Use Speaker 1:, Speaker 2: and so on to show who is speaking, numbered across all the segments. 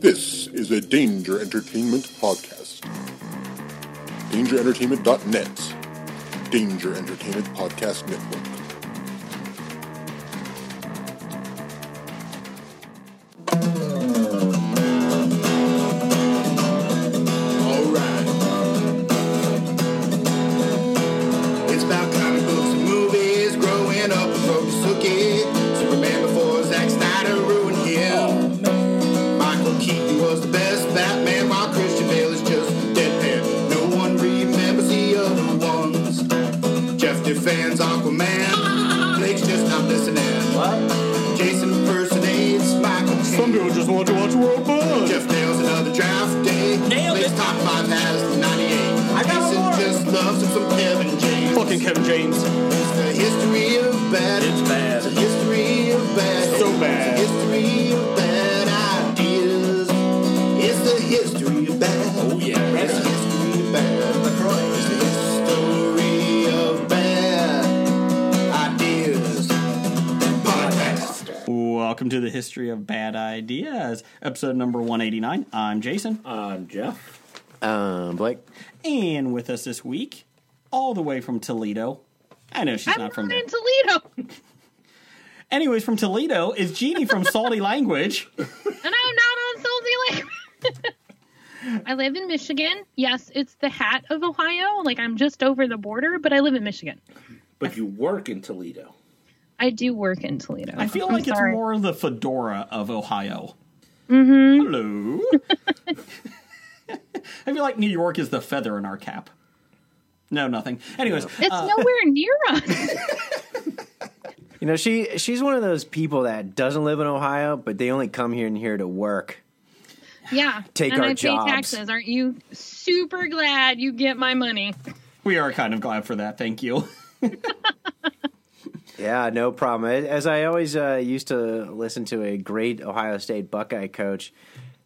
Speaker 1: This is a Danger Entertainment podcast. DangerEntertainment.net. Danger Entertainment Podcast Network.
Speaker 2: Alright. It's about comic books and movies. Growing up with folks who get Superman before Zack Snyder ruined him. Michael Keaton was the best Batman, while Christian Bale is just deadpan. No one remembers the other ones. Jeff defends Aquaman. Blake's just not listening. Jason impersonates Michael Keaton.
Speaker 3: people just want to watch World Buzz.
Speaker 2: Jeff nails another draft day.
Speaker 4: Nailed
Speaker 2: Blake's
Speaker 4: it.
Speaker 2: top five has 98.
Speaker 4: I got
Speaker 2: Jason
Speaker 4: one more.
Speaker 2: just loves him some Kevin James.
Speaker 3: Fucking Kevin James.
Speaker 2: It's the history of bad.
Speaker 4: It's bad.
Speaker 2: It's the history of bad.
Speaker 3: So bad.
Speaker 2: It's the history of bad ideas. It's the history of bad.
Speaker 4: Oh, yeah.
Speaker 2: It's the history of bad. It's the history of bad ideas. Podcast.
Speaker 5: Welcome to the History of Bad Ideas, episode number 189. I'm Jason.
Speaker 6: I'm Jeff.
Speaker 7: Um, Blake.
Speaker 5: And with us this week, all the way from Toledo. I know she's
Speaker 8: I'm
Speaker 5: not from there.
Speaker 8: in Toledo, and
Speaker 5: Anyways, from Toledo is Jeannie from Salty Language.
Speaker 8: I'm not on Salty Lake. I live in Michigan. Yes, it's the hat of Ohio. Like I'm just over the border, but I live in Michigan.
Speaker 6: But you work in Toledo.
Speaker 8: I do work in Toledo.
Speaker 5: I feel
Speaker 8: I'm
Speaker 5: like
Speaker 8: sorry.
Speaker 5: it's more the fedora of Ohio.
Speaker 8: Mm-hmm.
Speaker 5: Hello. I feel like New York is the feather in our cap. No, nothing. Anyways,
Speaker 8: It's
Speaker 7: uh,
Speaker 8: nowhere near us.
Speaker 7: You know, she she's one of those people that doesn't live in Ohio, but they only come here and here to work.
Speaker 8: yeah,
Speaker 7: Take
Speaker 8: and
Speaker 7: our
Speaker 8: I
Speaker 7: jobs.
Speaker 8: pay taxes. Aren't you super glad you get my money?
Speaker 5: we are kind of glad for that. Thank you.
Speaker 7: Yeah, no problem. As I always uh, used to listen to a great Ohio State Buckeye coach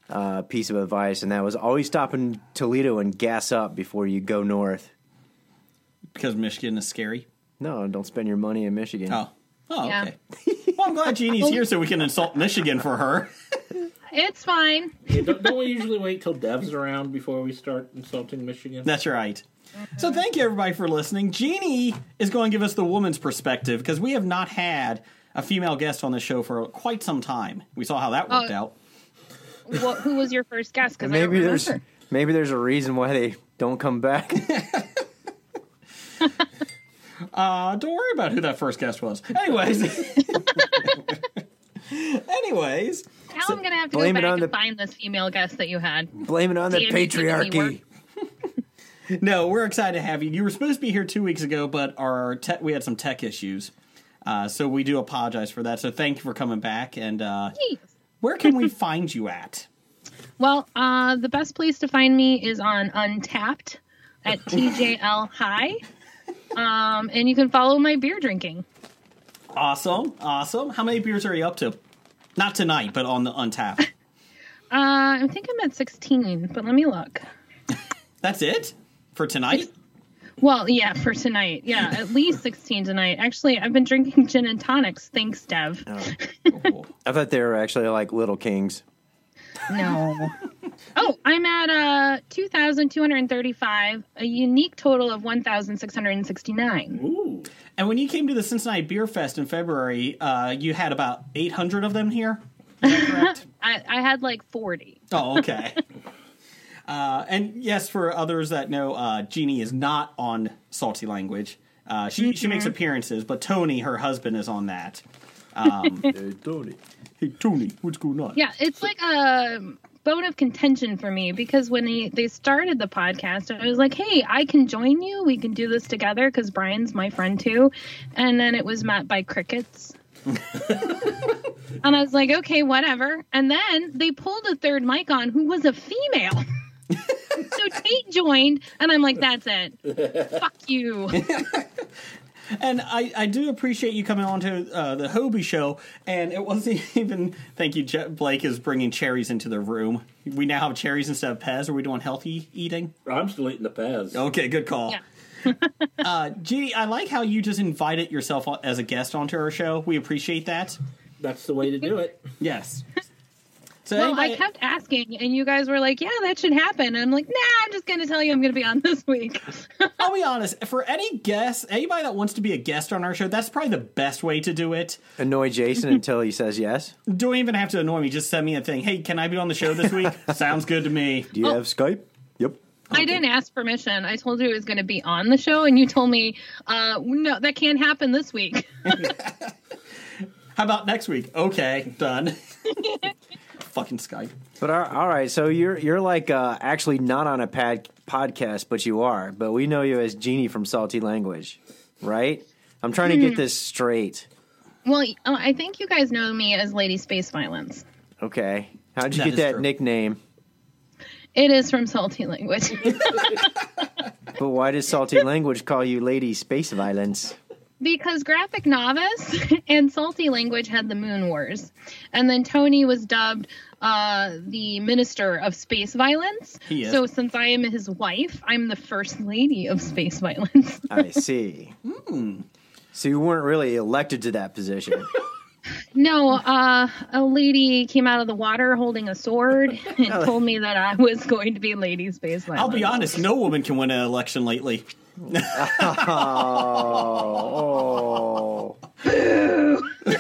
Speaker 7: uh, piece of advice, and that was always stop in Toledo and gas up before you go north.
Speaker 5: because Michigan is scary.
Speaker 7: No, don't spend your money in Michigan.
Speaker 5: Oh. Oh,
Speaker 8: Yeah. Oh.
Speaker 5: okay. Well, I'm glad Jeannie's here so we can insult Michigan for her.
Speaker 8: It's fine.
Speaker 6: Yeah, don't, don't we usually wait till Dev's around before we start insulting Michigan?
Speaker 5: That's right.
Speaker 8: Mm-hmm.
Speaker 5: So thank you everybody for listening. Jeannie is going to give us the woman's perspective because we have not had a female guest on the show for quite some time. We saw how that worked
Speaker 8: Oh.
Speaker 5: out.
Speaker 8: What, who was your first guess? Because I don't
Speaker 7: maybe
Speaker 8: remember.
Speaker 7: there's maybe there's a reason why they don't come back.
Speaker 5: Uh, don't worry about who that first guest was. Anyways. Anyways,
Speaker 8: Now I'm gonna have to go
Speaker 7: blame it
Speaker 8: back
Speaker 7: on
Speaker 8: and
Speaker 7: the-
Speaker 8: find this female guest that you had.
Speaker 7: Blame it on the
Speaker 8: Damn you, keeping me
Speaker 7: patriarchy.
Speaker 8: work-
Speaker 5: no, we're excited to have you. You were supposed to be here two weeks ago, but our te- we had some tech issues, uh, so we do apologize for that. So thank you for coming back. And uh,
Speaker 8: Jeez.
Speaker 5: where can we find you at?
Speaker 8: Well, uh, the best place to find me is on Untapped at TJL High. Um, and you can follow my beer drinking.
Speaker 5: Awesome, awesome. How many beers are you up to? Not tonight, but on the untapped.
Speaker 8: Uh, I think I'm at 16, but let me look.
Speaker 5: That's it for tonight.
Speaker 8: Well, yeah, for tonight. Yeah, at least 16 tonight. Actually, I've been drinking gin and tonics. Thanks, Dev.
Speaker 5: Oh.
Speaker 7: I thought they were actually like little kings.
Speaker 8: No. oh, I'm at uh, 2,235, a unique total of 1,669.
Speaker 6: Ooh.
Speaker 5: And when you came to the Cincinnati Beer Fest in February, uh, you had about eight hundred of them here. Is that correct?
Speaker 8: I, I had like 40.
Speaker 5: oh, okay. Uh, and yes, for others that know, uh, Jeannie is not on Salty Language. Uh, she she makes appearances, but Tony, her husband, is on that. Um, hey Tony. Hey Tony, what's going on?
Speaker 8: Yeah, it's like a bone of contention for me because when they, they started the podcast, I was like, hey, I can join you. We can do this together because Brian's my friend too. And then it was met by crickets. and I was like, okay, whatever. And then they pulled a third mic on who was a female. so Tate joined, and I'm like, that's it. Fuck you.
Speaker 5: And I, I do appreciate you coming on to uh, the Hobie show. And it wasn't even. Thank you, Je- Blake is bringing cherries into the room. We now have cherries instead of Pez. Are we doing healthy eating?
Speaker 6: I'm still eating the Pez.
Speaker 5: Okay, good call.
Speaker 8: Yeah.
Speaker 5: uh, Jeannie, I like how you just invited yourself on- as a guest onto our show. We appreciate that.
Speaker 6: That's the way to do it.
Speaker 5: Yes. So
Speaker 8: well,
Speaker 5: anybody-
Speaker 8: I kept asking, and you guys were like, "Yeah, that should happen." And I'm like, "Nah, I'm just gonna tell you I'm gonna be on this week."
Speaker 5: I'll be honest. For any guest, anybody that wants to be a guest on our show, that's probably the best way to do it.
Speaker 7: Annoy Jason until he says yes.
Speaker 5: Don't even have to annoy me. Just send me a thing. Hey, can I be on the show this week? Sounds good to me.
Speaker 7: Do you
Speaker 8: Oh.
Speaker 7: have Skype? Yep.
Speaker 8: I didn't ask permission. I told you it was going to be on the show, and you told me, uh, "No, that can't happen this week."
Speaker 5: How about next week? Okay, done. Fucking Skype.
Speaker 7: But all- all right, so you're you're like uh, actually not on a pad podcast, but you are. But we know you as Jeannie from Salty Language, right? I'm trying to get this straight.
Speaker 8: well, uh, I think you guys know me as Lady Space Violence.
Speaker 7: Okay, how'd you
Speaker 5: That
Speaker 7: get
Speaker 5: is
Speaker 7: that
Speaker 5: true.
Speaker 7: nickname?
Speaker 8: It is from Salty Language.
Speaker 7: But why does Salty Language call you Lady Space Violence?
Speaker 8: because graphic novice and salty language had the moon wars and then tony was dubbed uh, the minister of space violence
Speaker 5: He is.
Speaker 8: so since i am his wife i'm the first lady of space violence
Speaker 7: I see. So you weren't really elected to that position.
Speaker 8: no uh, a lady came out of the water holding a sword and told me that i was going to be lady space violence
Speaker 5: I'll be honest. No woman can win an election lately.
Speaker 7: Oh. All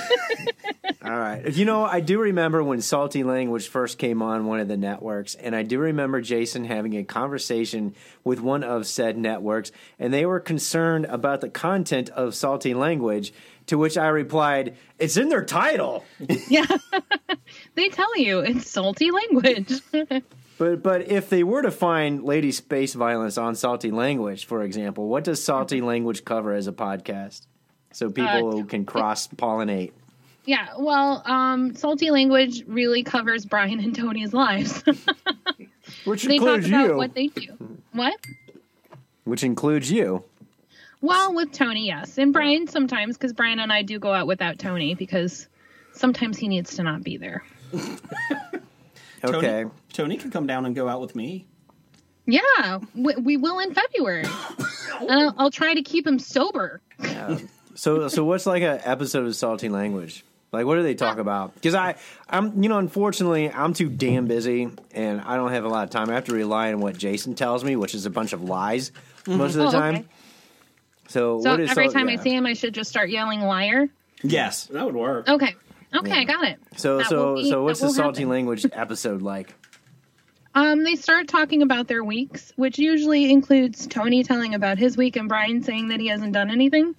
Speaker 7: right. You know, I do remember when Salty Language first came on one of the networks, and I do remember Jason having a conversation with one of said networks, and they were concerned about the content of Salty Language, to which I replied, It's in their title.
Speaker 8: they tell you it's salty language
Speaker 7: But but if they were to find Lady Space Violence on Salty Language, for example, what does Salty Language cover as a podcast? So
Speaker 8: Uh,
Speaker 7: people can cross pollinate.
Speaker 8: yeah well um, salty language really covers brian and tony's lives
Speaker 7: Which
Speaker 8: they talk about what they do what
Speaker 7: Which includes you.
Speaker 8: Well, with Tony, yes, and Brian sometimes because Brian and I do go out without Tony because sometimes he needs to not be there.
Speaker 5: Tony,
Speaker 7: Okay.
Speaker 5: Tony can come down and go out with me.
Speaker 8: Yeah, we, we will in February, and I'll, I'll try to keep him sober.
Speaker 7: So so what's like an episode of Salty Language? Like what do they talk about? Because I I'm you know unfortunately I'm too damn busy and I don't have a lot of time. I have to rely on what Jason tells me, which is a bunch of lies most of the
Speaker 8: Oh,
Speaker 7: time.
Speaker 8: okay.
Speaker 7: So,
Speaker 8: So
Speaker 7: what is
Speaker 8: every
Speaker 7: Salt-
Speaker 8: time I
Speaker 7: yeah.
Speaker 8: see him, I should just start yelling "liar."
Speaker 5: Yes.
Speaker 6: That would work.
Speaker 8: Okay, okay, I got it.
Speaker 7: So
Speaker 8: That
Speaker 7: so
Speaker 8: will be-
Speaker 7: so what's
Speaker 8: that
Speaker 7: the
Speaker 8: will
Speaker 7: Salty
Speaker 8: happen.
Speaker 7: Language episode like?
Speaker 8: Um, they start talking about their weeks, which usually includes Tony telling about his week and Brian saying that he hasn't done anything.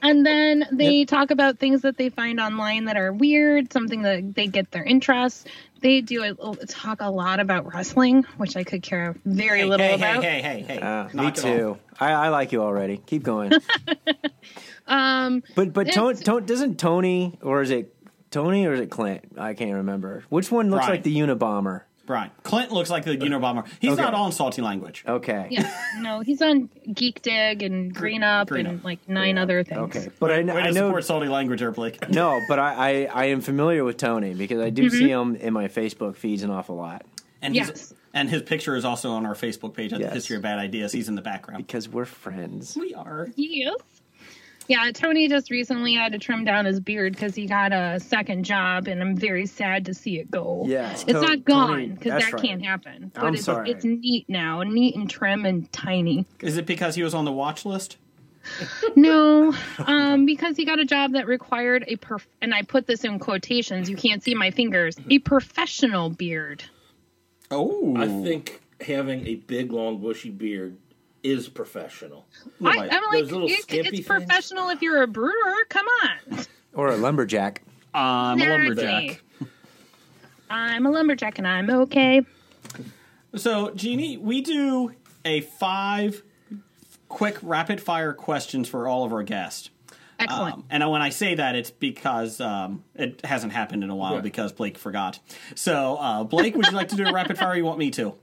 Speaker 8: and then they talk about things that they find online that are weird, something that they get their interest. They do a, talk a lot about wrestling, which I could care very
Speaker 5: Hey,
Speaker 8: little
Speaker 5: hey,
Speaker 8: about.
Speaker 5: hey, hey, hey, hey.
Speaker 7: Uh, me
Speaker 5: Knock it off.
Speaker 7: too. I, I like you already. Keep going.
Speaker 8: Um,
Speaker 7: But but Tony,
Speaker 8: It's-
Speaker 7: Tony doesn't Tony or is it Tony or is it Clint? I can't remember. Which one looks
Speaker 5: Brian.
Speaker 7: like the Unabomber?
Speaker 5: Brian. Clint looks like the Unabomber. He's
Speaker 7: Okay. Uh,
Speaker 5: not on salty language.
Speaker 7: Okay.
Speaker 8: yeah, no, he's on Geek Dig and Green Up
Speaker 5: Green
Speaker 8: and
Speaker 5: Up.
Speaker 8: like nine other things.
Speaker 7: Okay. But I,
Speaker 5: Way
Speaker 7: I
Speaker 5: to
Speaker 7: know
Speaker 5: support salty language, Eric Blake.
Speaker 7: no, but I, I, I am familiar with Tony because I
Speaker 8: Mm-hmm.
Speaker 7: do see him in my Facebook feeds an awful lot
Speaker 5: And
Speaker 8: Yes.
Speaker 5: he's, and his picture is also on our Facebook page at
Speaker 7: Yes.
Speaker 5: the History of Bad Ideas. He's in the background.
Speaker 7: because we're friends.
Speaker 5: We are.
Speaker 8: Yes. Yeah, Tony just recently had to trim down his beard because he got a second job, and I'm very sad to see it go.
Speaker 7: Yes,
Speaker 8: it's
Speaker 7: To-
Speaker 8: not gone
Speaker 7: Tony,
Speaker 8: because
Speaker 7: that's
Speaker 8: that
Speaker 7: right.
Speaker 8: can't happen. But
Speaker 7: I'm
Speaker 8: it's,
Speaker 7: sorry.
Speaker 8: it's neat now, neat and trim and tiny.
Speaker 5: Is it because he was on the watch list?
Speaker 8: No, um, because he got a job that required a perf, and I put this in quotations. You can't see my fingers. A professional beard.
Speaker 5: Oh,
Speaker 6: I think having a big, long, bushy beard is professional.
Speaker 8: I,
Speaker 5: like
Speaker 8: I'm
Speaker 6: those
Speaker 8: like,
Speaker 6: little
Speaker 8: it-
Speaker 6: skimpy
Speaker 8: it's
Speaker 6: things?
Speaker 8: professional if you're a brewer. Come on.
Speaker 7: Or a lumberjack.
Speaker 5: I'm a lumberjack.
Speaker 8: Exactly. I'm a lumberjack, and I'm okay.
Speaker 5: So, Jeannie, we do a five quick rapid fire questions for all of our guests.
Speaker 8: Excellent.
Speaker 5: Um, and when I say that, it's because um, it hasn't happened in a while
Speaker 6: Right.
Speaker 5: because Blake forgot. So, uh, Blake, would you like to do a rapid fire? Or you want me to?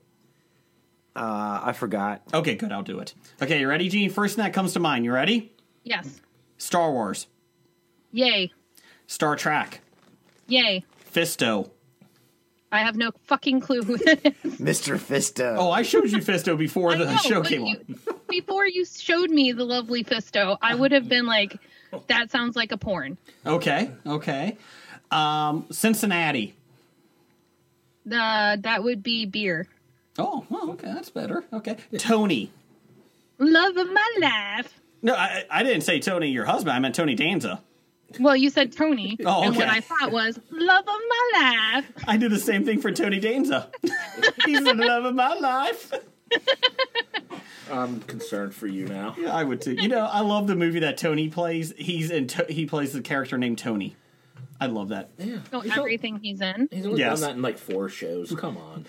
Speaker 7: Uh, I forgot.
Speaker 5: Okay, good. I'll do it. Okay, you ready, Jeannie? First thing that comes to mind. You ready?
Speaker 8: yes.
Speaker 5: Star Wars,
Speaker 8: Yay.
Speaker 5: Star Trek,
Speaker 8: Yay.
Speaker 5: Fisto.
Speaker 8: I have no fucking clue who that is.
Speaker 7: Mr. Fisto.
Speaker 5: Oh, I showed you Fisto before
Speaker 8: I
Speaker 5: the
Speaker 8: know,
Speaker 5: show
Speaker 8: but
Speaker 5: came on.
Speaker 8: you- Before you showed me the lovely Fisto, I would have been like, that sounds like a porn.
Speaker 5: Okay, okay. Um, Cincinnati,
Speaker 8: Uh, that would be beer.
Speaker 5: Oh, well, okay, that's better. Okay, Tony.
Speaker 8: Love of my life.
Speaker 5: No, I, I didn't say Tony, your husband. I meant Tony Danza.
Speaker 8: Well, you said Tony,
Speaker 5: Oh,
Speaker 8: and what
Speaker 5: okay.
Speaker 8: I thought was love of my life.
Speaker 5: I do the same thing for Tony Danza. He's the love of my life.
Speaker 6: I'm concerned for you now.
Speaker 5: Yeah, I would too. You know, I love the movie that Tony plays. He's in. To- he plays the character named Tony. I love that.
Speaker 8: So everything he's in.
Speaker 6: He's only
Speaker 5: Yes.
Speaker 6: done that in like four shows. Come on.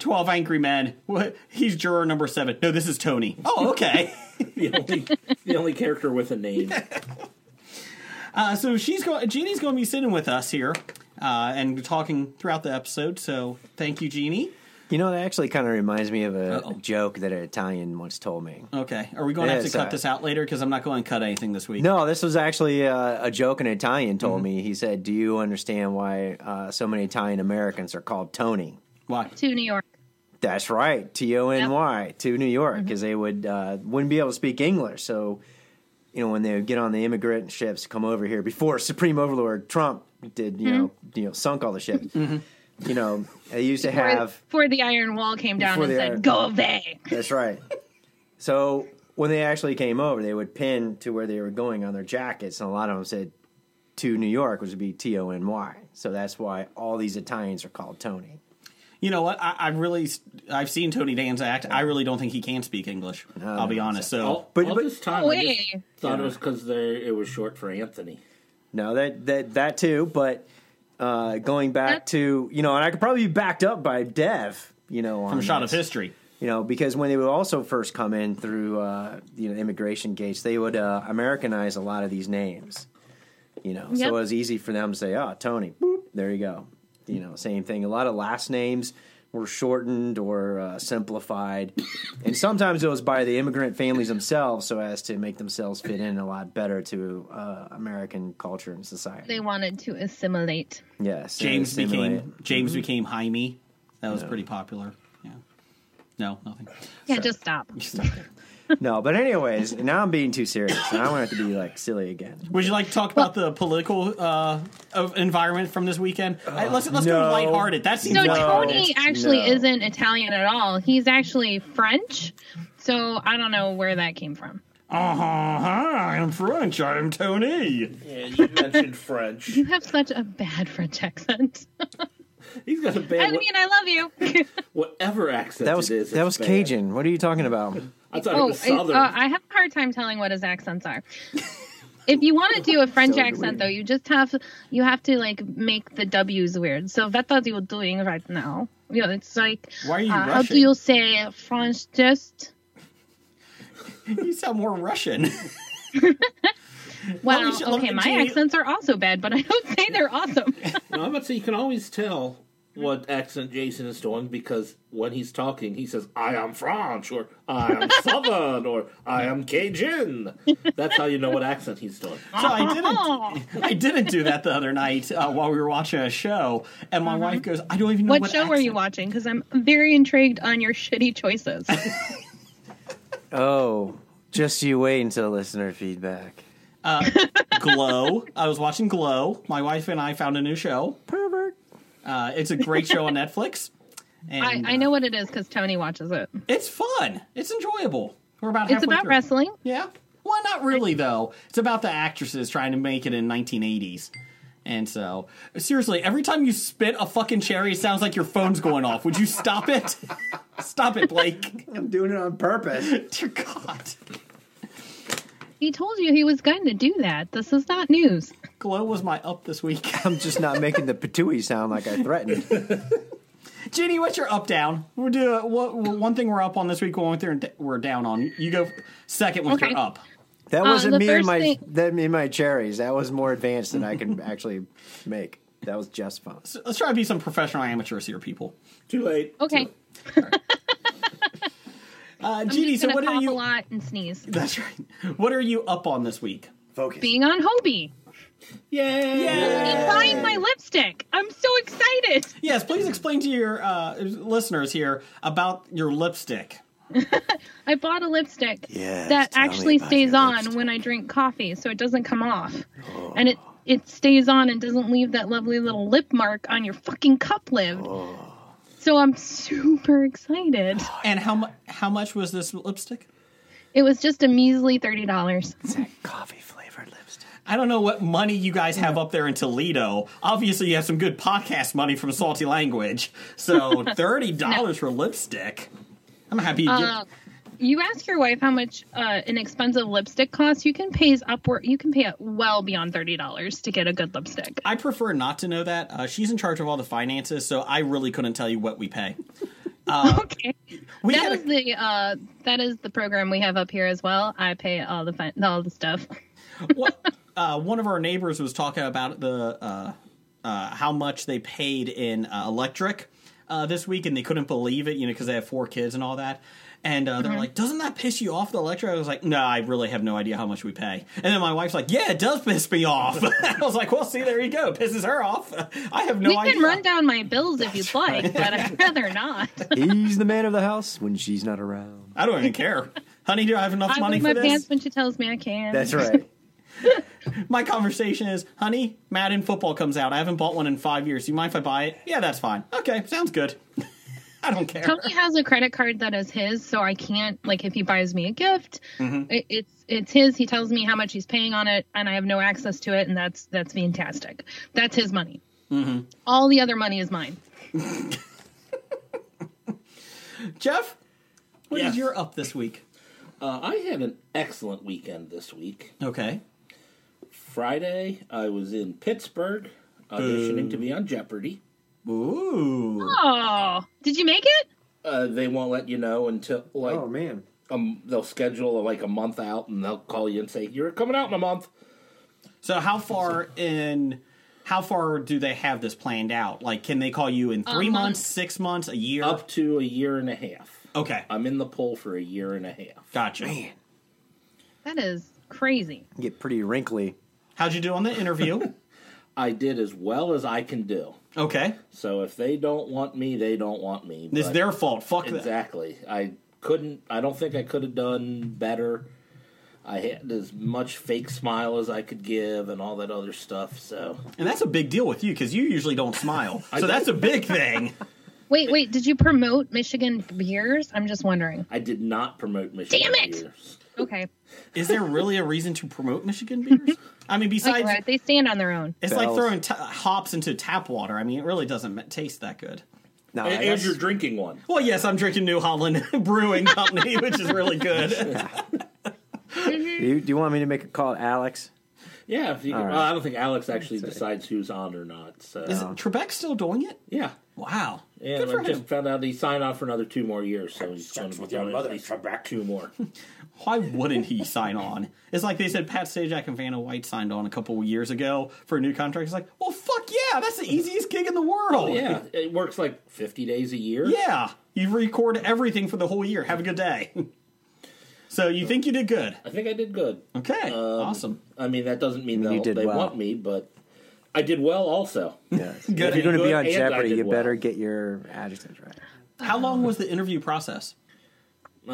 Speaker 5: Twelve Angry Men. What? He's juror number seven. No, this is Tony. Oh, okay.
Speaker 6: The only, the only character with a name.
Speaker 5: Uh, so she's going. Jeannie's going to be sitting with us here uh, and talking throughout the episode. So thank you, Jeannie.
Speaker 7: You know, that actually kind of reminds me of a
Speaker 5: Uh-oh.
Speaker 7: joke that an Italian once told me.
Speaker 5: Okay. Are we going to
Speaker 7: Yeah,
Speaker 5: have to
Speaker 7: it's
Speaker 5: cut
Speaker 7: all
Speaker 5: this out later? Because I'm not going to cut anything this week.
Speaker 7: No, this was actually uh, a joke an Italian told me. He said, Do you understand why uh, so many Italian Americans are called Tony?
Speaker 5: Why?
Speaker 8: to New York.
Speaker 7: That's right, T O N Y, to New York, because they would uh, wouldn't be able to speak English. So, you know, when they would get on the immigrant ships to come over here before Supreme Overlord Trump did, you know, you know, sunk all the ships. You know, they used to
Speaker 8: Before,
Speaker 7: have.
Speaker 8: before the Iron Wall came down
Speaker 7: Before
Speaker 8: and
Speaker 7: the
Speaker 8: said,
Speaker 7: Iron-
Speaker 8: "Go away."
Speaker 7: That's right. So when they actually came over, they would pin to where they were going on their jackets, and a lot of them said to New York, which would be T O N Y. So that's why all these Italians are called Tony.
Speaker 5: You know what? I, I really, I've seen Tony Danza act. I really don't think he can speak English. I'll be honest. So,
Speaker 6: All,
Speaker 7: But-
Speaker 6: all
Speaker 7: but-
Speaker 6: this time,
Speaker 8: No
Speaker 6: I just
Speaker 8: way.
Speaker 6: thought it was because it was short for Anthony.
Speaker 7: No, that that that too. But uh, going back
Speaker 8: That's-
Speaker 7: to you know, and I could probably be backed up by Dev. You know, on
Speaker 5: from shot of
Speaker 7: this.
Speaker 5: history.
Speaker 7: You know, because when they would also first come in through uh, you know immigration gates, they would uh, Americanize a lot of these names. You know, so
Speaker 8: Yep.
Speaker 7: it was easy for them to say, "Oh, Tony, boop, there you go." You know, same thing. A lot of last names were shortened or uh, simplified, and sometimes it was by the immigrant families themselves, so as to make themselves fit in a lot better to uh, American culture and society.
Speaker 8: They wanted to assimilate.
Speaker 7: Yes,
Speaker 5: James
Speaker 7: and assimilate.
Speaker 5: became James became Jaime. That was pretty popular. Yeah. No, nothing.
Speaker 8: Yeah, just stop.
Speaker 7: No, but anyways, now I'm being too serious. Now I'm gonna have to be like silly again.
Speaker 5: Would you like to talk about the political uh, of environment from this weekend? Uh, let's let's go
Speaker 7: no.
Speaker 5: lighthearted. That seems
Speaker 8: No,
Speaker 5: like
Speaker 8: Tony
Speaker 7: it's-
Speaker 8: actually
Speaker 7: no.
Speaker 8: isn't Italian at all. He's actually French. So I don't know where that came from.
Speaker 5: uh I'm French. I'm Tony.
Speaker 6: Yeah, you mentioned French.
Speaker 8: You have such a bad French accent.
Speaker 6: He's got a
Speaker 8: I
Speaker 6: bad,
Speaker 8: mean, I love you.
Speaker 6: whatever accent
Speaker 7: That was
Speaker 6: it is.
Speaker 7: that
Speaker 6: it's
Speaker 7: was
Speaker 6: bad.
Speaker 7: Cajun. What are you talking about?
Speaker 6: I thought it
Speaker 8: oh,
Speaker 6: was
Speaker 8: I-
Speaker 6: Southern.
Speaker 8: uh, I have a hard time telling what his accents are. If you want to do a French accent, though, you just have you have to like make the W's weird. So that's what you're doing right now. You know, it's like
Speaker 5: Why are you
Speaker 8: uh, how do
Speaker 5: rushing?
Speaker 8: you say French just?
Speaker 5: You sound more Russian. me
Speaker 8: Well,
Speaker 5: sh- let
Speaker 8: okay,
Speaker 5: me-
Speaker 8: my
Speaker 5: Jeannie-
Speaker 8: accents are also bad, but I don't say they're awesome.
Speaker 6: No, I'm about to say you can always tell what accent Jason is doing because when he's talking, he says, I am French, or I am Southern, or I am Cajun. That's how you know what accent he's doing.
Speaker 5: So
Speaker 8: Uh-huh.
Speaker 5: I
Speaker 8: Oh.
Speaker 5: didn't. I didn't do that the other night uh, while we were watching a show, and my wife goes, "I don't even know
Speaker 8: Uh-huh. what,
Speaker 5: what,
Speaker 8: show were you
Speaker 5: accent-
Speaker 8: watching? Because I'm very intrigued on your shitty choices.
Speaker 7: Oh, just you wait until listener feedback.
Speaker 5: Glow. I was watching Glow. My wife and I found a new show.
Speaker 7: Pervert.
Speaker 5: Uh, it's a great show on Netflix,
Speaker 8: I,
Speaker 5: and
Speaker 8: I know what it is because Tony watches it.
Speaker 5: it's fun. It's enjoyable. We're about
Speaker 8: It's
Speaker 5: halfway
Speaker 8: about
Speaker 5: through.
Speaker 8: wrestling.
Speaker 5: Yeah. Well, not really though. It's about the actresses trying to make it in 1980s. And so, seriously, every time you spit a fucking cherry, it sounds like your phone's going off. Would you stop it? stop it, Blake.
Speaker 7: I'm doing it on purpose.
Speaker 5: Dear God.
Speaker 8: He told you he was going to do that. This is not news.
Speaker 5: Glow was my up this week.
Speaker 7: I'm just not making the patooey sound like I threatened.
Speaker 5: Ginny, what's your up down? We'll do a, what, one thing we're up on this week. One thing we're down on. You go second with
Speaker 8: Okay.
Speaker 5: your up.
Speaker 7: That wasn't
Speaker 8: Uh, the
Speaker 7: me and
Speaker 8: first
Speaker 7: my
Speaker 8: thing-
Speaker 7: that me and my cherries. That was more advanced than I can actually make. That was just fun.
Speaker 5: So let's try to be some professional amateurs here, people.
Speaker 6: Too late.
Speaker 8: Okay.
Speaker 5: Uh,
Speaker 8: I'm
Speaker 5: Ginny,
Speaker 8: just
Speaker 5: so
Speaker 8: gonna
Speaker 5: what
Speaker 8: cough
Speaker 5: are
Speaker 8: a
Speaker 5: you?
Speaker 8: lot and sneeze.
Speaker 5: That's right. What are you up on this week?
Speaker 7: Focus.
Speaker 8: Being on Hobie.
Speaker 6: Yay!
Speaker 8: And buying my lipstick. I'm so excited.
Speaker 5: Yes, please explain to your uh, listeners here about your lipstick.
Speaker 8: I bought a lipstick
Speaker 7: Yes,
Speaker 8: that
Speaker 7: tell me
Speaker 8: actually
Speaker 7: about
Speaker 8: stays
Speaker 7: your
Speaker 8: on
Speaker 7: lipstick.
Speaker 8: when I drink coffee, so it doesn't come off, and it it stays on and doesn't leave that lovely little lip mark on your fucking cup lid. So I'm super excited.
Speaker 5: And how mu- how much was this lipstick?
Speaker 8: It was just a measly thirty dollars.
Speaker 7: It's that coffee flavored lipstick.
Speaker 5: I don't know what money you guys have up there in Toledo. Obviously, you have some good podcast money from Salty Language. So thirty dollars for lipstick. I'm happy. You did-
Speaker 8: You ask your wife how much uh, an expensive lipstick costs. You can pay upward. You can pay it well beyond thirty dollars to get a good lipstick.
Speaker 5: I prefer not to know that. Uh, she's in charge of all the finances, so I really couldn't tell you what we pay.
Speaker 8: okay,
Speaker 5: We
Speaker 8: that
Speaker 5: had a-
Speaker 8: is the uh, that is the program we have up here as well. I pay all the fin- all the stuff.
Speaker 5: Well, uh, one of our neighbors was talking about the uh, uh, how much they paid in uh, electric uh, this week, and they couldn't believe it, you know, because they have four kids and all that. And uh,
Speaker 8: Mm-hmm.
Speaker 5: they're like, "Doesn't that piss you off?" The electric. I was like, "No, I really have no idea how much we pay." And then my wife's like, "Yeah, it does piss me off." I was like, "Well, see, there you go, pisses her off." I have no
Speaker 8: we
Speaker 5: idea.
Speaker 8: can run down my bills if you'd like, but I'd rather not.
Speaker 7: He's the man of the house when she's not around.
Speaker 5: I don't even care, honey. Do I have enough
Speaker 8: I
Speaker 5: money
Speaker 8: wear
Speaker 5: for
Speaker 8: my
Speaker 5: this?
Speaker 8: pants when she tells me I can.
Speaker 7: That's right.
Speaker 5: my conversation is, honey, Madden football comes out. I haven't bought one in five years. You mind if I buy it? Yeah, that's fine. Okay, sounds good. I don't care.
Speaker 8: Tony has a credit card that is his, so I can't like if he buys me a gift,
Speaker 5: Mm-hmm.
Speaker 8: it, it's it's his. He tells me how much he's paying on it, and I have no access to it, and that's that's fantastic. That's his money.
Speaker 5: Mm-hmm.
Speaker 8: All the other money is mine.
Speaker 5: Jeff, what is
Speaker 6: Yes.
Speaker 5: your up this week?
Speaker 6: Uh, I had an excellent weekend this week.
Speaker 5: Okay.
Speaker 6: Friday, I was in Pittsburgh auditioning to be on Jeopardy.
Speaker 5: Ooh.
Speaker 8: Oh, did you make it?
Speaker 6: Uh, they won't let you know until like
Speaker 7: Oh man.
Speaker 6: um, they'll schedule like a month out, and they'll call you and say you're coming out in a month.
Speaker 5: So how far in how far do they have this planned out? Like can they call you in 3
Speaker 8: month.
Speaker 5: months, 6 months, a year?
Speaker 6: Up to a year and a half.
Speaker 5: Okay.
Speaker 6: I'm in the poll for a year and a half.
Speaker 5: Gotcha.
Speaker 8: That is crazy.
Speaker 7: You get pretty wrinkly.
Speaker 5: How'd you do on the interview?
Speaker 6: I did as well as I can do.
Speaker 5: okay.
Speaker 6: So if they don't want me, they don't want me.
Speaker 5: It's
Speaker 6: but-
Speaker 5: their fault. Fuck that.
Speaker 6: Exactly. I couldn't. I don't think I could have done better. I had as much fake smile as I could give, and all that other stuff. So
Speaker 5: And that's a big deal with you cuz you usually don't smile. so that's a big thing.
Speaker 8: Wait, wait, did you promote Michigan beers? I'm just wondering.
Speaker 6: I did not promote Michigan.
Speaker 8: Damn it!
Speaker 6: beers.
Speaker 8: Okay,
Speaker 5: Is there really a reason to promote Michigan beers? I mean,
Speaker 8: like,
Speaker 5: besides,
Speaker 8: right, they stand on their own.
Speaker 5: it's like
Speaker 7: Bells.
Speaker 5: throwing t- hops into tap water. I mean, it really doesn't ma- taste that good.
Speaker 7: No,
Speaker 6: And, and
Speaker 7: that's-
Speaker 6: you're drinking one.
Speaker 5: Well, yes, I'm drinking New Holland Brewing Company, which is really good.
Speaker 7: do, you, do you want me to make a call, Alex?
Speaker 6: Yeah. If you could,
Speaker 7: right.
Speaker 6: well, I don't think Alex actually decides who's on or not. So
Speaker 5: Is Trebek still doing it?
Speaker 6: yeah.
Speaker 5: Wow.
Speaker 6: And
Speaker 5: good for
Speaker 6: I just
Speaker 5: him.
Speaker 6: found out he signed on for another two more years, so he's going to be doing at least two more.
Speaker 5: Why wouldn't he sign on? It's like they said Pat Sajak and Vanna White signed on a couple years ago for a new contract. It's like, well, fuck yeah, that's the easiest gig in the world.
Speaker 6: Oh, yeah, it works like 50 days a year.
Speaker 5: Yeah. You record everything for the whole year. Have a good day. so you think you did good.
Speaker 6: I think I did good.
Speaker 5: Okay. awesome.
Speaker 6: I mean, that doesn't mean
Speaker 7: You
Speaker 6: they'll-
Speaker 7: did
Speaker 6: they
Speaker 7: well.
Speaker 6: want me, but I did well also.
Speaker 7: Yeah.
Speaker 5: Good.
Speaker 7: If you're going to be
Speaker 6: Good
Speaker 7: on
Speaker 6: and I
Speaker 7: Jeopardy,
Speaker 6: did
Speaker 7: you
Speaker 6: well.
Speaker 7: better get your adjectives right.
Speaker 5: How long was the interview process?
Speaker 6: It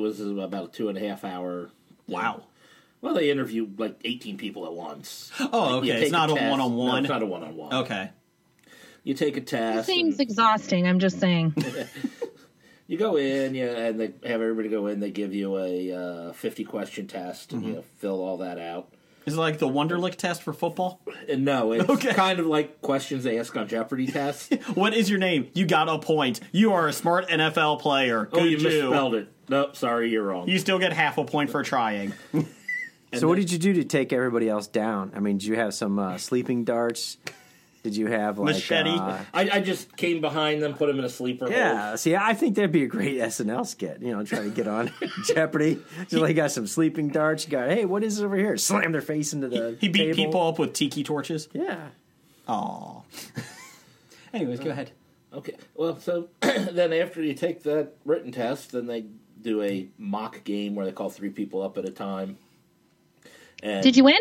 Speaker 6: was about a two and a half hour. thing.
Speaker 5: Wow.
Speaker 6: Well, they interviewed like 18 people at once.
Speaker 5: Oh,
Speaker 6: You
Speaker 5: okay.
Speaker 6: take
Speaker 5: It's not a
Speaker 6: test-
Speaker 5: one on
Speaker 6: No, it's
Speaker 5: one.
Speaker 6: not a one on one.
Speaker 5: Okay.
Speaker 6: You take a test.
Speaker 8: Seems
Speaker 6: and
Speaker 8: exhausting. I'm just saying.
Speaker 6: you go in, you, and they have everybody go in. They give you a uh, 50 question test,
Speaker 5: Mm-hmm.
Speaker 6: and you fill all that out.
Speaker 5: Is it like the Wonderlick test for football?
Speaker 6: And no, it's
Speaker 5: Okay.
Speaker 6: kind of like questions they ask on Jeopardy tests.
Speaker 5: What is your name? You got a point. You are a smart NFL player. Good
Speaker 6: oh, you
Speaker 5: you.
Speaker 6: misspelled it. Nope, sorry, you're wrong.
Speaker 5: You still get half a point for trying.
Speaker 7: So, what did you do to take everybody else down? I mean, did you have some uh, sleeping darts? Did you have like
Speaker 5: Machete.
Speaker 7: uh,
Speaker 6: I, I just came behind them, put them in a sleeper hold.
Speaker 7: Yeah, see, I think that'd be a great SNL skit. You know, try to get on Jeopardy. So they got some sleeping darts. You got, hey, what is it over here? Slam their face into the.
Speaker 5: He beat
Speaker 7: table.
Speaker 5: people up with tiki torches.
Speaker 7: Yeah.
Speaker 5: Aw. Anyways, go ahead.
Speaker 6: Okay. Well, so then after you take that written test, then they do a mock game where they call three people up at a time. And
Speaker 8: Did you win?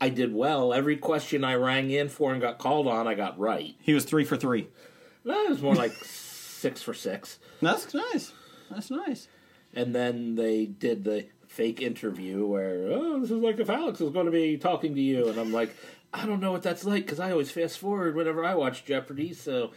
Speaker 6: I did well. Every question I rang in for and got called on, I got right.
Speaker 5: He was three for three.
Speaker 6: No, it was more like six for six.
Speaker 5: That's nice. That's nice.
Speaker 6: And then they did the fake interview where, oh, this is like if Alex is going to be talking to you. And I'm like, I don't know what that's like because I always fast forward whenever I watch Jeopardy. So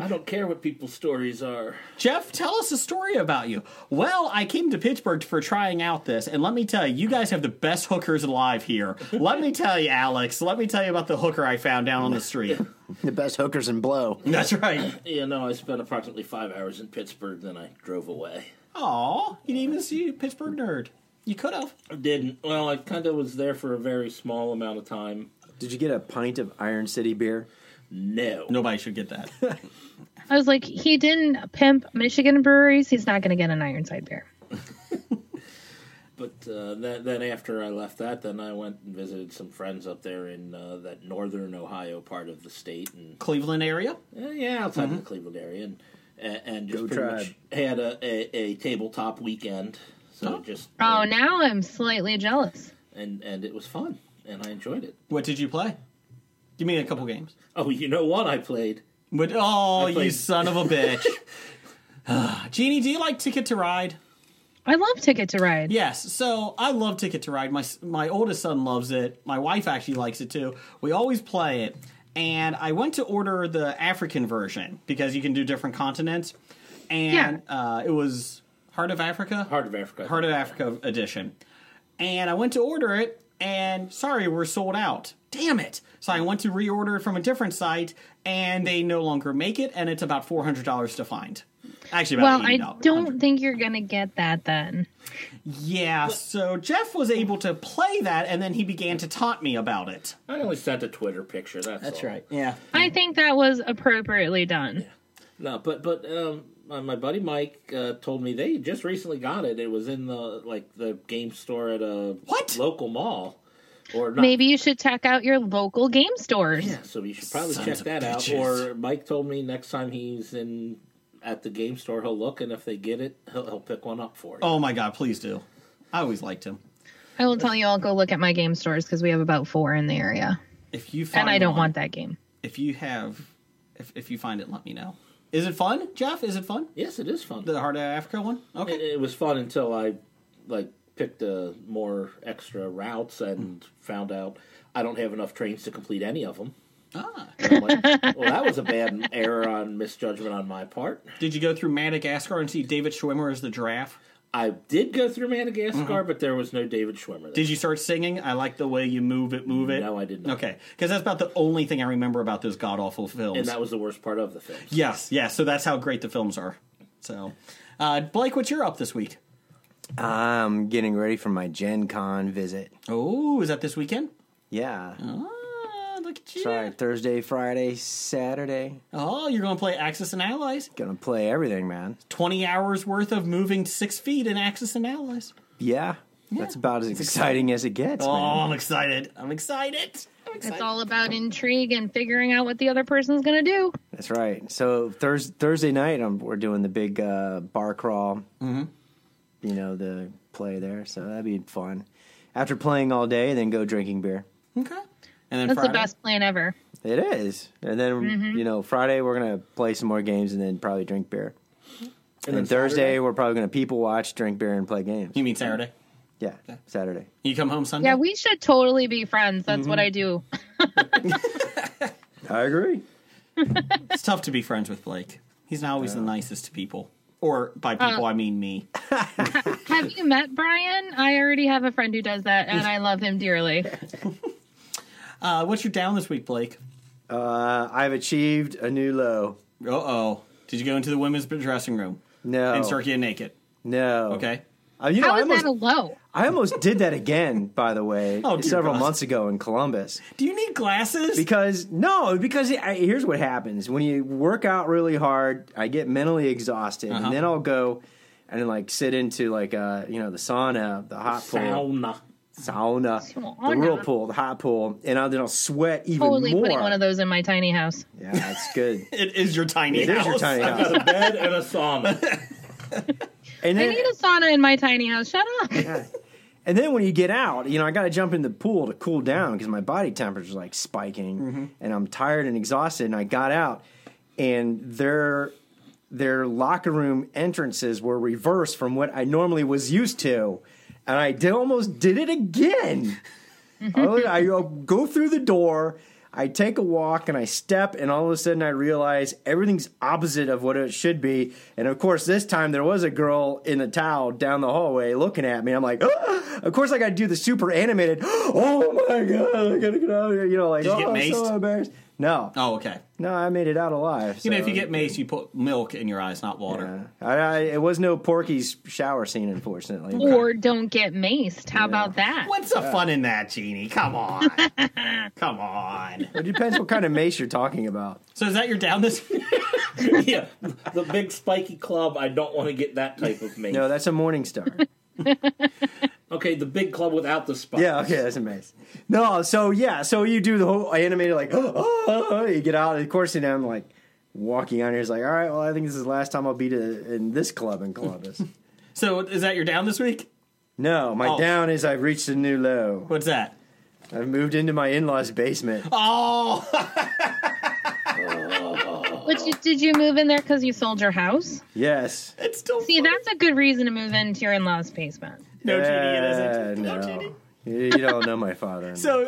Speaker 6: I don't care what people's stories are.
Speaker 5: Jeff, tell us a story about you. Well, I came to Pittsburgh for trying out this, and let me tell you, you guys have the best hookers alive here. Let me tell you, Alex, let me tell you about the hooker I found down on the street.
Speaker 7: The best hookers in blow.
Speaker 5: That's right.
Speaker 6: You know, I spent approximately five hours in Pittsburgh, then I drove away.
Speaker 5: Aw, you didn't even see Pittsburgh Nerd. You could have.
Speaker 6: I didn't. Well, I kind of was there for a very small amount of time.
Speaker 7: Did you get a pint of Iron City beer?
Speaker 6: No.
Speaker 5: Nobody should get that.
Speaker 8: I was like, he didn't pimp Michigan breweries. He's not going to get an Ironside beer.
Speaker 6: But uh, then, then after I left that, then I went and visited some friends up there in uh, that northern Ohio part of the state, and
Speaker 5: Cleveland area?
Speaker 6: uh, yeah, outside of the Cleveland area, and and, and just
Speaker 7: Go
Speaker 6: pretty
Speaker 7: Tribe.
Speaker 6: much had a, a, a tabletop weekend. So
Speaker 5: Oh.
Speaker 6: just
Speaker 8: Oh, now I'm slightly jealous.
Speaker 6: and and it was fun, and I enjoyed it.
Speaker 5: What did you play? Give me a couple games.
Speaker 6: Oh, you know what I played?
Speaker 5: But oh,
Speaker 6: I played-
Speaker 5: you son of a bitch. Ah, Jeannie, do you like Ticket to Ride?
Speaker 8: I love Ticket to Ride.
Speaker 5: Yes. So I love Ticket to Ride. My my oldest son loves it. My wife actually likes it too. We always play it. And I went to order the African version because you can do different continents. And uh, it was Heart of Africa.
Speaker 6: Heart of Africa.
Speaker 5: Heart of Africa edition. And I went to order it, and sorry, we're sold out. Damn it! So I went to reorder it from a different site, and they no longer make it, and it's about four hundred dollars to find. Actually, about
Speaker 8: Well, I
Speaker 5: $80.
Speaker 8: don't think you're going to get that then.
Speaker 5: Yeah. So Jeff was able to play that, and then he began to taunt me about it.
Speaker 6: I only sent a Twitter picture. That's all.
Speaker 5: Yeah.
Speaker 8: I think that was appropriately done.
Speaker 6: No, but but um, my, my buddy Mike uh, told me they just recently got it. It was in the like the game store at a
Speaker 5: What?
Speaker 6: local mall, or not.
Speaker 8: Maybe you should check out your local game stores.
Speaker 6: Yeah, so you should probably
Speaker 5: Sons
Speaker 6: check
Speaker 5: of
Speaker 6: that out.
Speaker 5: bitches.
Speaker 6: Or Mike told me next time he's in at the game store, he'll look, and if they get it, he'll, he'll pick one up for you.
Speaker 5: Oh my God! Please do. I always liked him.
Speaker 8: I will tell you, I'll go look at my game stores because we have about four in the area.
Speaker 5: If you find
Speaker 8: And I don't
Speaker 5: one,
Speaker 8: want that game.
Speaker 5: If you have, if if you find it, let me know. Is it fun, Jeff? Is it fun?
Speaker 6: Yes, it is fun.
Speaker 5: The Heart of Africa one? Okay.
Speaker 6: it, it was fun until I like picked uh, more extra routes and
Speaker 5: Hmm.
Speaker 6: found out I don't have enough trains to complete any of them.
Speaker 5: Ah.
Speaker 6: I'm like, well, that was a bad error on misjudgment on my part.
Speaker 5: Did you go through Madagascar and see David Schwimmer as the giraffe?
Speaker 6: I did go through Madagascar, but there was no David Schwimmer. There.
Speaker 5: Mm-hmm. Did you start singing? I like the way you move it, move it.
Speaker 6: No, I did not.
Speaker 5: Okay, because that's about the only thing I remember about those god awful films.
Speaker 6: And that was the worst part of the film.
Speaker 5: yes, yes. So that's how great the films are. So, uh, Blake, what you're up this week?
Speaker 7: I'm getting ready for my Gen Con visit.
Speaker 5: Oh, is that this weekend?
Speaker 7: Yeah.
Speaker 5: Ah, look at you.
Speaker 7: Sorry, Thursday, Friday, Saturday.
Speaker 5: Oh, you're going to play Axis and Allies.
Speaker 7: Gonna play everything, man.
Speaker 5: Twenty hours worth of moving six feet in Axis and Allies.
Speaker 7: Yeah. That's about as exciting as it gets,
Speaker 5: Oh,
Speaker 7: man.
Speaker 5: I'm excited. I'm excited.
Speaker 8: It's all about intrigue and figuring out what the other person's going to do.
Speaker 7: That's right. So Thursday, Thursday night, um we're doing the big uh, bar crawl. You know the play there, so that'd be fun. After playing all day, then go drinking beer.
Speaker 5: Okay. And then
Speaker 8: That's
Speaker 5: Friday.
Speaker 8: the best plan ever.
Speaker 7: It is, and then you know Friday we're gonna play some more games, and then probably drink beer. And, then Thursday we're probably gonna people watch, drink beer, and play games.
Speaker 5: You mean Saturday?
Speaker 7: Yeah, Saturday.
Speaker 5: You come home Sunday.
Speaker 8: Yeah, we should totally be friends. That's what I do.
Speaker 7: I agree.
Speaker 5: It's tough to be friends with Blake. He's not always the nicest to people. Or by people, I mean me.
Speaker 8: Have you met Brian? I already have a friend who does that, and I love him dearly.
Speaker 5: Uh, what's your down this week, Blake?
Speaker 7: Uh, I've achieved a new low.
Speaker 5: Uh oh. Did you go into the women's dressing room
Speaker 7: No,
Speaker 5: and start getting naked?
Speaker 7: no.
Speaker 5: Okay.
Speaker 7: Uh, you know,
Speaker 8: How
Speaker 7: I
Speaker 8: is
Speaker 7: almost,
Speaker 8: that a low?
Speaker 7: I almost did that again. By the way,
Speaker 5: Oh, dear
Speaker 7: several
Speaker 5: God.
Speaker 7: months ago in Columbus.
Speaker 5: Do you need glasses?
Speaker 7: Because no, because I, here's what happens when you work out really hard. I get mentally exhausted,
Speaker 5: Uh-huh.
Speaker 7: and then I'll go and like sit into like uh you know the sauna, the hot pool,
Speaker 6: Sauna.
Speaker 7: sauna,
Speaker 8: Sauna.
Speaker 7: the whirlpool, the hot pool, and I'll, then I'll sweat even
Speaker 8: Totally
Speaker 7: more.
Speaker 8: putting one of those in my tiny house.
Speaker 7: Yeah, that's good.
Speaker 5: it is your tiny
Speaker 7: It
Speaker 5: house.
Speaker 7: is your tiny house.
Speaker 6: A bed and a sauna.
Speaker 7: And
Speaker 8: I
Speaker 7: then,
Speaker 8: need a sauna in my tiny house. Shut up.
Speaker 7: and then when you get out, you know I got to jump in the pool to cool down because my body temperature's like spiking,
Speaker 5: Mm-hmm.
Speaker 7: and I'm tired and exhausted. And I got out, and there their locker room entrances were reversed from what I normally was used to, and I did, almost did it again. I, I go through uh, the door. I take a walk and I step, and all of a sudden I realize everything's opposite of what it should be. And of course, this time there was a girl in the towel down the hallway looking at me. I'm like, "Ah!" of course I got to do the super animated. Oh my god, I gotta get out of here. You know, like
Speaker 5: Did you
Speaker 7: oh,
Speaker 5: get
Speaker 7: I'm so
Speaker 5: maced?
Speaker 7: embarrassed. No,
Speaker 5: Oh, okay.
Speaker 7: no, I made it out alive.
Speaker 5: You know,
Speaker 7: so-
Speaker 5: if you get mace, you put milk in your eyes, not water.
Speaker 7: I, I, it was no Porky's shower scene, unfortunately.
Speaker 8: Or don't get maced. How about that?
Speaker 5: What's the fun in that, Genie? Come on. Come on.
Speaker 7: It depends what kind of mace you're talking about.
Speaker 5: So is that your down this?
Speaker 6: yeah, the big spiky club. I don't want to get that type of mace.
Speaker 7: No, that's a morning star.
Speaker 6: okay, the big club without the spikes.
Speaker 7: yeah, okay, that's a mace. No, so yeah, so you do the whole animated like, oh, you get out, and of course, and I'm like walking out here. It's like, all right, well, I think this is the last time I'll be to, in this club in Columbus.
Speaker 5: So is that your down this week?
Speaker 7: no, my
Speaker 5: Oh.
Speaker 7: down is I've reached a new low.
Speaker 5: What's that?
Speaker 7: I've moved into my in-laws' basement.
Speaker 5: Oh,
Speaker 8: Which you, did you move in there because you sold your house?
Speaker 7: Yes.
Speaker 5: it's still
Speaker 8: See, that's a good reason to move into your in-laws' basement.
Speaker 5: no, Genie, it isn't.
Speaker 7: Uh,
Speaker 5: No,
Speaker 7: no.
Speaker 5: Genie.
Speaker 7: You, you don't know my father.
Speaker 5: So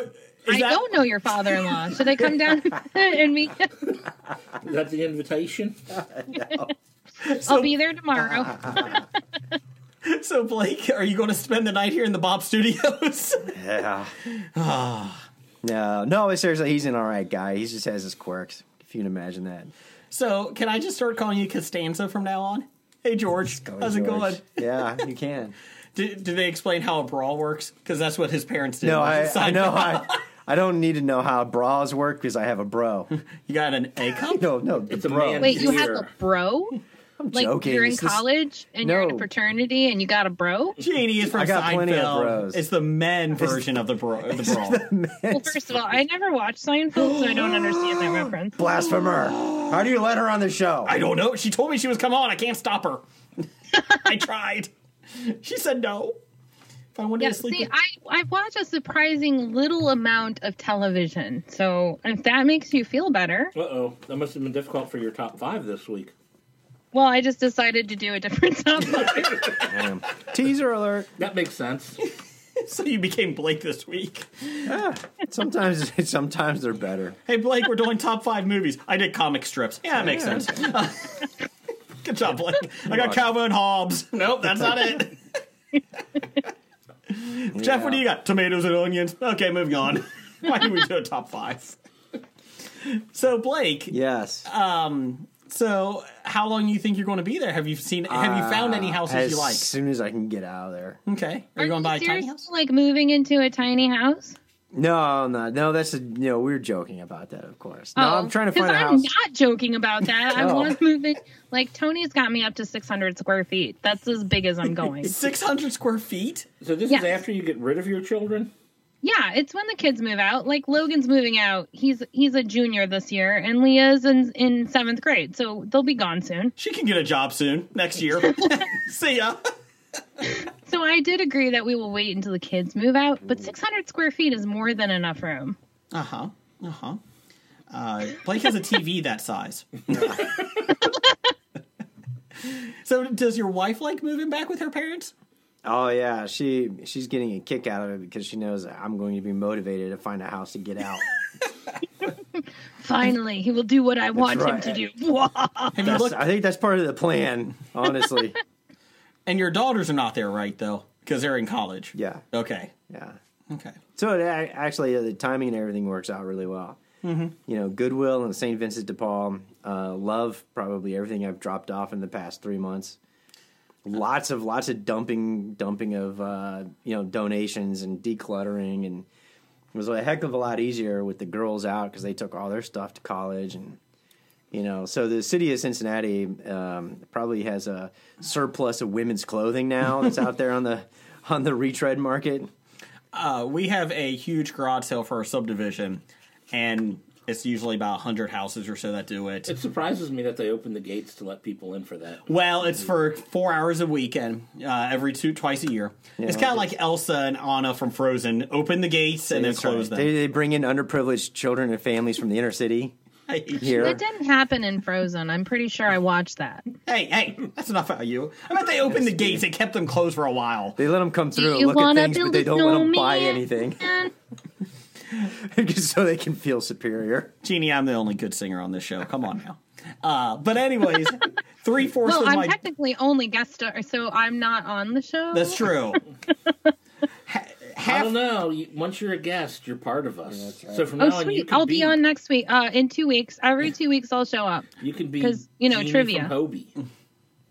Speaker 5: is
Speaker 8: I
Speaker 5: that
Speaker 8: don't know your father-in-law. Should I come down and meet? him?
Speaker 6: Is that the invitation?
Speaker 8: I'll be there tomorrow.
Speaker 5: so, Blake? Are you going to spend the night here in the Bob Studios?
Speaker 7: Yeah. no, no, seriously, he's an all right guy. He just has his quirks, if you can imagine that.
Speaker 5: so, can I just start calling you Costanza from now on? Hey, George, how's it
Speaker 7: George.
Speaker 5: going?
Speaker 7: Yeah, you can.
Speaker 5: Did, did they explain how a brawl works? Because that's what his parents did.
Speaker 7: No,
Speaker 5: on
Speaker 7: I, I
Speaker 5: Seinfeld.
Speaker 7: know. I, I don't need to know how bras work because I have a bro.
Speaker 5: You got an A cup?
Speaker 7: No, no,
Speaker 6: It's a
Speaker 7: bro.
Speaker 6: man.
Speaker 8: Wait, you have
Speaker 6: Here.
Speaker 8: a bro? I'm like
Speaker 7: joking.
Speaker 8: you're in
Speaker 7: It's this-
Speaker 8: college and you're in
Speaker 7: No.
Speaker 8: a fraternity and you got a bro?
Speaker 5: Genie is from
Speaker 7: I got
Speaker 5: Seinfeld.
Speaker 7: plenty of bros.
Speaker 5: It's the men version of the bro. The brawl.
Speaker 8: Well, first of all, I never watched Seinfeld, so I don't understand that reference.
Speaker 7: Blasphemer! How do you let her on the show?
Speaker 5: I don't know. She told me she was coming on. I can't stop her. I tried. She said no. If I wanted
Speaker 8: Yeah,
Speaker 5: to sleep,
Speaker 8: see,
Speaker 5: with-
Speaker 8: I, I watch a surprising little amount of television, so if that makes you feel better,
Speaker 6: Uh oh, that must have been difficult for your top five this week.
Speaker 8: well, I just decided to do a different topic.
Speaker 7: Damn. Teaser alert.
Speaker 6: That makes sense.
Speaker 5: so you became Blake this week.
Speaker 7: Sometimes, sometimes they're better.
Speaker 5: Hey Blake, we're doing top five movies. I did comic strips. Yeah, that makes sense. Good job, Blake. I got Cowboy and Hobbs. Nope, that's not it. Jeff, what do you got? Tomatoes and onions. Okay, moving on. Why do we do a top five? So Blake,
Speaker 7: Yes.
Speaker 5: so how long do you think you're going to be there? Have you seen? Have you found any houses
Speaker 7: Uh, as
Speaker 5: you like?
Speaker 7: soon as I can get out of there.
Speaker 5: Okay, are you going to buy a tiny
Speaker 8: Seriously,
Speaker 5: house?
Speaker 8: Like moving into a tiny house?
Speaker 7: No, I'm not. No, that's a, no. We're joking about that, of course. No, I'm trying to
Speaker 8: 'cause
Speaker 7: find a
Speaker 8: I'm
Speaker 7: house.
Speaker 8: not joking about that. I
Speaker 7: No.
Speaker 8: want to move in. Like Tony's got me up to 600 square feet. That's as big as I'm going.
Speaker 5: Six hundred square feet.
Speaker 6: So this
Speaker 8: Yes.
Speaker 6: is after you get rid of your children.
Speaker 8: Yeah, it's when the kids move out. Like Logan's moving out. He's he's a junior this year, and Leah's in in seventh grade, so they'll be gone soon.
Speaker 5: She can get a job soon next year. See ya.
Speaker 8: So I did agree that we will wait until the kids move out, but 600 square feet is more than enough room.
Speaker 5: Uh huh. Uh huh. Uh, Blake has a TV that size. so, does your wife like moving back with her parents?
Speaker 7: Oh yeah, she she's getting a kick out of it because she knows that I'm going to be motivated to find a house to get out.
Speaker 8: Finally, he will do what I want
Speaker 7: right.
Speaker 8: him to do.
Speaker 5: Have you
Speaker 7: That's-
Speaker 5: looked?
Speaker 7: I think that's part of the plan, honestly.
Speaker 5: And your daughters are not there, right? Though, because they're in college.
Speaker 7: yeah,
Speaker 5: Okay.
Speaker 7: yeah.
Speaker 5: Okay.
Speaker 7: So it, ac- actually, uh, the timing and everything works out really well. You know, Goodwill and St. Vincent de Paul, uh, love probably everything I've dropped off in the past three months. Lots of lots of dumping, dumping of uh, you know donations and decluttering, and it was a heck of a lot easier with the girls out because they took all their stuff to college, and you know, so the city of Cincinnati um, probably has a surplus of women's clothing now that's out there on the on the retread market.
Speaker 5: Uh, we have a huge garage sale for our subdivision, and it's usually about hundred houses or so that do it.
Speaker 6: It surprises me that they open the gates to let people in for that.
Speaker 5: Well, it's for four hours a weekend, uh, every two twice a year. it's kind of like Elsa and Anna from Frozen: open the gates and then
Speaker 7: That's right.
Speaker 5: close them.
Speaker 7: They, they bring in underprivileged children and families from the inner city
Speaker 5: I hate you.
Speaker 7: here.
Speaker 8: That didn't happen in Frozen. I'm pretty sure I watched that.
Speaker 5: Hey, hey, that's enough about you. I bet they opened the gates and kept them closed for a while.
Speaker 7: They let them come through
Speaker 8: you
Speaker 7: and look at
Speaker 8: wanna
Speaker 7: things, but
Speaker 8: build
Speaker 7: they
Speaker 8: a
Speaker 7: don't let them buy
Speaker 8: snowman?
Speaker 7: anything.
Speaker 8: And
Speaker 7: so they can feel superior.
Speaker 5: Jeannie, I'm the only good singer on this show. Come on now. Uh, but anyways, three fourths
Speaker 8: Well,
Speaker 5: of
Speaker 8: I'm
Speaker 5: my
Speaker 8: technically only guest star, so I'm not on the show.
Speaker 5: that's true. Ha-
Speaker 6: I
Speaker 5: half
Speaker 6: don't know. You- Once you're a guest, you're part of us. so from
Speaker 8: Oh,
Speaker 6: now on, you
Speaker 8: sweet.
Speaker 6: can
Speaker 8: I'll be on next week. Uh, in two weeks, every two weeks, I'll show up.
Speaker 6: You can be
Speaker 8: 'cause, you know,
Speaker 6: Jeannie
Speaker 8: trivia.
Speaker 6: From Hobie.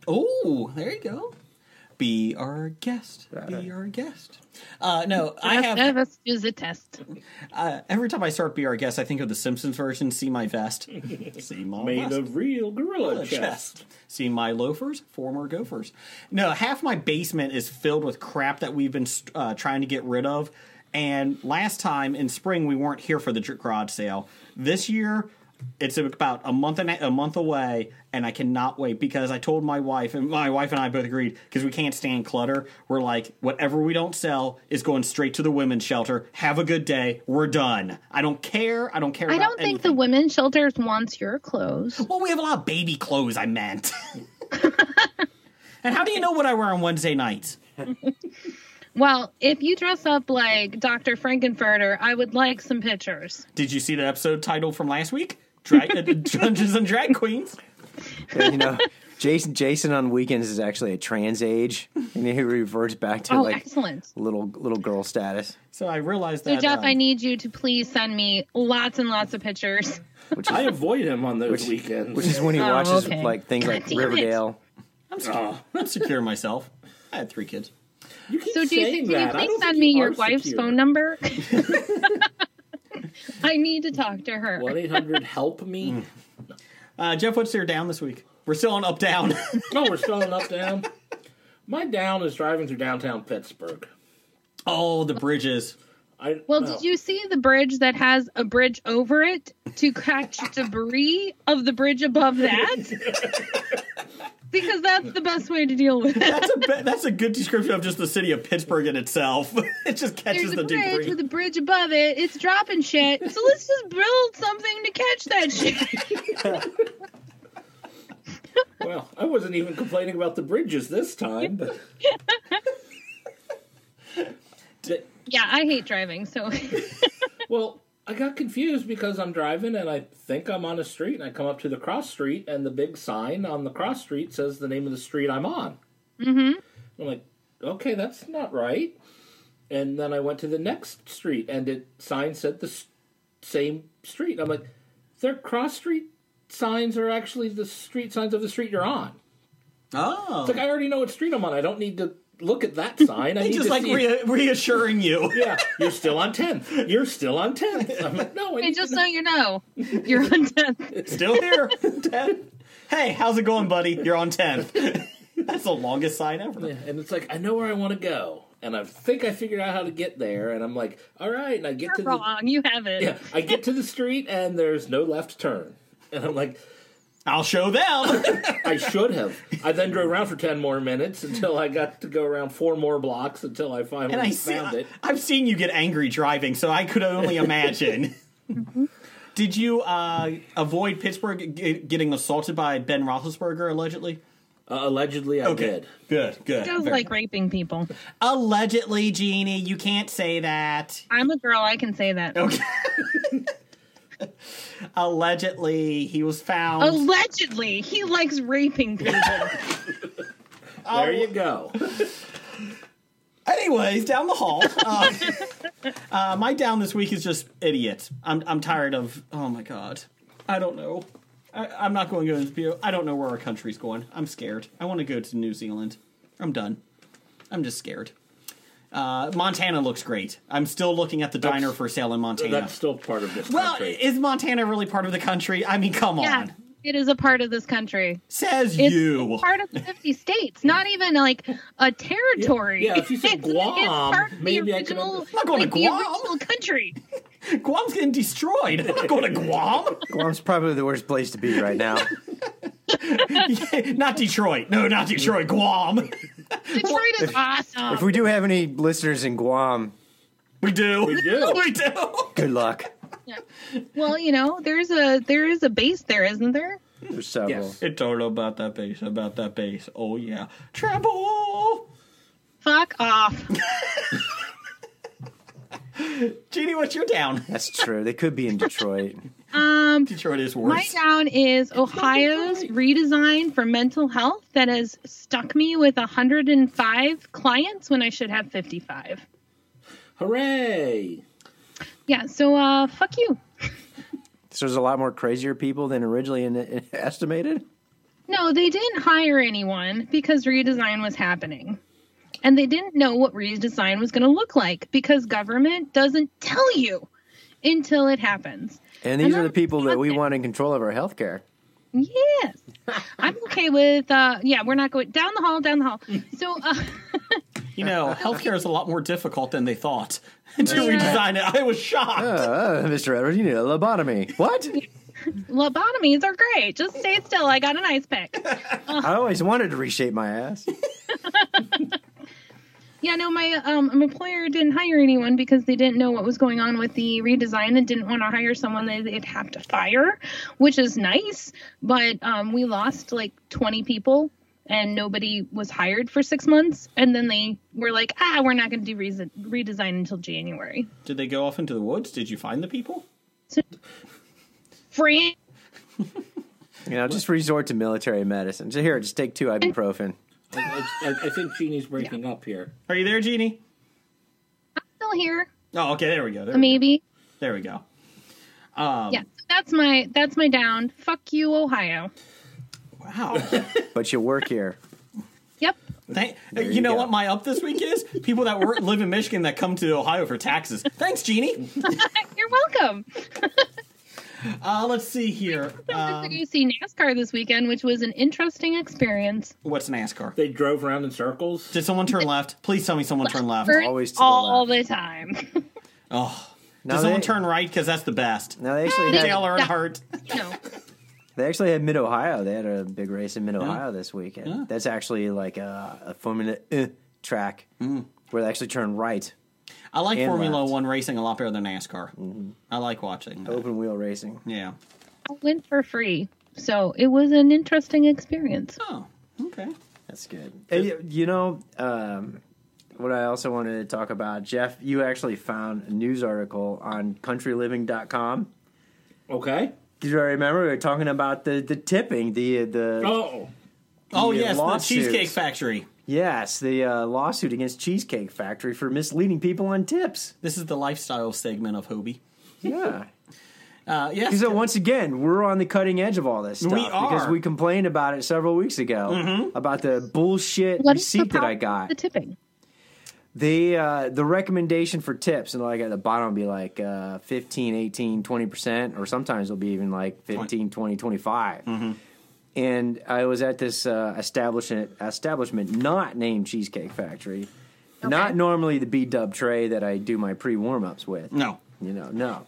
Speaker 5: Oh, there you go. Be our guest. Be our guest. Uh, no, I
Speaker 8: Let's-
Speaker 5: have.
Speaker 8: Let's do the test.
Speaker 5: Uh, every time I start "Be Our Guest," I think of the Simpsons version. See my vest. See my
Speaker 6: Made
Speaker 5: vest.
Speaker 6: of real gorilla
Speaker 5: The
Speaker 6: chest.
Speaker 5: chest. See my loafers, former gophers. No, half my basement is filled with crap that we've been uh, trying to get rid of. And last time in spring, we weren't here for the dr- garage sale. This year, it's about a month and a, a month away, and I cannot wait because I told my wife, and my wife and I both agreed because we can't stand clutter. We're like, whatever we don't sell is going straight to the women's shelter. Have a good day. We're done. I don't care. I don't care.
Speaker 8: I
Speaker 5: about
Speaker 8: don't think
Speaker 5: anything.
Speaker 8: the women's shelters wants your clothes.
Speaker 5: Well, we have a lot of baby clothes, I meant. and how do you know what I wear on Wednesday nights?
Speaker 8: Well, if you dress up like Dr. Frankenfurter, I would like some pictures.
Speaker 5: Did you see the episode title from last week? Drag- uh, Dungeons and Drag Queens?
Speaker 7: you know, Jason Jason on weekends is actually a trans age, and he reverts back to
Speaker 8: Oh,
Speaker 7: like
Speaker 8: excellent.
Speaker 7: little little girl status,
Speaker 5: So I realized
Speaker 8: So,
Speaker 5: that.
Speaker 8: Jeff,
Speaker 5: um,
Speaker 8: I need you to please send me lots and lots of pictures.
Speaker 7: which
Speaker 6: I
Speaker 7: is,
Speaker 6: avoid him on those weekends.
Speaker 7: which is when he
Speaker 8: Oh,
Speaker 7: watches
Speaker 8: okay.
Speaker 7: like things
Speaker 8: God
Speaker 7: like
Speaker 8: damn it.
Speaker 7: Riverdale.
Speaker 5: I'm secure, I'm secure myself. I had three kids.
Speaker 6: you keep
Speaker 8: So,
Speaker 6: saying
Speaker 8: Jason, can you
Speaker 6: that. I
Speaker 8: please
Speaker 6: don't
Speaker 8: send
Speaker 6: think
Speaker 8: me
Speaker 6: you
Speaker 8: your
Speaker 6: are
Speaker 8: wife's
Speaker 6: secure.
Speaker 8: phone number? I need to talk to her.
Speaker 6: One eight hundred help
Speaker 7: Mm.
Speaker 6: me.
Speaker 5: Uh, Jeff, what's your down this week? We're still on up down.
Speaker 6: No, we're still on up down. My down is driving through downtown Pittsburgh.
Speaker 5: oh, the bridges.
Speaker 6: I,
Speaker 8: Well, did you see the bridge that has a bridge over it to catch debris of the bridge above that? because that's the best way to deal with it.
Speaker 5: That's a be- that's a good description of just the city of Pittsburgh in itself. it just catches
Speaker 8: There's
Speaker 5: the
Speaker 8: a bridge
Speaker 5: debris.
Speaker 8: with a bridge above it. It's dropping shit. So let's just build something to catch that shit.
Speaker 6: Well, I wasn't even complaining about the bridges this time. But D-
Speaker 8: Yeah, I hate driving, so
Speaker 6: well, I got confused because I'm driving and I think I'm on a street and I come up to the cross street and the big sign on the cross street says the name of the street I'm on. Mm-hmm. I'm like, okay, that's not right. And then I went to the next street and the sign said the s- same street. I'm like, their cross street signs are actually the street signs of the street you're on.
Speaker 5: Oh.
Speaker 6: It's like I already know what street I'm on. I don't need to look at that sign. I need
Speaker 5: Just
Speaker 6: to
Speaker 5: like
Speaker 6: see.
Speaker 5: rea- reassuring you.
Speaker 6: yeah, you're still on 10th. You're still on 10th. I'm like, no, I
Speaker 8: and
Speaker 6: need
Speaker 8: just
Speaker 6: to
Speaker 8: so you know, you're on 10th.
Speaker 5: Still here. 10. Hey, how's it going, buddy? You're on 10th. That's the longest sign ever.
Speaker 6: know. And it's like I know where I want to go, and I think I figured out how to get there. And I'm like, all right. And I get to
Speaker 8: You're
Speaker 6: the
Speaker 8: wrong. You have it.
Speaker 6: yeah, I get to the street, and there's no left turn. And I'm like,
Speaker 5: I'll show them.
Speaker 6: I should have. I then drove around for ten more minutes until I got to go around four more blocks until I finally
Speaker 5: And I see,
Speaker 6: found
Speaker 5: I,
Speaker 6: it.
Speaker 5: I've seen you get angry driving, so I could only imagine.
Speaker 8: Mm-hmm.
Speaker 5: Did you uh, avoid Pittsburgh g- getting assaulted by Ben Roethlisberger allegedly?
Speaker 6: Uh, allegedly, I did.
Speaker 5: Good, good.
Speaker 8: It Feels
Speaker 5: Very-
Speaker 8: like raping people.
Speaker 5: allegedly, Jeannie, you can't say that.
Speaker 8: I'm a girl. I can say that.
Speaker 5: Okay. Allegedly, he was found.
Speaker 8: Allegedly, he likes raping people.
Speaker 5: Oh.
Speaker 6: There you go.
Speaker 5: Anyways, down the hall. Uh, uh, my down this week is just idiots. I'm I'm tired of. Oh my god, I don't know. I, I'm not going to go into. I don't know where our country's going. I'm scared. I want to go to New Zealand. I'm done. I'm just scared. Uh, Montana looks great. I'm still looking at the diner for sale in Montana.
Speaker 6: That's still part of this.
Speaker 5: well,
Speaker 6: country.
Speaker 5: is Montana really part of the country? I mean, come
Speaker 8: yeah,
Speaker 5: on.
Speaker 8: it is a part of this country.
Speaker 5: Says
Speaker 8: It's
Speaker 5: you.
Speaker 8: part of the 50 states, not even like a territory.
Speaker 6: Yeah, if you said
Speaker 8: It's- it's
Speaker 6: Guam,
Speaker 8: part of the
Speaker 6: maybe I can
Speaker 8: original-
Speaker 6: under-
Speaker 5: not going to
Speaker 8: like, the
Speaker 5: Guam.
Speaker 8: original country.
Speaker 5: Guam's getting destroyed. I'm not going to Guam.
Speaker 7: Guam's probably the worst place to be right now.
Speaker 5: not Detroit. No, not Detroit. Guam.
Speaker 8: Detroit is awesome.
Speaker 7: if we do have any listeners in Guam,
Speaker 5: We do.
Speaker 6: We do.
Speaker 5: we do.
Speaker 7: good luck.
Speaker 8: well, you know, there's a there is a base there, isn't there?
Speaker 7: There's several.
Speaker 6: Yes.
Speaker 5: It's all about that bass, about that bass. Oh, yeah. Treble!
Speaker 8: Fuck off.
Speaker 5: Jeannie, what's your down?
Speaker 7: That's true. They could be in Detroit.
Speaker 5: Detroit is
Speaker 8: Um, My
Speaker 5: worse.
Speaker 8: down is Ohio's redesign for mental health that has stuck me with 105 clients when I should have 55.
Speaker 6: Hooray!
Speaker 8: Yeah, so uh, fuck you.
Speaker 7: So there's a lot more crazier people than originally in, estimated.
Speaker 8: No, they didn't hire anyone because redesign was happening. And they didn't know what redesign was going to look like because government doesn't tell you until it happens.
Speaker 7: And these
Speaker 8: And
Speaker 7: are the
Speaker 8: that's
Speaker 7: people that we
Speaker 8: nothing.
Speaker 7: want in control of our health care.
Speaker 8: Yes. I'm okay with, uh, yeah, we're not going down the hall, down the hall. So, uh,
Speaker 5: You know, healthcare is a lot more difficult than they thought to
Speaker 8: right.
Speaker 5: redesign it. I was shocked.
Speaker 7: Uh, Mr. Edwards, you need a lobotomy. What?
Speaker 8: lobotomies are great. Just stay still. I got an ice pick.
Speaker 7: I always wanted to reshape my ass.
Speaker 8: Yeah, no, my um, my employer didn't hire anyone because they didn't know what was going on with the redesign and didn't want to hire someone that they'd have to fire, which is nice. But um, we lost like 20 people and nobody was hired for six months. And then they were like, ah, we're not going to do re- redesign until January.
Speaker 5: Did they go off into the woods? Did you find the people?
Speaker 8: Fran,
Speaker 7: You know, just resort to military medicine. So here, just take two ibuprofen.
Speaker 6: I, I, I think Jeannie's breaking up here.
Speaker 5: Are you there, Jeannie?
Speaker 8: still here,
Speaker 5: Oh, okay, there we go. There, we go.
Speaker 8: maybe.
Speaker 5: there we go.
Speaker 8: yeah, that's my that's my down. Fuck you, Ohio.
Speaker 5: Wow.
Speaker 7: But you work here.
Speaker 8: Yep.
Speaker 5: Thank, you,
Speaker 7: you
Speaker 5: know
Speaker 7: go.
Speaker 5: what my up this week is? People that work, live in Michigan that come to Ohio for taxes. Thanks, Jeannie.
Speaker 8: You're welcome.
Speaker 5: Uh, let's see here.
Speaker 8: I
Speaker 5: Um,
Speaker 8: went to see NASCAR this weekend, which was an interesting experience.
Speaker 5: what's NASCAR?
Speaker 6: They drove around in circles.
Speaker 5: Did someone turn left? Please tell me someone turned left.
Speaker 8: Burns
Speaker 7: always to the
Speaker 8: all the, time.
Speaker 7: Now
Speaker 5: Did someone
Speaker 7: they-
Speaker 5: turn right? Because that's the best.
Speaker 7: Now they actually
Speaker 5: Dale
Speaker 7: had,
Speaker 5: Earnhardt.
Speaker 8: you know,
Speaker 7: they actually had Mid Ohio. They had a big race in Mid Ohio this weekend. That's actually like a, a Formula uh, track where they actually turn right,
Speaker 5: I like
Speaker 7: And
Speaker 5: Formula
Speaker 7: left. Mm-hmm. Oh.
Speaker 5: One racing a lot better than NASCAR. I like watching. That.
Speaker 7: open wheel racing.
Speaker 5: Yeah.
Speaker 8: I went for free, so it was an interesting experience.
Speaker 5: Oh, okay.
Speaker 7: That's good. And, you- you know, um, what I also wanted to talk about, Jeff, you actually found a news article on countryliving.com.
Speaker 6: Okay.
Speaker 7: Did you remember we were talking about the, the tipping, the the
Speaker 6: Oh,
Speaker 5: Oh
Speaker 7: Yeah,
Speaker 5: yes,
Speaker 7: lawsuits.
Speaker 5: the Cheesecake Factory.
Speaker 7: yes, the uh, lawsuit against Cheesecake Factory for misleading people on tips.
Speaker 5: This is the lifestyle segment of Hobie.
Speaker 7: Yeah.
Speaker 5: Uh, yes.
Speaker 7: So once again, we're on the cutting edge of all this stuff
Speaker 5: We are.
Speaker 7: because
Speaker 5: Mm-hmm.
Speaker 7: we complained about it several weeks ago about the bullshit
Speaker 8: What is the
Speaker 7: receipt that
Speaker 8: problem
Speaker 7: I
Speaker 8: with
Speaker 7: got.
Speaker 8: The tipping.
Speaker 7: the uh, the recommendation for tips and like at the bottom will be like uh, 15 18 20% or sometimes it'll be even like 15 20 25 and i was at this uh, establishment establishment not named cheesecake factory not normally the b-dub tray that i do my pre-warm-ups with
Speaker 5: No.
Speaker 7: you know no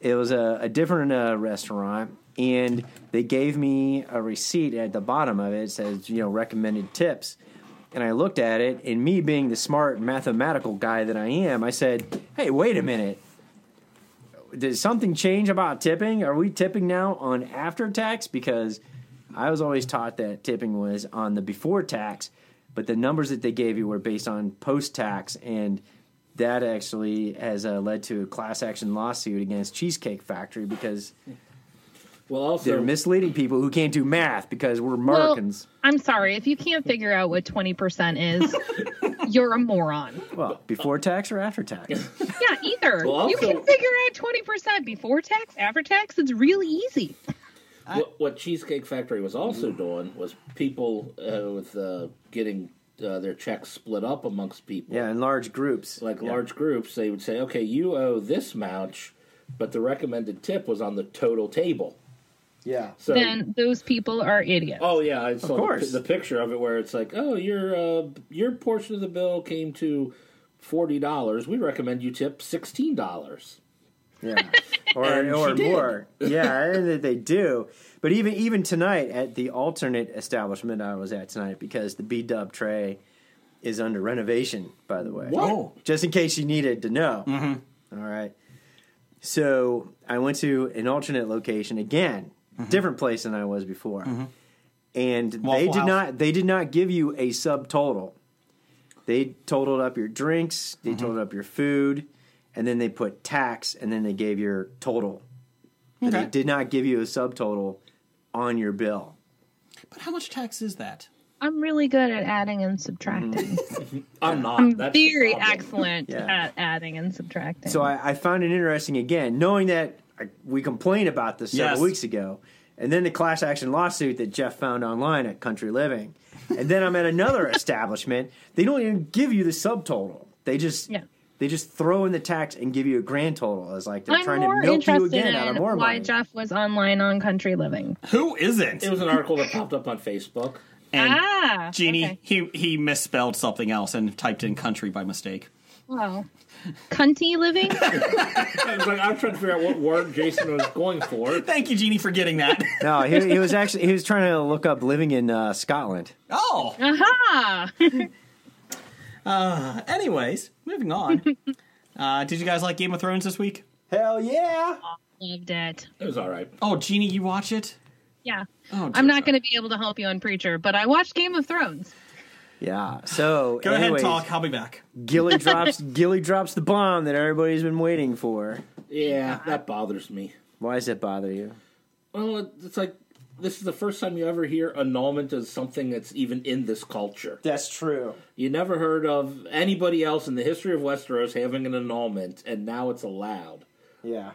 Speaker 7: it was a, a different uh, restaurant and they gave me a receipt at the bottom of it. It says you know recommended tips and i looked at it and me being the smart mathematical guy that i am i said hey wait a minute did something change about tipping are we tipping now on after tax because i was always taught that tipping was on the before tax but the numbers that they gave you were based on post tax and that actually has uh, led to a class action lawsuit against Cheesecake Factory because
Speaker 6: well, also
Speaker 7: they're misleading people who can't do math because we're
Speaker 8: Well,
Speaker 7: Americans.
Speaker 8: I'm sorry if you can't figure out what 20% is. you're a moron.
Speaker 7: Well, before tax or after tax.
Speaker 8: Yeah, either.
Speaker 6: Well,
Speaker 8: you
Speaker 6: also-
Speaker 8: can figure out 20% before tax, after tax. It's really easy.
Speaker 6: what, what Cheesecake Factory was also doing was people uh, with uh, getting uh, their checks split up amongst people.
Speaker 7: yeah, in large groups.
Speaker 6: like
Speaker 7: Yeah.
Speaker 6: large groups, they would say, "Okay, you owe this much," but the recommended tip was on the total table.
Speaker 7: Yeah.
Speaker 6: So,
Speaker 8: Then those people are idiots.
Speaker 6: oh yeah, I saw the pi-
Speaker 7: course.
Speaker 6: The, picture of it where it's like, "Oh, your uh, your portion of the bill came to forty dollars. We recommend you tip sixteen dollars."
Speaker 7: Yeah. Or,
Speaker 6: And
Speaker 7: or
Speaker 6: she did.
Speaker 7: more. Yeah, and that they do. But even even tonight at the alternate establishment I was at tonight because the B dub tray is under renovation, by the way.
Speaker 5: What?
Speaker 7: Just in case you needed to know.
Speaker 6: Mm-hmm.
Speaker 7: All right. So I went to an alternate location again, different place than I was before, and they
Speaker 5: Mm-hmm. Waffle
Speaker 7: did
Speaker 5: House.
Speaker 7: not they did not give you a
Speaker 5: Mm-hmm.
Speaker 7: subtotal. They totaled up your drinks, they totaled up your food, and then they put tax, and then they gave your total. But
Speaker 5: Okay.
Speaker 7: They did not give you a subtotal on your bill.
Speaker 5: But how much tax is that?
Speaker 8: I'm really good at adding and subtracting.
Speaker 7: Mm.
Speaker 6: I'm not.
Speaker 8: I'm
Speaker 6: That's the
Speaker 8: very
Speaker 6: problem.
Speaker 8: excellent
Speaker 7: Yeah.
Speaker 8: at adding and subtracting.
Speaker 7: So I, I found it interesting again, knowing that I, we complained about this several
Speaker 5: Yes.
Speaker 7: weeks ago, and then the class action lawsuit that Jeff found online at Country Living, and then I'm at another establishment. They don't even give you the subtotal. They just
Speaker 8: Yeah.
Speaker 7: they just throw in the tax and give you a grand total. It's like they're
Speaker 8: I'm
Speaker 7: trying to
Speaker 8: more
Speaker 7: milk you
Speaker 8: interested
Speaker 7: again
Speaker 8: in
Speaker 7: out of more
Speaker 8: why
Speaker 7: money.
Speaker 8: Jeff was online on Country Living.
Speaker 5: Who isn't?
Speaker 6: It was an article that popped up on Facebook.
Speaker 5: And
Speaker 8: ah,
Speaker 5: Jeannie,
Speaker 8: okay.
Speaker 5: he he misspelled something else and typed in country by mistake.
Speaker 8: Wow. Cunty Living?
Speaker 6: I was like, I'm trying to figure out what word Jason was going for.
Speaker 5: Thank you, Jeannie, for getting that.
Speaker 7: no, he, he was actually he was trying to look up living in uh, Scotland.
Speaker 5: oh,
Speaker 8: Aha!
Speaker 5: anyways, moving on. Uh, did you guys like Game of Thrones this week?
Speaker 7: Hell yeah!
Speaker 8: Loved it.
Speaker 6: It was all right.
Speaker 5: Oh, Jeannie, you watch it?
Speaker 8: Yeah.
Speaker 5: Oh,
Speaker 8: I'm
Speaker 5: dear.
Speaker 8: not going to be able to help you on Preacher, but I watched Game of Thrones.
Speaker 7: Yeah. So
Speaker 5: Go
Speaker 7: anyways,
Speaker 5: ahead, talk. I'll be back.
Speaker 7: Gilly drops Gilly drops the bomb that everybody's been waiting for.
Speaker 6: Yeah, that bothers me.
Speaker 7: Why does that bother you?
Speaker 6: Well, it- it's like this is the first time you ever hear annulment as something that's even in this culture.
Speaker 7: That's true.
Speaker 6: You never heard of anybody else in the history of Westeros having an annulment, and now it's allowed.
Speaker 7: Yeah.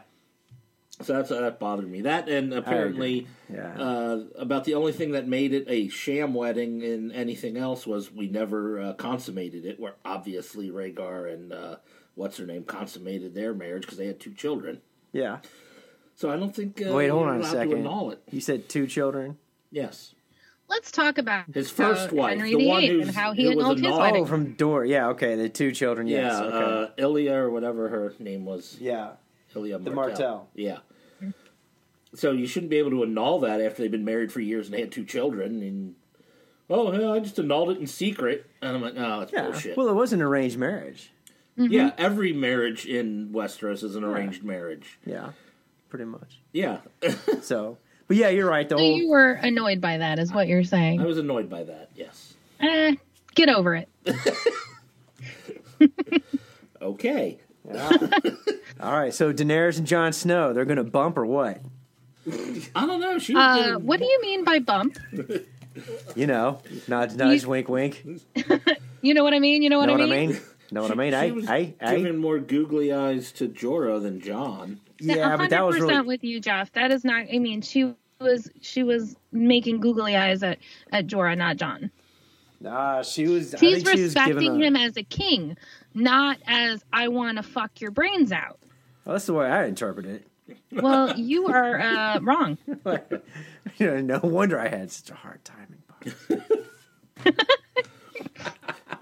Speaker 6: So that's that bothered me. That and apparently,
Speaker 7: Yeah.
Speaker 6: uh, about the only thing that made it a sham wedding and anything else was we never uh, consummated it. Where obviously Rhaegar and uh, what's her name consummated their marriage because they had two children.
Speaker 7: yeah.
Speaker 6: So I don't think uh,
Speaker 7: Wait, hold
Speaker 6: you're
Speaker 7: on a
Speaker 6: allowed
Speaker 7: second.
Speaker 6: To annul it.
Speaker 7: You said two children.
Speaker 6: Yes.
Speaker 8: Let's talk about
Speaker 6: His first
Speaker 8: uh,
Speaker 6: wife,
Speaker 8: Henry
Speaker 6: the one
Speaker 8: VIII,
Speaker 6: who's-
Speaker 8: and how he
Speaker 6: who was
Speaker 8: annulled his
Speaker 6: annulled.
Speaker 7: Oh,
Speaker 8: wedding.
Speaker 7: from Door. Yeah. Okay. The two children. Yes.
Speaker 6: yeah,
Speaker 7: Okay.
Speaker 6: uh, Ilya or whatever her name was.
Speaker 7: yeah.
Speaker 6: Ilya Martell.
Speaker 7: The Martell.
Speaker 6: Yeah. So you shouldn't be able to annul that after they've been married for years and they had two children. And oh, yeah, I just annulled it in secret. And I'm like, oh, that's
Speaker 7: Yeah.
Speaker 6: bullshit.
Speaker 7: Well, mm-hmm. it was an arranged marriage.
Speaker 6: Yeah, every marriage in Westeros is an arranged marriage.
Speaker 7: Yeah. Pretty much.
Speaker 6: Yeah,
Speaker 7: So, but yeah, you're right. The
Speaker 8: So
Speaker 7: whole.
Speaker 8: you were annoyed by that, is what you're
Speaker 6: I
Speaker 8: saying.
Speaker 6: was annoyed by that. Yes.
Speaker 8: Eh, get over it.
Speaker 6: Okay.
Speaker 7: All right. So Daenerys and Jon Snow, they're gonna bump or what?
Speaker 6: I don't know. She was
Speaker 8: Uh,
Speaker 6: doing-
Speaker 8: what do you mean by bump?
Speaker 7: You know, nudge, nudge, wink, wink.
Speaker 8: You know what I mean? You know what,
Speaker 7: know
Speaker 8: I, mean?
Speaker 7: Know what I
Speaker 6: she-
Speaker 7: mean?
Speaker 6: she
Speaker 7: I,
Speaker 6: was
Speaker 7: I, I.
Speaker 6: giving more googly eyes to Jorah than John.
Speaker 7: Yeah, but that was
Speaker 8: 100%
Speaker 7: really.
Speaker 8: with you, Jeff. That is not. I mean, she was she was making googly eyes at at Jorah, not John.
Speaker 7: Nah, she was. I
Speaker 8: He's
Speaker 7: think she was giving
Speaker 8: respecting
Speaker 7: a-
Speaker 8: him as a king, not as I want to fuck your brains out.
Speaker 7: Well, that's the way I interpret it.
Speaker 8: Well, you are uh, wrong.
Speaker 7: You know, no wonder I had such a hard time in boxing.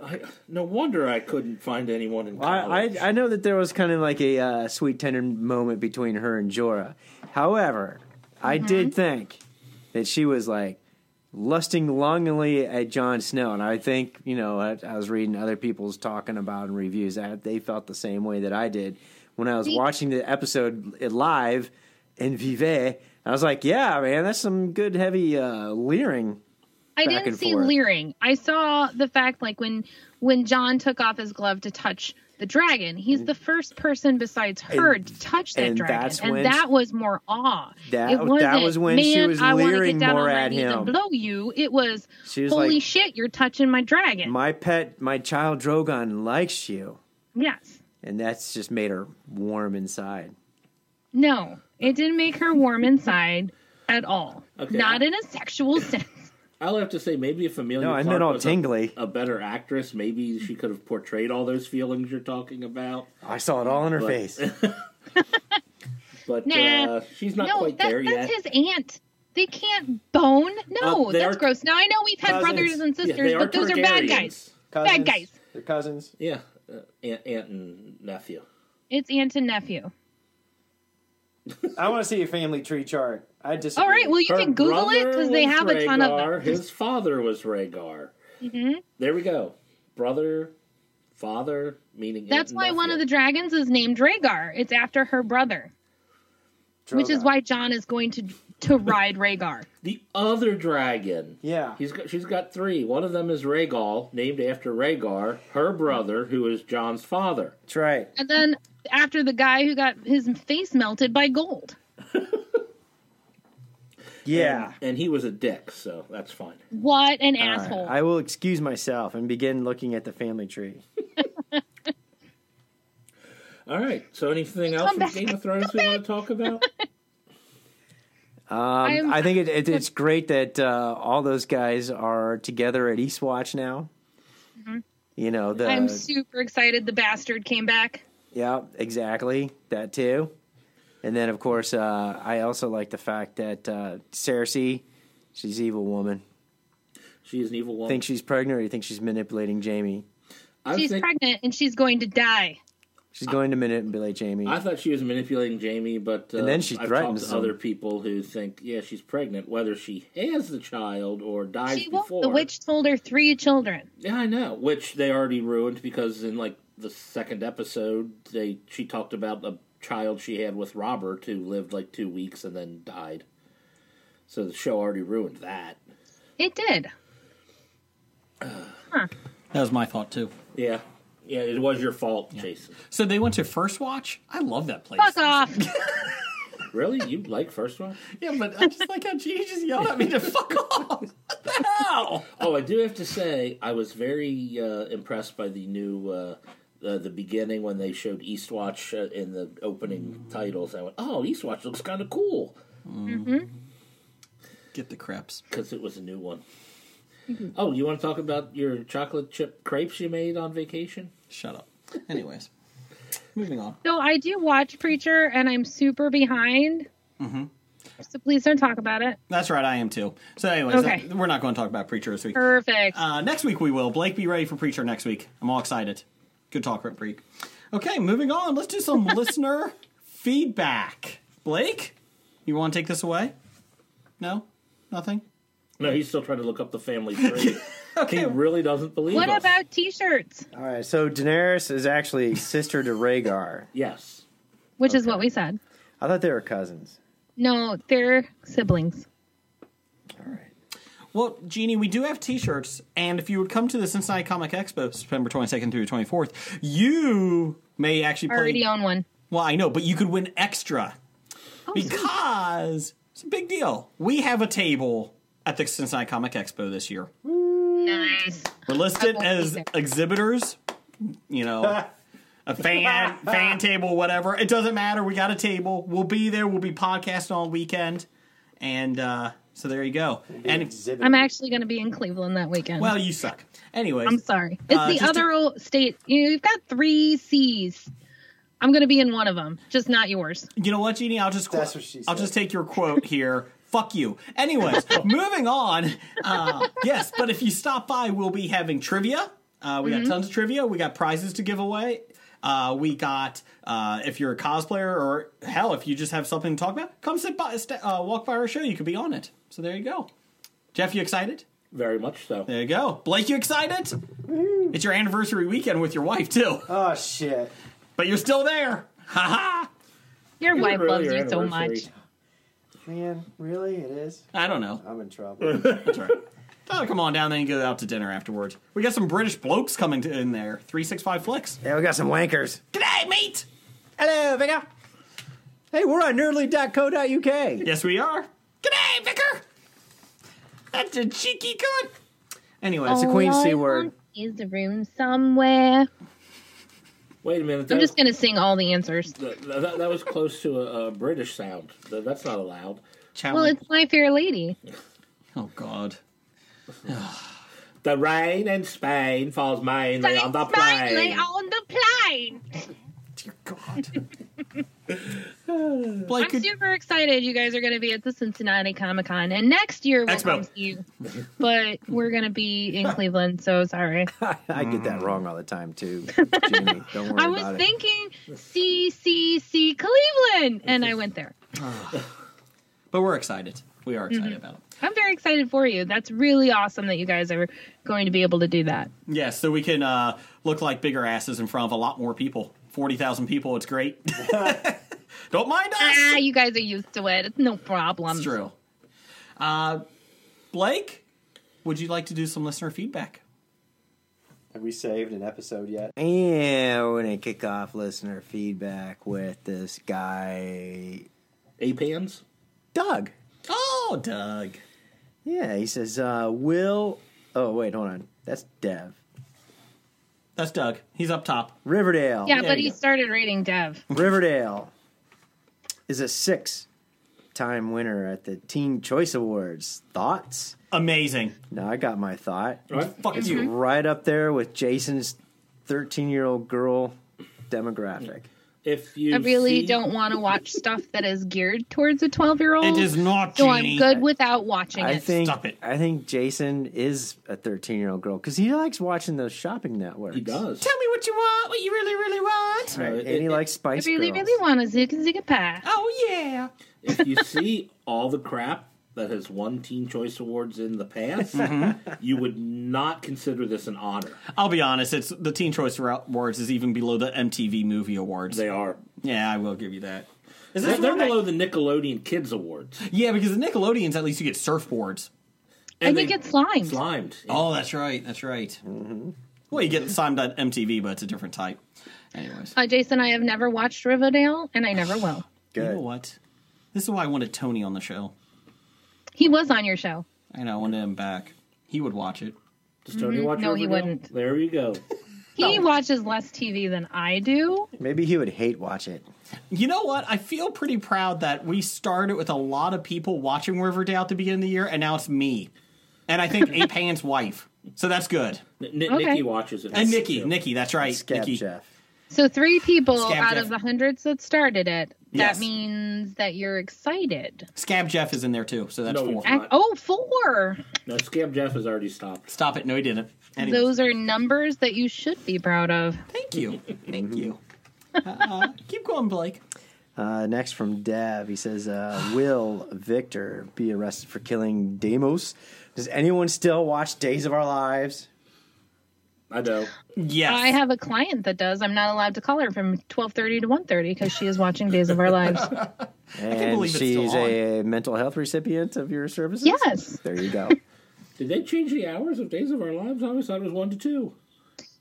Speaker 6: I, no wonder I couldn't find anyone in
Speaker 7: I,
Speaker 6: college.
Speaker 7: I I know that there was kind of like a uh, sweet tender moment between her and Jorah. However, I did think that she was like lusting longingly at Jon Snow, and I think you know I, I was reading other people's talking about and reviews that they felt the same way that I did when I was
Speaker 8: Me-
Speaker 7: watching the episode live in Vive. I was like, yeah, man, that's some good heavy uh, leering.
Speaker 8: I
Speaker 7: back
Speaker 8: didn't
Speaker 7: and
Speaker 8: see
Speaker 7: forth.
Speaker 8: leering. I saw the fact, like when when John took off his glove to touch the dragon, he's the first person besides her
Speaker 7: And-
Speaker 8: to touch that
Speaker 7: and
Speaker 8: dragon,
Speaker 7: that's
Speaker 8: and
Speaker 7: when-
Speaker 8: that was more awe.
Speaker 7: That-
Speaker 8: it
Speaker 7: that
Speaker 8: wasn't,
Speaker 7: was when she
Speaker 8: "Man,
Speaker 7: was
Speaker 8: I wanna
Speaker 7: leering
Speaker 8: get down
Speaker 7: more
Speaker 8: on my
Speaker 7: at
Speaker 8: knees
Speaker 7: him."
Speaker 8: And blow you. It was,
Speaker 7: She was
Speaker 8: holy
Speaker 7: like-
Speaker 8: shit, you're touching my dragon.
Speaker 7: My pet, my child Drogon likes you,
Speaker 8: yes,
Speaker 7: and that's just made her warm inside.
Speaker 8: no, it didn't make her warm inside at all.
Speaker 6: Okay.
Speaker 8: Not in a sexual sense.
Speaker 6: I'll have to say, maybe if Amelia
Speaker 7: No, I
Speaker 6: Clark
Speaker 7: meant all
Speaker 6: was a-
Speaker 7: tingly.
Speaker 6: a better actress, maybe she could have portrayed all those feelings you're talking about.
Speaker 7: I saw it all in her
Speaker 6: But-
Speaker 7: face.
Speaker 6: But
Speaker 8: Nah.
Speaker 6: uh, she's not
Speaker 8: no,
Speaker 6: quite
Speaker 8: that,
Speaker 6: there yet.
Speaker 8: that's his aunt. They can't bone. No,
Speaker 6: Uh, they
Speaker 8: that's
Speaker 6: are-
Speaker 8: gross. Now I know we've had
Speaker 7: Cousins.
Speaker 8: brothers and
Speaker 6: Yeah,
Speaker 8: sisters,
Speaker 6: they
Speaker 8: but those are bad
Speaker 6: Targaryens.
Speaker 8: guys. Bad guys.
Speaker 7: They're cousins.
Speaker 6: Yeah, uh, aunt, aunt and nephew.
Speaker 8: It's aunt and nephew.
Speaker 7: I want to see a family tree chart. I just.
Speaker 8: All right, well you
Speaker 6: Her
Speaker 8: can Google it
Speaker 6: brother
Speaker 8: because they
Speaker 6: was
Speaker 8: have a ton of
Speaker 6: Rhaegar.
Speaker 8: them. Mm-hmm.
Speaker 6: His father was Rhaegar. There we go. Brother, father, meaning aunt
Speaker 8: That's
Speaker 6: and
Speaker 8: why one of the
Speaker 6: nephew.
Speaker 8: dragons is named Rhaegar. It's after her brother, which is why John is going to to ride Rhaegar.
Speaker 6: the other dragon.
Speaker 7: Yeah.
Speaker 6: He's got, she's got three. One of them is Rhaegal, named after Rhaegar, her brother, who is John's father.
Speaker 7: That's right.
Speaker 8: And then after the guy who got his face melted by gold.
Speaker 7: Yeah.
Speaker 6: And he was a dick, so that's fine.
Speaker 8: What an
Speaker 7: All right.
Speaker 8: asshole.
Speaker 7: I will excuse myself and begin looking at the family tree.
Speaker 6: All right. So anything else
Speaker 8: Come
Speaker 6: from
Speaker 8: back.
Speaker 6: Game of Thrones we want to talk about?
Speaker 7: Um,
Speaker 8: am-
Speaker 7: I think it, it, it's great that uh, all those guys are together at Eastwatch now. You know the
Speaker 8: Mm-hmm. I'm super excited the bastard came back.
Speaker 7: yeah exactly that too, and then of course uh, I also like the fact that uh, Cersei, she's evil woman.
Speaker 6: She is an evil woman.
Speaker 7: Think she's pregnant, or you think she's manipulating Jamie?
Speaker 6: I
Speaker 8: She's
Speaker 6: think-
Speaker 8: pregnant and she's going to die.
Speaker 7: She's going to manipulate Jamie.
Speaker 6: I thought she was manipulating Jamie, but uh,
Speaker 7: And then she
Speaker 6: I've
Speaker 7: threatens
Speaker 6: talked to
Speaker 7: him.
Speaker 6: other people who think, yeah, she's pregnant, whether she has the child or dies
Speaker 8: She won't.
Speaker 6: before.
Speaker 8: The witch told her three children.
Speaker 6: Yeah, I know. Which they already ruined because in like the second episode, they she talked about a child she had with Robert who lived like two weeks and then died. So the show already ruined that.
Speaker 8: It did.
Speaker 5: That was my thought too.
Speaker 6: Yeah, yeah, it was your fault, Jason.
Speaker 5: So they went to First Watch. I love that place.
Speaker 8: Fuck off.
Speaker 6: Really, you like first one?
Speaker 5: Yeah, but I just like how Gigi just yelled at me to fuck off. What the hell?
Speaker 6: Oh, I do have to say, I was very uh, impressed by the new uh, uh, the beginning when they showed Eastwatch uh, in the opening titles. I went, "Oh, Eastwatch looks kind of cool."
Speaker 5: Get the creps.
Speaker 6: because it was a new one.
Speaker 8: Mm-hmm.
Speaker 6: Oh, you want to talk about your chocolate chip crepes you made on vacation?
Speaker 5: Shut up. Anyways, moving on.
Speaker 8: so I do watch Preacher and I'm super behind. So please don't talk about it.
Speaker 5: That's right, I am too. So, anyways,
Speaker 8: Okay.
Speaker 5: uh, we're not going to talk about Preacher this week.
Speaker 8: Perfect.
Speaker 5: Uh, next week we will. Blake, be ready for Preacher next week. I'm all excited. Good talk, Rip Freak. Okay, moving on. Let's do some listener feedback. Blake, you want to take this away? No? Nothing?
Speaker 6: No, he's still trying to look up the family tree.
Speaker 5: Okay.
Speaker 6: He really doesn't believe
Speaker 8: what
Speaker 6: us.
Speaker 8: about t-shirts?
Speaker 7: all right, so Daenerys is actually sister to Rhaegar.
Speaker 6: Yes.
Speaker 8: Which is what we said.
Speaker 7: I thought they were cousins.
Speaker 8: No, they're siblings.
Speaker 7: All right.
Speaker 5: Well, Jeannie, we do have T-shirts, and if you would come to the Cincinnati Comic Expo, September 22nd through 24th, you may actually
Speaker 8: I
Speaker 5: play.
Speaker 8: already own one.
Speaker 5: Well, I know, but you could win extra
Speaker 8: Oh,
Speaker 5: because it's a big deal. We have a table at the Cincinnati Comic Expo this year.
Speaker 8: Nice.
Speaker 5: We're listed
Speaker 8: won't be
Speaker 5: as
Speaker 8: there.
Speaker 5: exhibitors. You know, a fan fan table, whatever. It doesn't matter. We got a table. We'll be there. We'll be podcasting all weekend, and uh, so there you go. And
Speaker 8: I'm actually going to be in Cleveland that weekend.
Speaker 5: well, you suck. Anyways,
Speaker 8: I'm sorry. It's
Speaker 5: Uh,
Speaker 8: the
Speaker 5: just
Speaker 8: other old state. You- You've got three C's. I'm going to be in one of them, just not yours.
Speaker 5: You know what, Jeannie? I'll just quote.
Speaker 7: That's what she
Speaker 5: I'll
Speaker 7: said.
Speaker 5: just take your quote here. Fuck you. Anyways, moving on. Uh, yes, but if you stop by, we'll be having trivia. Uh, we got tons of trivia. We got prizes to give away. Uh, we got uh, if you're a cosplayer or hell, if you just have something to talk about, come sit by, st- uh, walk by our show. You could be on it. So there you go. Jeff, you excited?
Speaker 6: Very much so.
Speaker 5: There you go. Blake, you excited? It's your anniversary weekend with your wife too,
Speaker 7: Oh shit.
Speaker 5: but you're still there. Ha ha.
Speaker 8: Your wife
Speaker 6: Really,
Speaker 8: loves
Speaker 6: your
Speaker 8: you so much.
Speaker 6: anniversary.
Speaker 7: Man, really? It is?
Speaker 5: I don't know.
Speaker 7: I'm in trouble.
Speaker 5: That's all right. Oh, come on down, then you go out to dinner afterwards. We got some British blokes coming to, in there. 365 Flicks.
Speaker 7: yeah, we got some wankers.
Speaker 5: G'day, mate!
Speaker 7: Hello, Vicar. Hey, we're on nerdly.co.uk.
Speaker 5: Yes, we are. G'day, Vicar! That's a cheeky cunt. Anyways,
Speaker 7: a Queen
Speaker 8: All I
Speaker 7: C word.
Speaker 8: want Is the room somewhere?
Speaker 6: Wait a minute. That,
Speaker 8: I'm just going to sing all the answers.
Speaker 6: that, that- that was close to a, a British sound. That, that's not allowed.
Speaker 5: Chow-
Speaker 8: Well, it's My Fair Lady.
Speaker 5: oh, God.
Speaker 6: The rain in Spain falls mainly on the
Speaker 8: It's finally
Speaker 6: plain.
Speaker 8: on the plane.
Speaker 5: Dear God. Blake,
Speaker 8: I'm
Speaker 5: could,
Speaker 8: super excited. You guys are going to be at the Cincinnati Comic Con, and next year we'll
Speaker 5: Expo.
Speaker 8: come see you. But we're going to be in Cleveland, so sorry.
Speaker 7: I get that wrong all the time, too. Jamie, don't worry
Speaker 8: I was
Speaker 7: about
Speaker 8: thinking C C C Cleveland, and I went there.
Speaker 5: but we're excited. We are excited
Speaker 8: Mm-hmm.
Speaker 5: about it.
Speaker 8: I'm very excited for you. That's really awesome that you guys are going to be able to do that.
Speaker 5: Yeah, so we can uh, look like bigger asses in front of a lot more people. 40,000 people, it's great. Don't mind us!
Speaker 8: Ah, you guys are used to it. It's no problem.
Speaker 5: It's true. Uh, Blake, would you like to do some listener feedback?
Speaker 7: Have we saved an episode yet? And we're gonna kick off listener feedback with this guy,
Speaker 6: Apans?
Speaker 7: Doug.
Speaker 5: Oh, Doug.
Speaker 7: Yeah, he says, uh, "Will." Oh wait, hold on. That's Dev
Speaker 5: That's Doug. He's up top.
Speaker 7: Riverdale.
Speaker 8: Yeah, but
Speaker 5: you
Speaker 8: he
Speaker 5: go.
Speaker 8: started reading Dev.
Speaker 7: Riverdale is a six-time winner at the Teen Choice Awards. Thoughts?
Speaker 5: Amazing.
Speaker 7: Now I got my thought.
Speaker 6: Right?
Speaker 5: Fuck you.
Speaker 7: Right up there with Jason's thirteen-year-old girl demographic.
Speaker 6: If you
Speaker 8: I really
Speaker 6: see-
Speaker 8: don't want to watch stuff that is geared towards a 12 year old.
Speaker 5: It is not
Speaker 8: So
Speaker 5: Jeannie.
Speaker 8: I'm good without watching
Speaker 7: I
Speaker 8: it.
Speaker 7: think
Speaker 5: Stop it.
Speaker 7: I think Jason is a 13 year old girl because he likes watching those shopping networks.
Speaker 6: He does.
Speaker 5: Tell me what you want, what you really, really want.
Speaker 7: Right.
Speaker 6: Uh,
Speaker 7: and
Speaker 6: it-
Speaker 7: he
Speaker 6: it-
Speaker 7: likes
Speaker 8: I
Speaker 7: Spice
Speaker 8: really,
Speaker 7: Girls.
Speaker 8: really want a Zig Zig Pie.
Speaker 5: Oh, yeah.
Speaker 6: if you see all the crap that has won Teen Choice Awards in the past,
Speaker 8: Mm-hmm.
Speaker 6: you would not consider this an honor.
Speaker 5: I'll be honest. It's the Teen Choice Awards is even below the MTV Movie Awards.
Speaker 6: They are.
Speaker 5: yeah, I will give you that. Is
Speaker 6: They're,
Speaker 5: this
Speaker 6: they're
Speaker 5: one that-
Speaker 6: below the Nickelodeon Kids Awards.
Speaker 5: Yeah, because the Nickelodeons at least you get surfboards.
Speaker 8: I
Speaker 6: And
Speaker 8: think
Speaker 6: they-
Speaker 8: it's slime.
Speaker 6: Slimed.
Speaker 5: Oh, that's right. That's right.
Speaker 6: Mm-hmm.
Speaker 5: Well, you get signed on MTV, but it's a different type. Anyways,
Speaker 8: Uh, Jason, I have never watched Riverdale, and I never will.
Speaker 7: Good.
Speaker 5: you know what? This is why I wanted Tony on the show.
Speaker 8: He was on your show.
Speaker 5: I know. I wanted him back. He would watch it.
Speaker 6: Does Tony
Speaker 5: Mm-hmm.
Speaker 6: watch
Speaker 8: No, he
Speaker 6: Riverdale?
Speaker 8: wouldn't.
Speaker 6: There you go.
Speaker 8: He watches less TV than I do.
Speaker 7: Maybe he would hate watch it.
Speaker 5: You know what? I feel pretty proud that we started with a lot of people watching Riverdale at the beginning of the year, and now it's me, and I think Ape Hand's wife. So that's good.
Speaker 6: N- N-
Speaker 8: Okay.
Speaker 6: Nikki watches it.
Speaker 5: And Nikki,
Speaker 6: too.
Speaker 5: Nikki, that's right,
Speaker 7: Scab
Speaker 5: Nikki.
Speaker 7: Jeff.
Speaker 8: So three people
Speaker 5: Scab
Speaker 8: out
Speaker 5: Jeff.
Speaker 8: of the hundreds that started it.
Speaker 5: Yes.
Speaker 8: That means that you're excited.
Speaker 5: Scab Jeff is in there too, so that's
Speaker 6: No,
Speaker 5: four.
Speaker 6: he's-
Speaker 8: Ac- oh, four.
Speaker 6: No, Scam Jeff has already stopped.
Speaker 5: Stop it! No, he didn't. Anyway,
Speaker 8: Those are numbers that you should be proud of.
Speaker 5: thank you,
Speaker 7: Mm-hmm.
Speaker 5: thank you. Uh, keep going, Blake.
Speaker 7: Uh, next from Dev, he says, uh, "Will Victor be arrested for killing Demos? Does anyone still watch Days of Our Lives?
Speaker 6: I know.
Speaker 5: Yes,
Speaker 8: I have a client that does. I'm not allowed to call her from 12:30 to 1:30 because she is watching Days of Our Lives.
Speaker 7: And
Speaker 5: believe it's still
Speaker 7: she's a mental health recipient of your services.
Speaker 8: Yes.
Speaker 7: There you go.
Speaker 6: Did they change the hours of Days of Our Lives? I always thought it was one to two.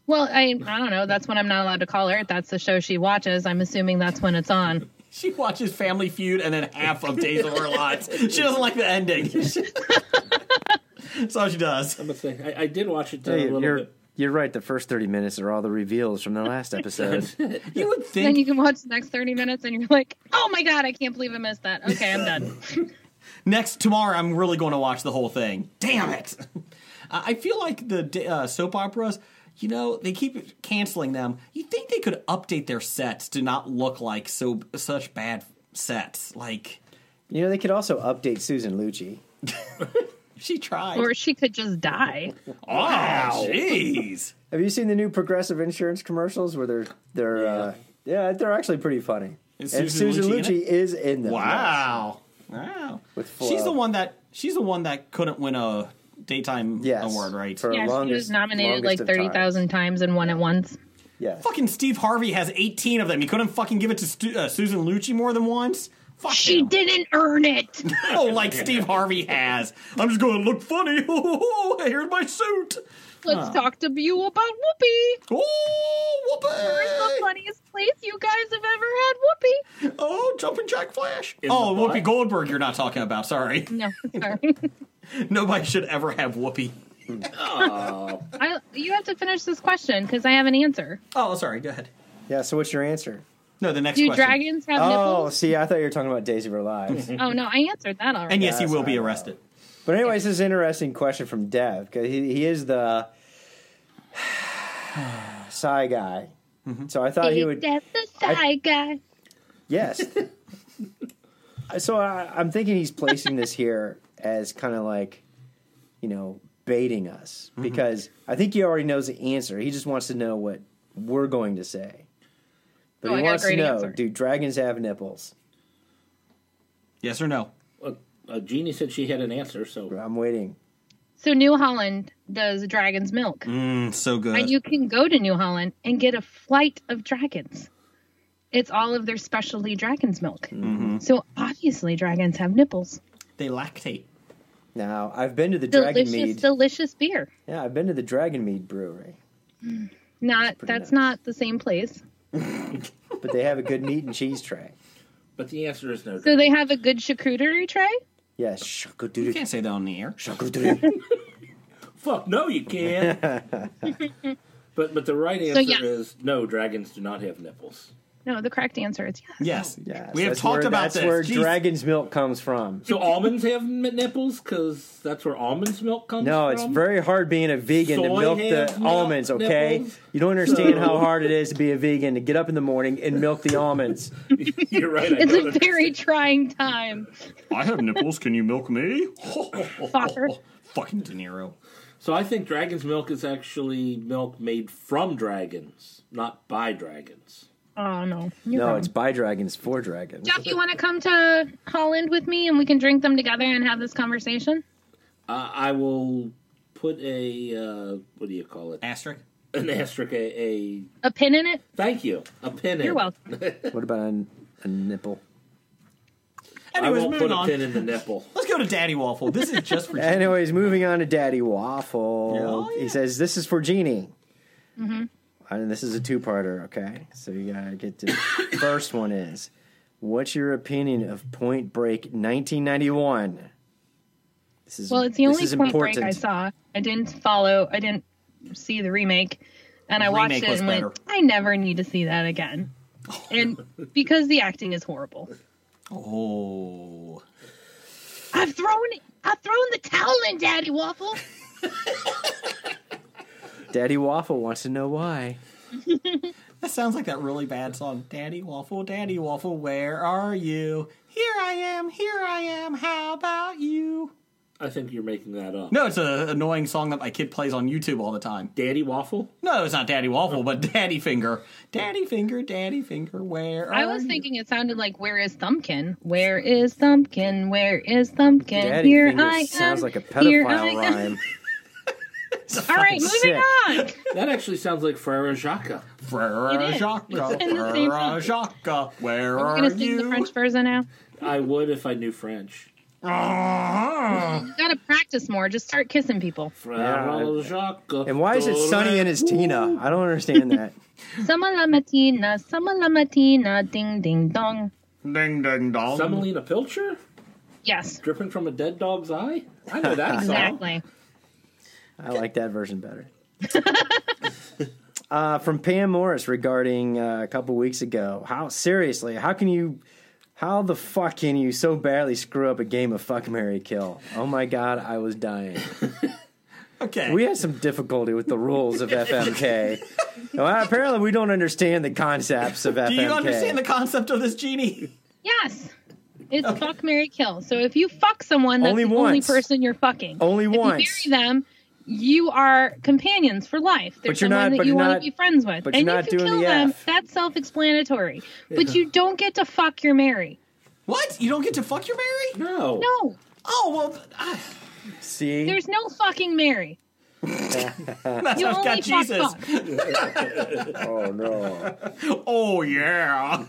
Speaker 8: Well, I I don't know. That's when I'm not allowed to call her. That's the show she watches. I'm assuming that's when it's on.
Speaker 5: She watches Family Feud and then half of Days of Our Lives. She doesn't like the ending. That's all she does.
Speaker 6: I'm gonna say I, I did watch it uh,
Speaker 7: Hey,
Speaker 6: a little
Speaker 7: you're
Speaker 6: bit.
Speaker 7: you're right. The first thirty minutes are all the reveals from the last episode.
Speaker 5: You would
Speaker 8: Then
Speaker 5: think
Speaker 8: you can watch the next 30 minutes and you're like, "Oh my god, I can't believe I missed that." Okay, I'm done.
Speaker 5: next tomorrow I'm really going to watch the whole thing. Damn it! I I feel like the d- uh, soap operas, you know, they keep canceling them. You think they could update their sets to not look like so such bad sets? Like
Speaker 7: You know, they could also update Susan Lucci.
Speaker 5: she tried.
Speaker 8: Or she could just die.
Speaker 5: wow, jeez.
Speaker 7: Have you seen the new Progressive insurance commercials where they're they're yeah, uh, yeah they're actually pretty funny.
Speaker 5: Is
Speaker 7: and
Speaker 5: Susan
Speaker 7: Susan
Speaker 5: Lucci in
Speaker 7: Lucci is in them.
Speaker 5: Wow, wow.
Speaker 7: With Flo.
Speaker 5: she's the one that she's the one that couldn't win a daytime
Speaker 7: Yes.
Speaker 5: award, right?
Speaker 7: For-
Speaker 8: Yeah, she
Speaker 7: longest-
Speaker 8: was nominated like
Speaker 7: longest of
Speaker 8: 30,000 times and won at once.
Speaker 7: Yes.
Speaker 5: fucking Steve Harvey has 18 of them. He couldn't fucking give it to Stu- uh, Susan Lucci more than once. Fuck
Speaker 8: She
Speaker 5: him.
Speaker 8: didn't earn it.
Speaker 5: Oh, like Steve Harvey has. I'm just going to look funny. Oh, here's my suit.
Speaker 8: Let's talk to you about Whoopi. It's the
Speaker 5: Oh, whoopee.
Speaker 8: funniest place you guys have ever had Whoopi.
Speaker 5: Oh, jumping Jack Flash.
Speaker 6: In
Speaker 5: Oh,
Speaker 6: the
Speaker 5: Whoopi
Speaker 6: butt.
Speaker 5: Goldberg you're not talking about. Sorry.
Speaker 8: No, sorry.
Speaker 5: Nobody should ever have Whoopi.
Speaker 8: I, you have to finish this question because I have an answer.
Speaker 5: Oh, sorry. Go ahead.
Speaker 7: Yeah. So what's your answer?
Speaker 5: No, the next
Speaker 8: Do
Speaker 5: question.
Speaker 8: dragons have
Speaker 7: Oh,
Speaker 8: nipples?
Speaker 7: see, I thought you were talking about Days of Our Lives.
Speaker 8: Oh no, I answered that already.
Speaker 5: and yes, he
Speaker 7: Yes,
Speaker 5: will be
Speaker 7: I know.
Speaker 5: arrested.
Speaker 7: but anyways, this is an interesting question from Dev because he, he is the sci guy.
Speaker 8: Mm-hmm.
Speaker 7: So I thought he
Speaker 8: Big
Speaker 7: would.
Speaker 8: Death the side guy.
Speaker 7: Yes. so I, I'm thinking he's placing this here as kind of like, you know, baiting us
Speaker 8: Mm-hmm.
Speaker 7: because I think he already knows the answer. He just wants to know what we're going to say. But
Speaker 8: Oh, I
Speaker 7: he
Speaker 8: got a
Speaker 7: wants to
Speaker 8: great
Speaker 7: know:
Speaker 8: answer.
Speaker 7: Do dragons have nipples?
Speaker 5: Yes or no?
Speaker 6: Uh, uh, Jeannie said she had an answer, so
Speaker 7: I'm waiting.
Speaker 8: So New Holland does dragons milk,
Speaker 5: Mm, so good.
Speaker 8: and you can go to New Holland and get a flight of dragons. It's all of their specialty dragons milk.
Speaker 5: Mm-hmm.
Speaker 8: So obviously, dragons have nipples.
Speaker 5: they lactate.
Speaker 7: Now I've been to the Dragon
Speaker 8: Delicious,
Speaker 7: Mead.
Speaker 8: delicious beer.
Speaker 7: yeah, I've been to the Dragon Mead Brewery.
Speaker 8: Not
Speaker 7: pretty
Speaker 8: that's
Speaker 7: nice.
Speaker 8: not the same place.
Speaker 7: But they have a good meat and cheese tray.
Speaker 6: But the answer is no.
Speaker 8: So they have a good charcuterie tray.
Speaker 7: Yes,
Speaker 5: You
Speaker 7: shakudoodoo,
Speaker 5: can't say that on the air.
Speaker 7: shakudoodoo.
Speaker 6: Fuck no, you can't. but but the right answer
Speaker 8: So, yeah.
Speaker 6: is no. Dragons do not have nipples.
Speaker 8: No, the correct answer is yes.
Speaker 5: Yes.
Speaker 7: Yes,
Speaker 5: we have
Speaker 7: that's
Speaker 5: talked
Speaker 7: where-
Speaker 5: about
Speaker 7: that's
Speaker 5: this.
Speaker 7: where
Speaker 5: Jeez.
Speaker 7: dragon's milk comes from.
Speaker 6: So almonds have m- nipples because that's where almonds milk comes
Speaker 7: No,
Speaker 6: from.
Speaker 7: it's very hard being a vegan to
Speaker 6: Soy
Speaker 7: milk the
Speaker 6: have milk
Speaker 7: almonds, okay?
Speaker 6: nipples.
Speaker 7: You don't understand
Speaker 6: So-
Speaker 7: how hard it is to be a vegan to get up in the morning and milk the almonds.
Speaker 6: You're right. I
Speaker 8: It's
Speaker 6: don't
Speaker 8: a very trying time.
Speaker 5: I have nipples. Can you milk me?
Speaker 8: Fucker.
Speaker 5: Fucking De Niro.
Speaker 6: So I think dragon's milk is actually milk made from dragons, not by dragons.
Speaker 8: Oh no. You're
Speaker 7: No,
Speaker 8: wrong.
Speaker 7: it's by dragons for dragons.
Speaker 8: Jeff, you want to come to Holland with me and we can drink them together and have this conversation?
Speaker 6: Uh, I will put a uh, what do you call it?
Speaker 5: Asterisk.
Speaker 6: An asterisk. A, a
Speaker 8: A pin in it?
Speaker 6: thank you. A pin. in.
Speaker 8: You're welcome.
Speaker 7: What about a, a nipple?
Speaker 6: I
Speaker 5: Anyways,
Speaker 6: won't
Speaker 5: moving
Speaker 6: put a
Speaker 5: on.
Speaker 6: pin in the nipple.
Speaker 5: Let's go to Daddy Waffle. This is just for Jeff.
Speaker 7: Anyways, moving on to Daddy Waffle.
Speaker 5: Oh, yeah.
Speaker 7: He says, This is for Jeannie.
Speaker 8: Mm-hmm.
Speaker 7: And this is a two parter, okay? So you gotta get to. first one is What's your opinion of Point Break 1991? This is,
Speaker 8: Well, it's the
Speaker 7: this
Speaker 8: only
Speaker 7: is
Speaker 8: point
Speaker 7: important.
Speaker 8: break I saw. I didn't follow, I didn't see the remake. And I watched
Speaker 5: Remake
Speaker 8: it
Speaker 5: was
Speaker 8: and went,
Speaker 5: better.
Speaker 8: I never need to see that again. And because the acting is horrible.
Speaker 5: Oh.
Speaker 8: I've thrown I've thrown the towel in Daddy Waffle.
Speaker 7: Daddy Waffle wants to know why.
Speaker 5: That sounds like that really bad song. Daddy Waffle, Daddy Waffle, where are you? Here I am, here I am, how about you?
Speaker 6: I think you're making that up.
Speaker 5: No, it's an annoying song that my kid plays on YouTube all the time.
Speaker 6: Daddy waffle.
Speaker 5: No, it's not Daddy Waffle, but Daddy Finger. Daddy Finger, Daddy Finger, where are
Speaker 8: I was
Speaker 5: you?
Speaker 8: thinking it sounded like Where is Thumpkin? Where is Thumpkin? Where is Thumpkin?
Speaker 7: Daddy
Speaker 8: Here
Speaker 7: Finger
Speaker 8: I am.
Speaker 7: sounds like a
Speaker 8: Here I
Speaker 7: pedophile
Speaker 8: am."
Speaker 7: rhyme.
Speaker 8: All right, moving
Speaker 7: sick.
Speaker 8: on.
Speaker 6: That actually sounds like Ferrero Jaca.
Speaker 5: Frere
Speaker 8: It is.
Speaker 5: Jacques,
Speaker 8: It's in the same
Speaker 5: Frere
Speaker 8: note.
Speaker 5: Jacques, where
Speaker 8: We're
Speaker 5: are
Speaker 8: gonna sing
Speaker 5: you?
Speaker 8: the French version now.
Speaker 6: I would if I knew French.
Speaker 5: Ah.
Speaker 8: You gotta practice more. Just start kissing people.
Speaker 6: Ferrero Jaca.
Speaker 7: And why is it Sonny and his Tina? I don't understand that.
Speaker 8: Summer la matina, summer la matina, ding ding dong.
Speaker 5: Ding ding dong.
Speaker 6: Semolina Pilcher?
Speaker 8: Yes,
Speaker 6: Dripping from a dead dog's eye? I know that song.
Speaker 8: exactly.
Speaker 7: I like that version better. uh, from Pam Morris regarding uh, a couple weeks ago. How seriously? How can you? How the fuck can you so badly screw up a game of fuck Mary Kill? Oh my god, I was dying.
Speaker 5: Okay.
Speaker 7: We had some difficulty with the rules of FMK. Well, apparently, we don't understand the concepts of FMK.
Speaker 5: Do you understand the concept of this genie?
Speaker 8: Yes, it's fuck, Mary kill. So if you fuck someone, that's
Speaker 7: Only
Speaker 8: the only
Speaker 7: once.
Speaker 8: person you're fucking.
Speaker 7: Only
Speaker 8: if
Speaker 7: once.
Speaker 8: You marry them. You are companions for life. They're
Speaker 7: But
Speaker 8: someone
Speaker 7: you're not-
Speaker 8: that
Speaker 7: but
Speaker 8: you
Speaker 7: you're
Speaker 8: want
Speaker 7: not-
Speaker 8: to be friends with.
Speaker 7: but
Speaker 8: and
Speaker 7: you're
Speaker 8: if
Speaker 7: not
Speaker 8: you
Speaker 7: doing
Speaker 8: kill
Speaker 7: the
Speaker 8: them,
Speaker 7: F.
Speaker 8: that's self-explanatory. But you don't get to fuck your Mary.
Speaker 5: What? You don't get to fuck your Mary?
Speaker 6: No.
Speaker 8: No,
Speaker 5: Oh well, ah,
Speaker 7: See,
Speaker 8: there's no fucking Mary.
Speaker 5: that's
Speaker 8: You
Speaker 5: how it
Speaker 8: only
Speaker 5: got
Speaker 8: fuck
Speaker 5: Jesus.
Speaker 8: fuck.
Speaker 7: oh no,
Speaker 5: Oh yeah.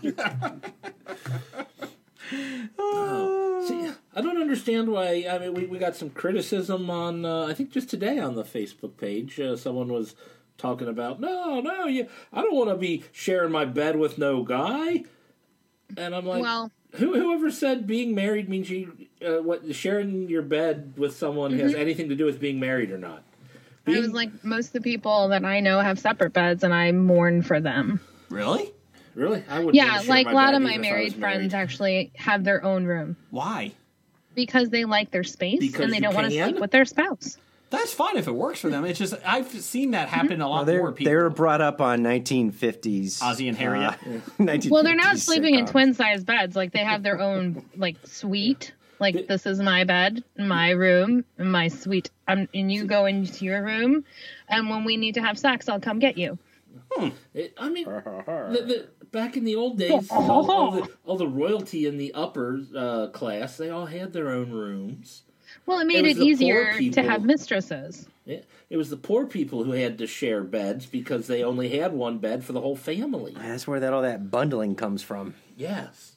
Speaker 6: See, I don't understand why. I mean, we, we got some criticism on, uh, I think just today on the Facebook page. Uh, someone was talking about, no, no, you, I don't want to be sharing my bed with no guy. And I'm like,
Speaker 8: Well,
Speaker 6: Who, whoever said being married means you uh, what sharing your bed with someone has anything to do with being married or not?
Speaker 8: I was like, most of the people that I know have separate beds, and I mourn for them.
Speaker 5: Really?
Speaker 6: Really? I would.
Speaker 8: Yeah, like a lot of my married friends actually have their own room
Speaker 5: Why?
Speaker 8: because they like their space
Speaker 6: Because
Speaker 8: and they
Speaker 6: you
Speaker 8: don't want to
Speaker 6: can?
Speaker 8: sleep with their spouse.
Speaker 5: That's fine if it works for them. It's just I've seen that
Speaker 8: Mm-hmm.
Speaker 5: happen a lot
Speaker 7: they
Speaker 5: more
Speaker 7: were they
Speaker 5: people.
Speaker 7: were brought up on Uh, 1950s.
Speaker 5: Ozzy and Harriet.
Speaker 8: Well, they're not sleeping in twin sized beds. Like they have their own like suite. Like this is my bed, my room, and my suite. Um, and you go into your room, and when we need to have sex, I'll come get you.
Speaker 6: I mean, the, the, back in the old days, all, all the, all the royalty in the upper uh, class, they all had their own rooms.
Speaker 8: Well, it
Speaker 6: It
Speaker 8: made
Speaker 6: was
Speaker 8: it,
Speaker 6: the poor
Speaker 8: easier to
Speaker 6: people.
Speaker 8: have mistresses.
Speaker 6: Yeah. It was the poor people who had to share beds because they only had one bed for the whole family.
Speaker 7: That's where that all that bundling comes from.
Speaker 6: Yes.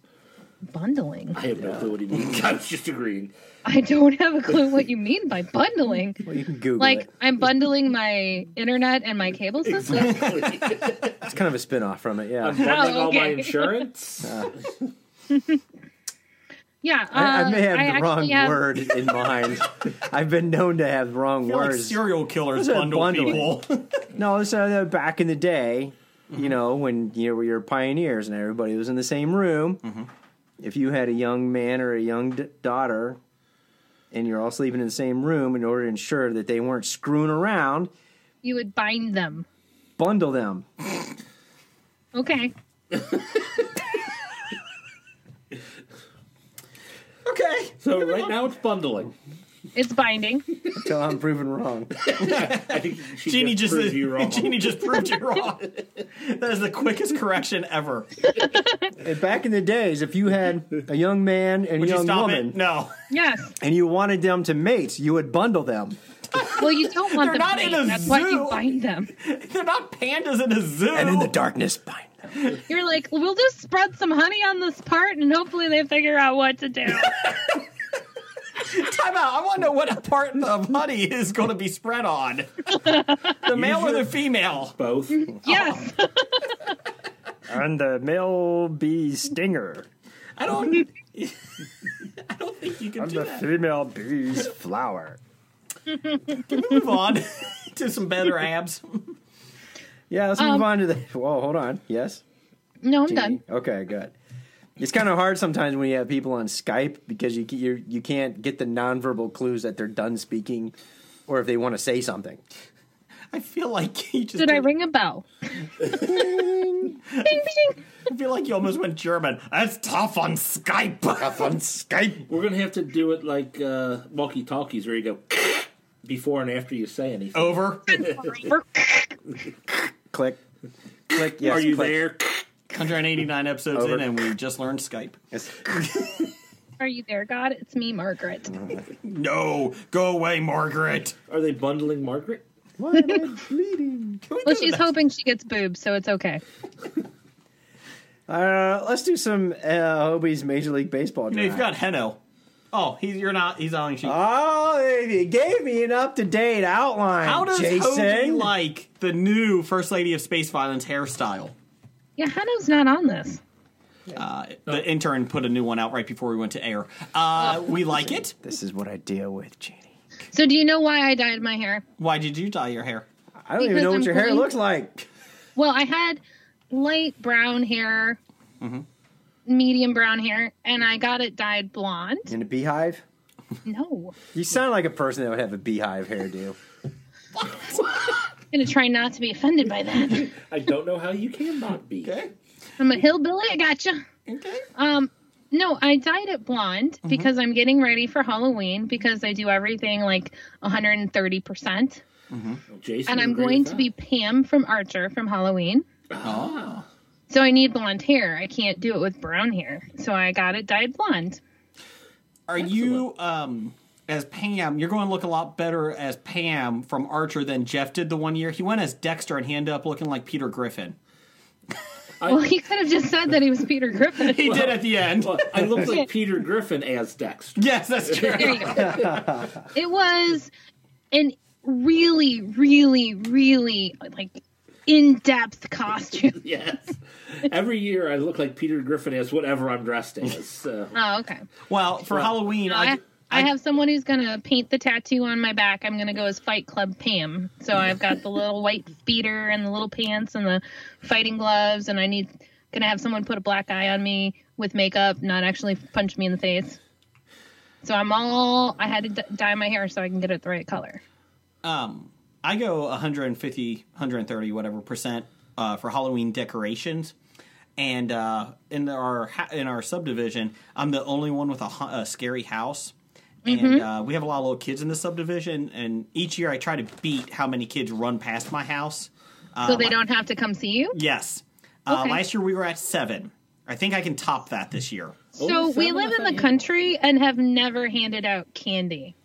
Speaker 8: bundling?
Speaker 6: I have no clue what he means. I was just agreeing.
Speaker 8: I don't have a clue what you mean by bundling.
Speaker 7: Well, you can Google
Speaker 8: Like
Speaker 7: it.
Speaker 8: I'm bundling my internet and my cable system.
Speaker 7: It's kind of a spin off from it, yeah.
Speaker 5: Um,
Speaker 6: I'm bundling all my
Speaker 8: okay.
Speaker 6: insurance.
Speaker 8: Yeah, uh,
Speaker 7: I, I may have the wrong
Speaker 8: actually have-
Speaker 7: word in mind. I've been known to have wrong
Speaker 5: Like
Speaker 7: words.
Speaker 5: serial killers
Speaker 7: Those are
Speaker 5: bundle
Speaker 7: bundling.
Speaker 5: people.
Speaker 7: no, so uh, back in the day,
Speaker 5: Mm-hmm.
Speaker 7: you know, when you were your pioneers and everybody was in the same room,
Speaker 5: Mm-hmm.
Speaker 7: if you had a young man or a young d- daughter and you're all sleeping in the same room in order to ensure that they weren't screwing around,
Speaker 8: You would bind them.
Speaker 7: bundle them.
Speaker 8: Okay.
Speaker 5: okay.
Speaker 6: So right now it's bundling.
Speaker 8: It's binding.
Speaker 7: Until I'm proven wrong.
Speaker 6: I think she
Speaker 5: Jeannie
Speaker 6: just
Speaker 5: just,
Speaker 6: proved you wrong.
Speaker 5: Jeannie just proved you wrong. that is the quickest correction ever.
Speaker 7: And back in the days, if you had a young man and
Speaker 5: Would
Speaker 7: a
Speaker 5: you
Speaker 7: young
Speaker 5: stop
Speaker 7: woman
Speaker 5: it? No.
Speaker 8: Yes.
Speaker 7: and you wanted them to mate, you would bundle them.
Speaker 8: Well, you don't want
Speaker 5: They're
Speaker 8: them.
Speaker 5: not
Speaker 8: to
Speaker 5: in
Speaker 8: mate.
Speaker 5: a
Speaker 8: That's why you
Speaker 5: zoo.
Speaker 8: bind them.
Speaker 5: They're not pandas in a zoo.
Speaker 7: And in the darkness, bind them.
Speaker 8: You're like, we'll just spread some honey on this part, and hopefully they figure out what to do.
Speaker 5: Time out. I want to know what part of honey is going to be spread on. The male or the female?
Speaker 6: both.
Speaker 8: yes.
Speaker 7: And the male bee stinger.
Speaker 5: I don't. I don't think you can do that.
Speaker 7: female bee's flower.
Speaker 5: Move on to some better abs.
Speaker 7: Yeah, let's move on to the. Whoa, hold on. Yes?
Speaker 8: No, I'm
Speaker 7: Jeannie?
Speaker 8: done.
Speaker 7: Okay, good. It's kind of hard sometimes when you have people on Skype because you, you you can't get the nonverbal clues that they're done speaking or if they want to say something.
Speaker 5: I feel like you just.
Speaker 8: Did I ring a bell? Ding, ding.
Speaker 5: I feel like you almost went German. That's tough on Skype.
Speaker 7: On Skype.
Speaker 6: We're gonna have to do it like uh, walkie talkies, where you go before and after you say anything.
Speaker 5: Over.
Speaker 8: Burp.
Speaker 7: Click. Click. Yes,
Speaker 6: Are you
Speaker 7: click.
Speaker 6: there?
Speaker 5: 189 episodes
Speaker 7: Over.
Speaker 5: in, and we just learned Skype.
Speaker 7: Yes.
Speaker 8: Are you there, God? It's me, Margaret.
Speaker 5: No, go away, Margaret.
Speaker 6: Are they bundling Margaret?
Speaker 7: Why am I bleeding?
Speaker 5: Can we
Speaker 8: Well,
Speaker 5: do
Speaker 8: she's
Speaker 5: that?
Speaker 8: hoping she gets boobs, so it's okay.
Speaker 7: Uh, let's do some uh, Hobie's Major League Baseball
Speaker 5: No,
Speaker 7: draft.
Speaker 5: you've got Heno. Oh, he's you're not. He's on. She.
Speaker 7: oh, you gave me an up to date outline.
Speaker 5: How does
Speaker 7: Jason?
Speaker 5: Hobie like the new First Lady of Space Violence hairstyle?
Speaker 8: Yeah, Hanno's not on this.
Speaker 5: Uh, the intern put a new one out right before we went to air. Uh, we like it.
Speaker 7: This is what I deal with, Jeannie.
Speaker 8: So, do you know why I dyed my hair?
Speaker 5: Why did you dye your hair?
Speaker 7: I don't even
Speaker 8: Because
Speaker 7: know what
Speaker 8: I'm
Speaker 7: your hair
Speaker 8: going-
Speaker 7: looks like.
Speaker 8: Well, I had light brown hair, medium brown hair, and I got it dyed blonde.
Speaker 7: In a beehive?
Speaker 8: No,
Speaker 7: You sound like a person that would have a beehive hairdo.
Speaker 8: I'm gonna try not to be offended by that.
Speaker 6: I don't know how you can not be.
Speaker 5: Okay.
Speaker 8: I'm a hillbilly. I gotcha.
Speaker 5: Okay.
Speaker 8: Um, no, I dyed it blonde because I'm getting ready for Halloween because I do everything like 130 percent,
Speaker 6: Well, Jason,
Speaker 8: and
Speaker 6: would
Speaker 8: I'm
Speaker 6: agree
Speaker 8: going
Speaker 6: with
Speaker 8: to
Speaker 6: that.
Speaker 8: be Pam from Archer from Halloween.
Speaker 5: Oh.
Speaker 8: So I need blonde hair. I can't do it with brown hair. So I got it dyed blonde.
Speaker 5: Are you um as Pam? You're going to look a lot better as Pam from Archer than Jeff did the one year. He went as Dexter and he ended up looking like Peter Griffin.
Speaker 8: Well, he could have just said that he was Peter Griffin.
Speaker 5: He did at the end.
Speaker 6: Well, I look like Peter Griffin as Dexter.
Speaker 5: Yes, that's true.
Speaker 8: There you go. it was an really, really, really like in-depth costume.
Speaker 6: Yes. Every year I look like Peter Griffin as whatever I'm dressed as. Uh, So.
Speaker 8: Oh, okay.
Speaker 5: Well, for Halloween, I,
Speaker 8: I, I have someone who's gonna paint the tattoo on my back. I'm gonna go as Fight Club Pam. So I've got the little white beater and the little pants and the fighting gloves, and I need gonna have someone put a black eye on me with makeup, not actually punch me in the face. So I'm all I had to d- dye my hair so I can get it the right color.
Speaker 5: um I go 150, 130, whatever percent uh, for Halloween decorations. And uh, in our ha- in our subdivision, I'm the only one with a, hu- a scary house. And uh, we have a lot of little kids in the subdivision, and each year I try to beat how many kids run past my house.
Speaker 8: So they don't have to come see you.
Speaker 5: Yes. Uh,
Speaker 8: Okay.
Speaker 5: Last year we were at seven. I think I can top that this year.
Speaker 8: So
Speaker 6: Oh,
Speaker 8: we
Speaker 6: seven,
Speaker 8: live
Speaker 6: I
Speaker 8: in
Speaker 6: thought
Speaker 8: the
Speaker 6: you-
Speaker 8: country and have never handed out candy.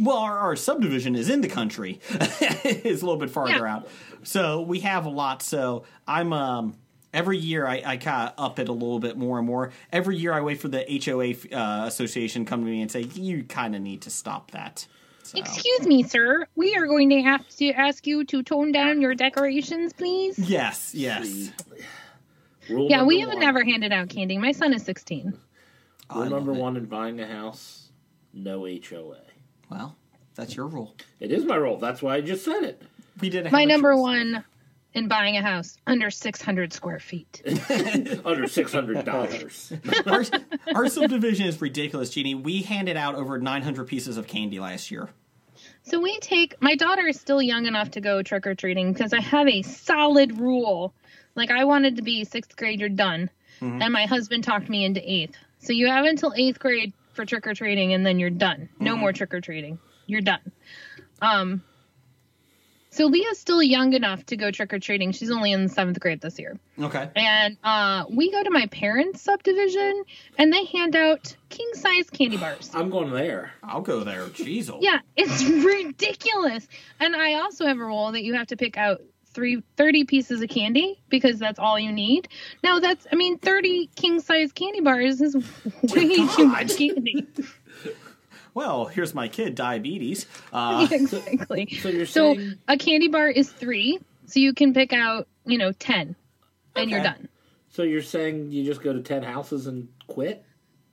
Speaker 5: Well, our, our subdivision is in the country. it's a little bit farther
Speaker 8: Yeah.
Speaker 5: out. So we have a lot. So I'm um every year I, I kind of up it a little bit more and more. Every year I wait for the HOA uh, association to come to me and say, you kind of need to stop that. So-
Speaker 8: Excuse me, sir. We are going to have to ask you to tone down your decorations, please.
Speaker 5: Yes, yes.
Speaker 6: Rule
Speaker 8: Yeah,
Speaker 6: number
Speaker 8: we have
Speaker 6: one-
Speaker 8: never handed out candy. My son is 16.
Speaker 6: Rule
Speaker 5: I love
Speaker 6: number
Speaker 5: it.
Speaker 6: one in buying a house: no HOA.
Speaker 5: Well, that's your rule.
Speaker 6: It is my rule. That's why I just said it.
Speaker 5: We did.
Speaker 8: My number one in buying a house under 600 square feet.
Speaker 6: Under six hundred dollars.
Speaker 5: our, our subdivision is ridiculous, Jeannie. We handed out over 900 pieces of candy last year.
Speaker 8: So we take my daughter is still young enough to go trick or treating because I have a solid rule. Like I wanted to be sixth grade, you're done, and my husband talked me into eighth. So you have until eighth grade for trick or treating, and then you're done. No more trick or treating. You're done. Um. So Leah's still young enough to go trick or treating. She's only in seventh grade this year
Speaker 5: Okay.
Speaker 8: and uh, we go to my parents' subdivision, and they hand out king size candy bars.
Speaker 6: I'm going there.
Speaker 5: I'll go there. Jeez. oh.
Speaker 8: Yeah, it's ridiculous. And I also have a rule that you have to pick out three, 30 pieces of candy because that's all you need. Now, that's, I mean, 30 king size candy bars
Speaker 6: Oh
Speaker 8: is way too much candy.
Speaker 5: Well, here's my kid, diabetes. Uh,
Speaker 8: exactly.
Speaker 6: So you're
Speaker 8: So
Speaker 6: saying
Speaker 8: a candy bar is three, so you can pick out, you know, 10, and you're
Speaker 5: Okay.
Speaker 8: done.
Speaker 6: so you're saying you just go to ten houses and quit?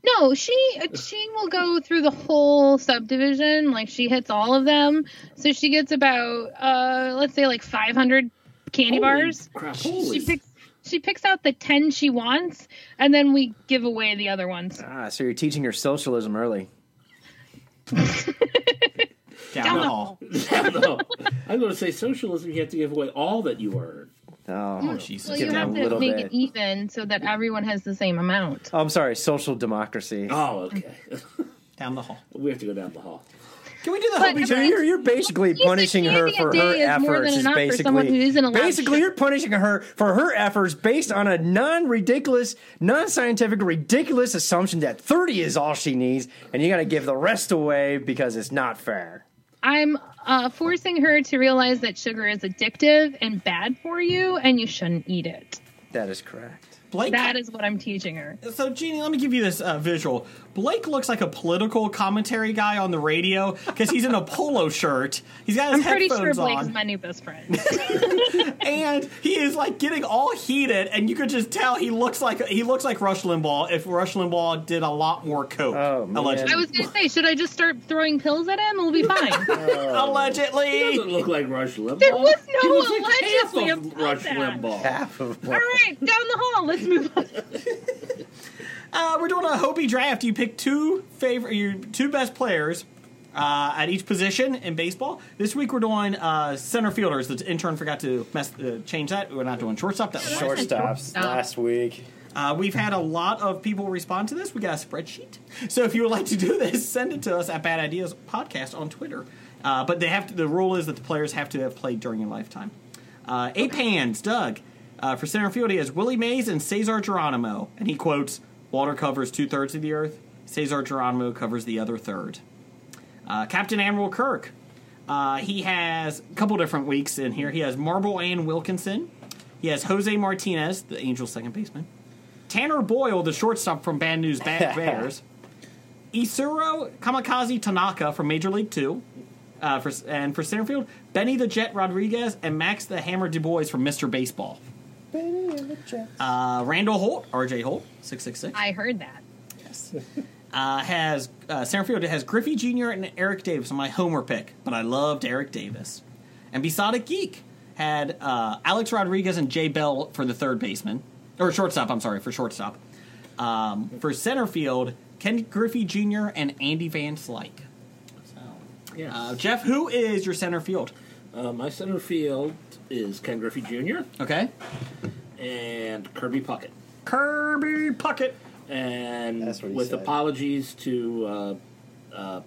Speaker 8: No, she she will go through the whole subdivision. Like she hits all of them, so she gets about uh, let's say like 500 candy bars.
Speaker 6: Holy crap! Holy.
Speaker 8: She picks she picks out the 10 she wants, and then we give away the other ones.
Speaker 7: Ah, so you're teaching her socialism early.
Speaker 5: down the hall.
Speaker 6: no. I'm going to say socialism. You have to give away all that you earn.
Speaker 7: Oh,
Speaker 5: Jesus.
Speaker 8: Well,
Speaker 7: Give
Speaker 8: you
Speaker 7: them
Speaker 8: have
Speaker 7: a
Speaker 8: to
Speaker 7: little
Speaker 8: make
Speaker 7: bit.
Speaker 8: it even so that everyone has the same amount.
Speaker 7: oh I'm sorry, social democracy.
Speaker 6: Oh, okay.
Speaker 5: Down the hall.
Speaker 6: we have to go down the hall.
Speaker 5: Can we do the
Speaker 8: But-
Speaker 5: Hobie
Speaker 7: So
Speaker 5: Jane?
Speaker 7: you're, you're basically
Speaker 8: Using
Speaker 7: punishing her
Speaker 8: candy a
Speaker 7: for
Speaker 8: day
Speaker 7: her
Speaker 8: is more
Speaker 7: efforts.
Speaker 8: than
Speaker 7: Is
Speaker 8: enough for someone
Speaker 7: basically
Speaker 8: who isn't allowed to
Speaker 7: basically
Speaker 8: shop.
Speaker 7: you're punishing her for her efforts based on a non-ridiculous, non-scientific, ridiculous assumption that 30 is all she needs, and you got to give the rest away because it's not fair.
Speaker 8: I'm uh, forcing her to realize that sugar is addictive and bad for you, and you shouldn't eat it.
Speaker 7: That is correct.
Speaker 5: Blake.
Speaker 8: That is what I'm teaching her.
Speaker 5: so, Jeannie, let me give you this uh, visual. Blake looks like a political commentary guy on the radio because he's in a polo shirt. He's got his
Speaker 8: I'm pretty
Speaker 5: headphones
Speaker 8: sure Blake
Speaker 5: on.
Speaker 8: is my new best friend.
Speaker 5: and he is like getting all heated, and you could just tell he looks like he looks like Rush Limbaugh if Rush Limbaugh did a lot more coke.
Speaker 7: Oh, man.
Speaker 5: allegedly.
Speaker 8: I was gonna say, should I just start throwing pills at him? We'll be fine.
Speaker 7: Oh.
Speaker 5: allegedly.
Speaker 6: Doesn't look like Rush Limbaugh.
Speaker 8: There was no
Speaker 6: He looks like half
Speaker 8: allegedly
Speaker 6: of
Speaker 8: about
Speaker 6: Rush
Speaker 8: that.
Speaker 6: Limbaugh.
Speaker 7: Half of
Speaker 8: All right, down the hall. Let's move on.
Speaker 5: Uh, we're doing a Hobie draft. You pick two favorite, your two best players uh, at each position in baseball. This week we're doing uh, center fielders. The intern forgot to mess, uh, change that. We're not doing shortstop. That was last week.
Speaker 7: Shortstops last week.
Speaker 5: Uh, we've had a lot of people respond to this. We got a spreadsheet. So if you would like to do this, send it to us at Bad Ideas Podcast on Twitter. Uh, but they have to, the rule is that the players have to have played during a lifetime. Uh, Ape Hands, Doug, uh, for center field, he has Willie Mays and Cesar Geronimo. And he quotes, Water covers two thirds of the earth, Cesar Geronimo covers the other third. Uh, Captain Admiral Kirk, uh, he has a couple different weeks in here. He has Marble Ann Wilkinson. He has Jose Martinez, the Angels' second baseman. Tanner Boyle, the shortstop from Bad News Bad Bears. Isuro Kamikaze Tanaka from Major League Two, uh, for, and for center field, Benny the Jet Rodriguez and Max the Hammer Du Bois from Mr. Baseball. Uh, Randall Holt, R.J. Holt, six six six.
Speaker 8: I heard that.
Speaker 5: Uh, has uh, center field has Griffey Jr. and Eric Davis on my homer pick, but I loved Eric Davis. And Besodic Geek had uh, Alex Rodriguez and Jay Bell for the third baseman or shortstop. I'm sorry for shortstop. Um, for center field, Ken Griffey Jr. and Andy Van Slyke.
Speaker 6: Yes.
Speaker 5: Uh, Jeff, who is your center field?
Speaker 6: Uh, my center field is Ken Griffey Jr.
Speaker 5: Okay,
Speaker 6: and Kirby Puckett.
Speaker 5: Kirby Puckett.
Speaker 6: And
Speaker 7: That's what he
Speaker 6: with
Speaker 7: said.
Speaker 6: apologies to, uh, uh,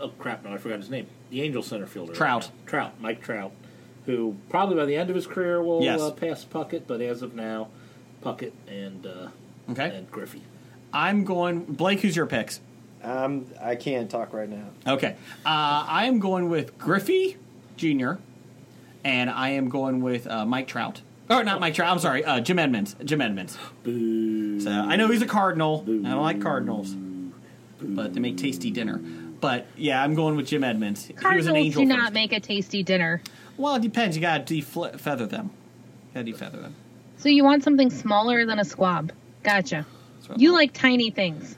Speaker 6: oh crap, no, I forgot his name. The Angel center fielder.
Speaker 5: Trout.
Speaker 6: Trout, Mike Trout, who probably by the end of his career will
Speaker 5: Yes.
Speaker 6: uh, pass Puckett, but as of now, Puckett and, uh,
Speaker 5: Okay.
Speaker 6: and Griffey.
Speaker 5: I'm going Blake. Who's your picks?
Speaker 7: Um, I can't talk right now.
Speaker 5: Okay. Uh, I am going with Griffey Jr. and I am going with uh, Mike Trout. Or not Mike Trout. I'm sorry, uh, Jim Edmonds. Jim Edmonds.
Speaker 6: Boo.
Speaker 5: So I know he's a cardinal. I don't like cardinals, but they make tasty dinner. But yeah, I'm going with Jim Edmonds. he was an
Speaker 8: Cardinals
Speaker 5: angel.
Speaker 8: do not
Speaker 5: first.
Speaker 8: make a tasty dinner.
Speaker 5: well, it depends. You gotta defle- feather them. You gotta defeather them.
Speaker 8: So you want something smaller than a squab. Gotcha.
Speaker 5: That's what-
Speaker 8: You like tiny things.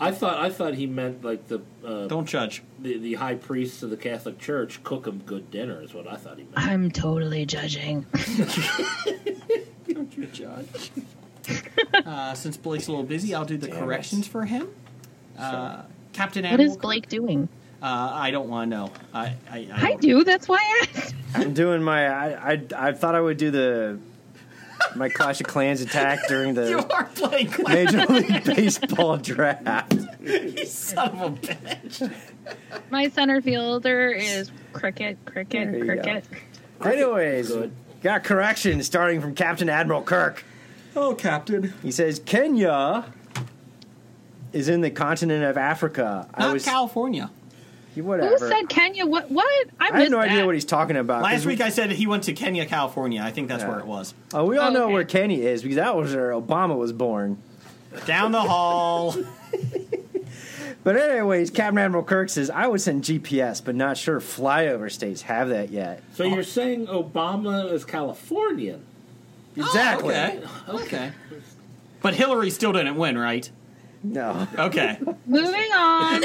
Speaker 6: I thought I thought he meant like the uh,
Speaker 5: don't judge.
Speaker 6: the, the high priests of the Catholic Church cook him good dinner is what I thought he meant.
Speaker 8: I'm totally judging.
Speaker 5: Don't you judge. uh, since Blake's a little busy, I'll do the
Speaker 7: Damn it.
Speaker 5: corrections for him. Uh, Captain
Speaker 8: What
Speaker 5: Animal.
Speaker 8: is Blake doing?
Speaker 5: Uh, I don't want to know. I I, I,
Speaker 8: I
Speaker 5: don't-
Speaker 8: do. That's why I asked.
Speaker 7: I'm doing my. I, I I thought I would do the my Clash of Clans attack during
Speaker 5: You
Speaker 7: the
Speaker 5: are playing Clash.
Speaker 7: Major League Baseball draft.
Speaker 5: you son of a bitch.
Speaker 8: My center fielder is cricket, cricket,
Speaker 7: There you
Speaker 8: cricket.
Speaker 7: Anyways,
Speaker 6: Good.
Speaker 7: got corrections starting from Captain Admiral Kirk.
Speaker 5: Oh, Captain.
Speaker 7: He says Kenya is in the continent of Africa. I
Speaker 5: Not
Speaker 7: was
Speaker 5: California.
Speaker 7: whatever.
Speaker 8: Who said Kenya? What? What? I,
Speaker 7: I have
Speaker 8: missed
Speaker 7: no idea
Speaker 8: that.
Speaker 7: what he's talking about. 'cause
Speaker 5: Last
Speaker 7: we-
Speaker 5: week I said he went to Kenya, California. I think that's
Speaker 7: Yeah.
Speaker 5: where it was.
Speaker 7: oh, we all
Speaker 8: Oh,
Speaker 7: know
Speaker 8: okay.
Speaker 7: where Kenya is because that was where Obama was born.
Speaker 5: Down the hall.
Speaker 7: But anyways, Captain Admiral Kirk says I would send GPS, but not sure flyover states have that yet.
Speaker 6: So
Speaker 5: Oh.
Speaker 6: you're saying Obama is Californian?
Speaker 8: Oh,
Speaker 7: Exactly.
Speaker 5: okay. Okay. But Hillary still didn't win, right?
Speaker 7: No.
Speaker 5: Okay.
Speaker 8: Moving on.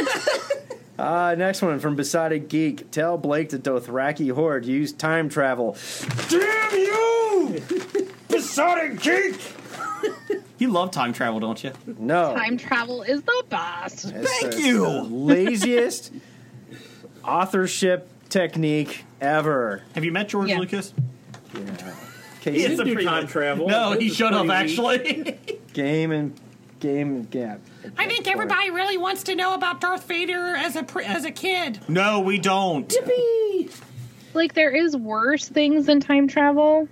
Speaker 7: Uh, next one from Besotted Geek. Tell Blake the Dothraki Horde used time travel. Damn you, Besotted Geek!
Speaker 5: you love time travel, don't you?
Speaker 7: No.
Speaker 8: Time travel is the best.
Speaker 7: It's
Speaker 5: Thank
Speaker 7: the-
Speaker 5: you.
Speaker 7: the laziest authorship technique ever.
Speaker 5: Have you met George
Speaker 8: Yeah.
Speaker 5: Lucas? He
Speaker 7: Okay,
Speaker 6: He
Speaker 5: is a
Speaker 6: didn't do
Speaker 5: pretty-
Speaker 6: time travel.
Speaker 5: No,
Speaker 6: It
Speaker 5: he
Speaker 6: was
Speaker 5: shut up.
Speaker 6: pretty weak.
Speaker 5: Actually,
Speaker 7: game and game and gap.
Speaker 4: I think everybody really wants to know about Darth Vader as a pre- as a kid.
Speaker 5: no, we don't.
Speaker 8: Like there is worse things than time travel.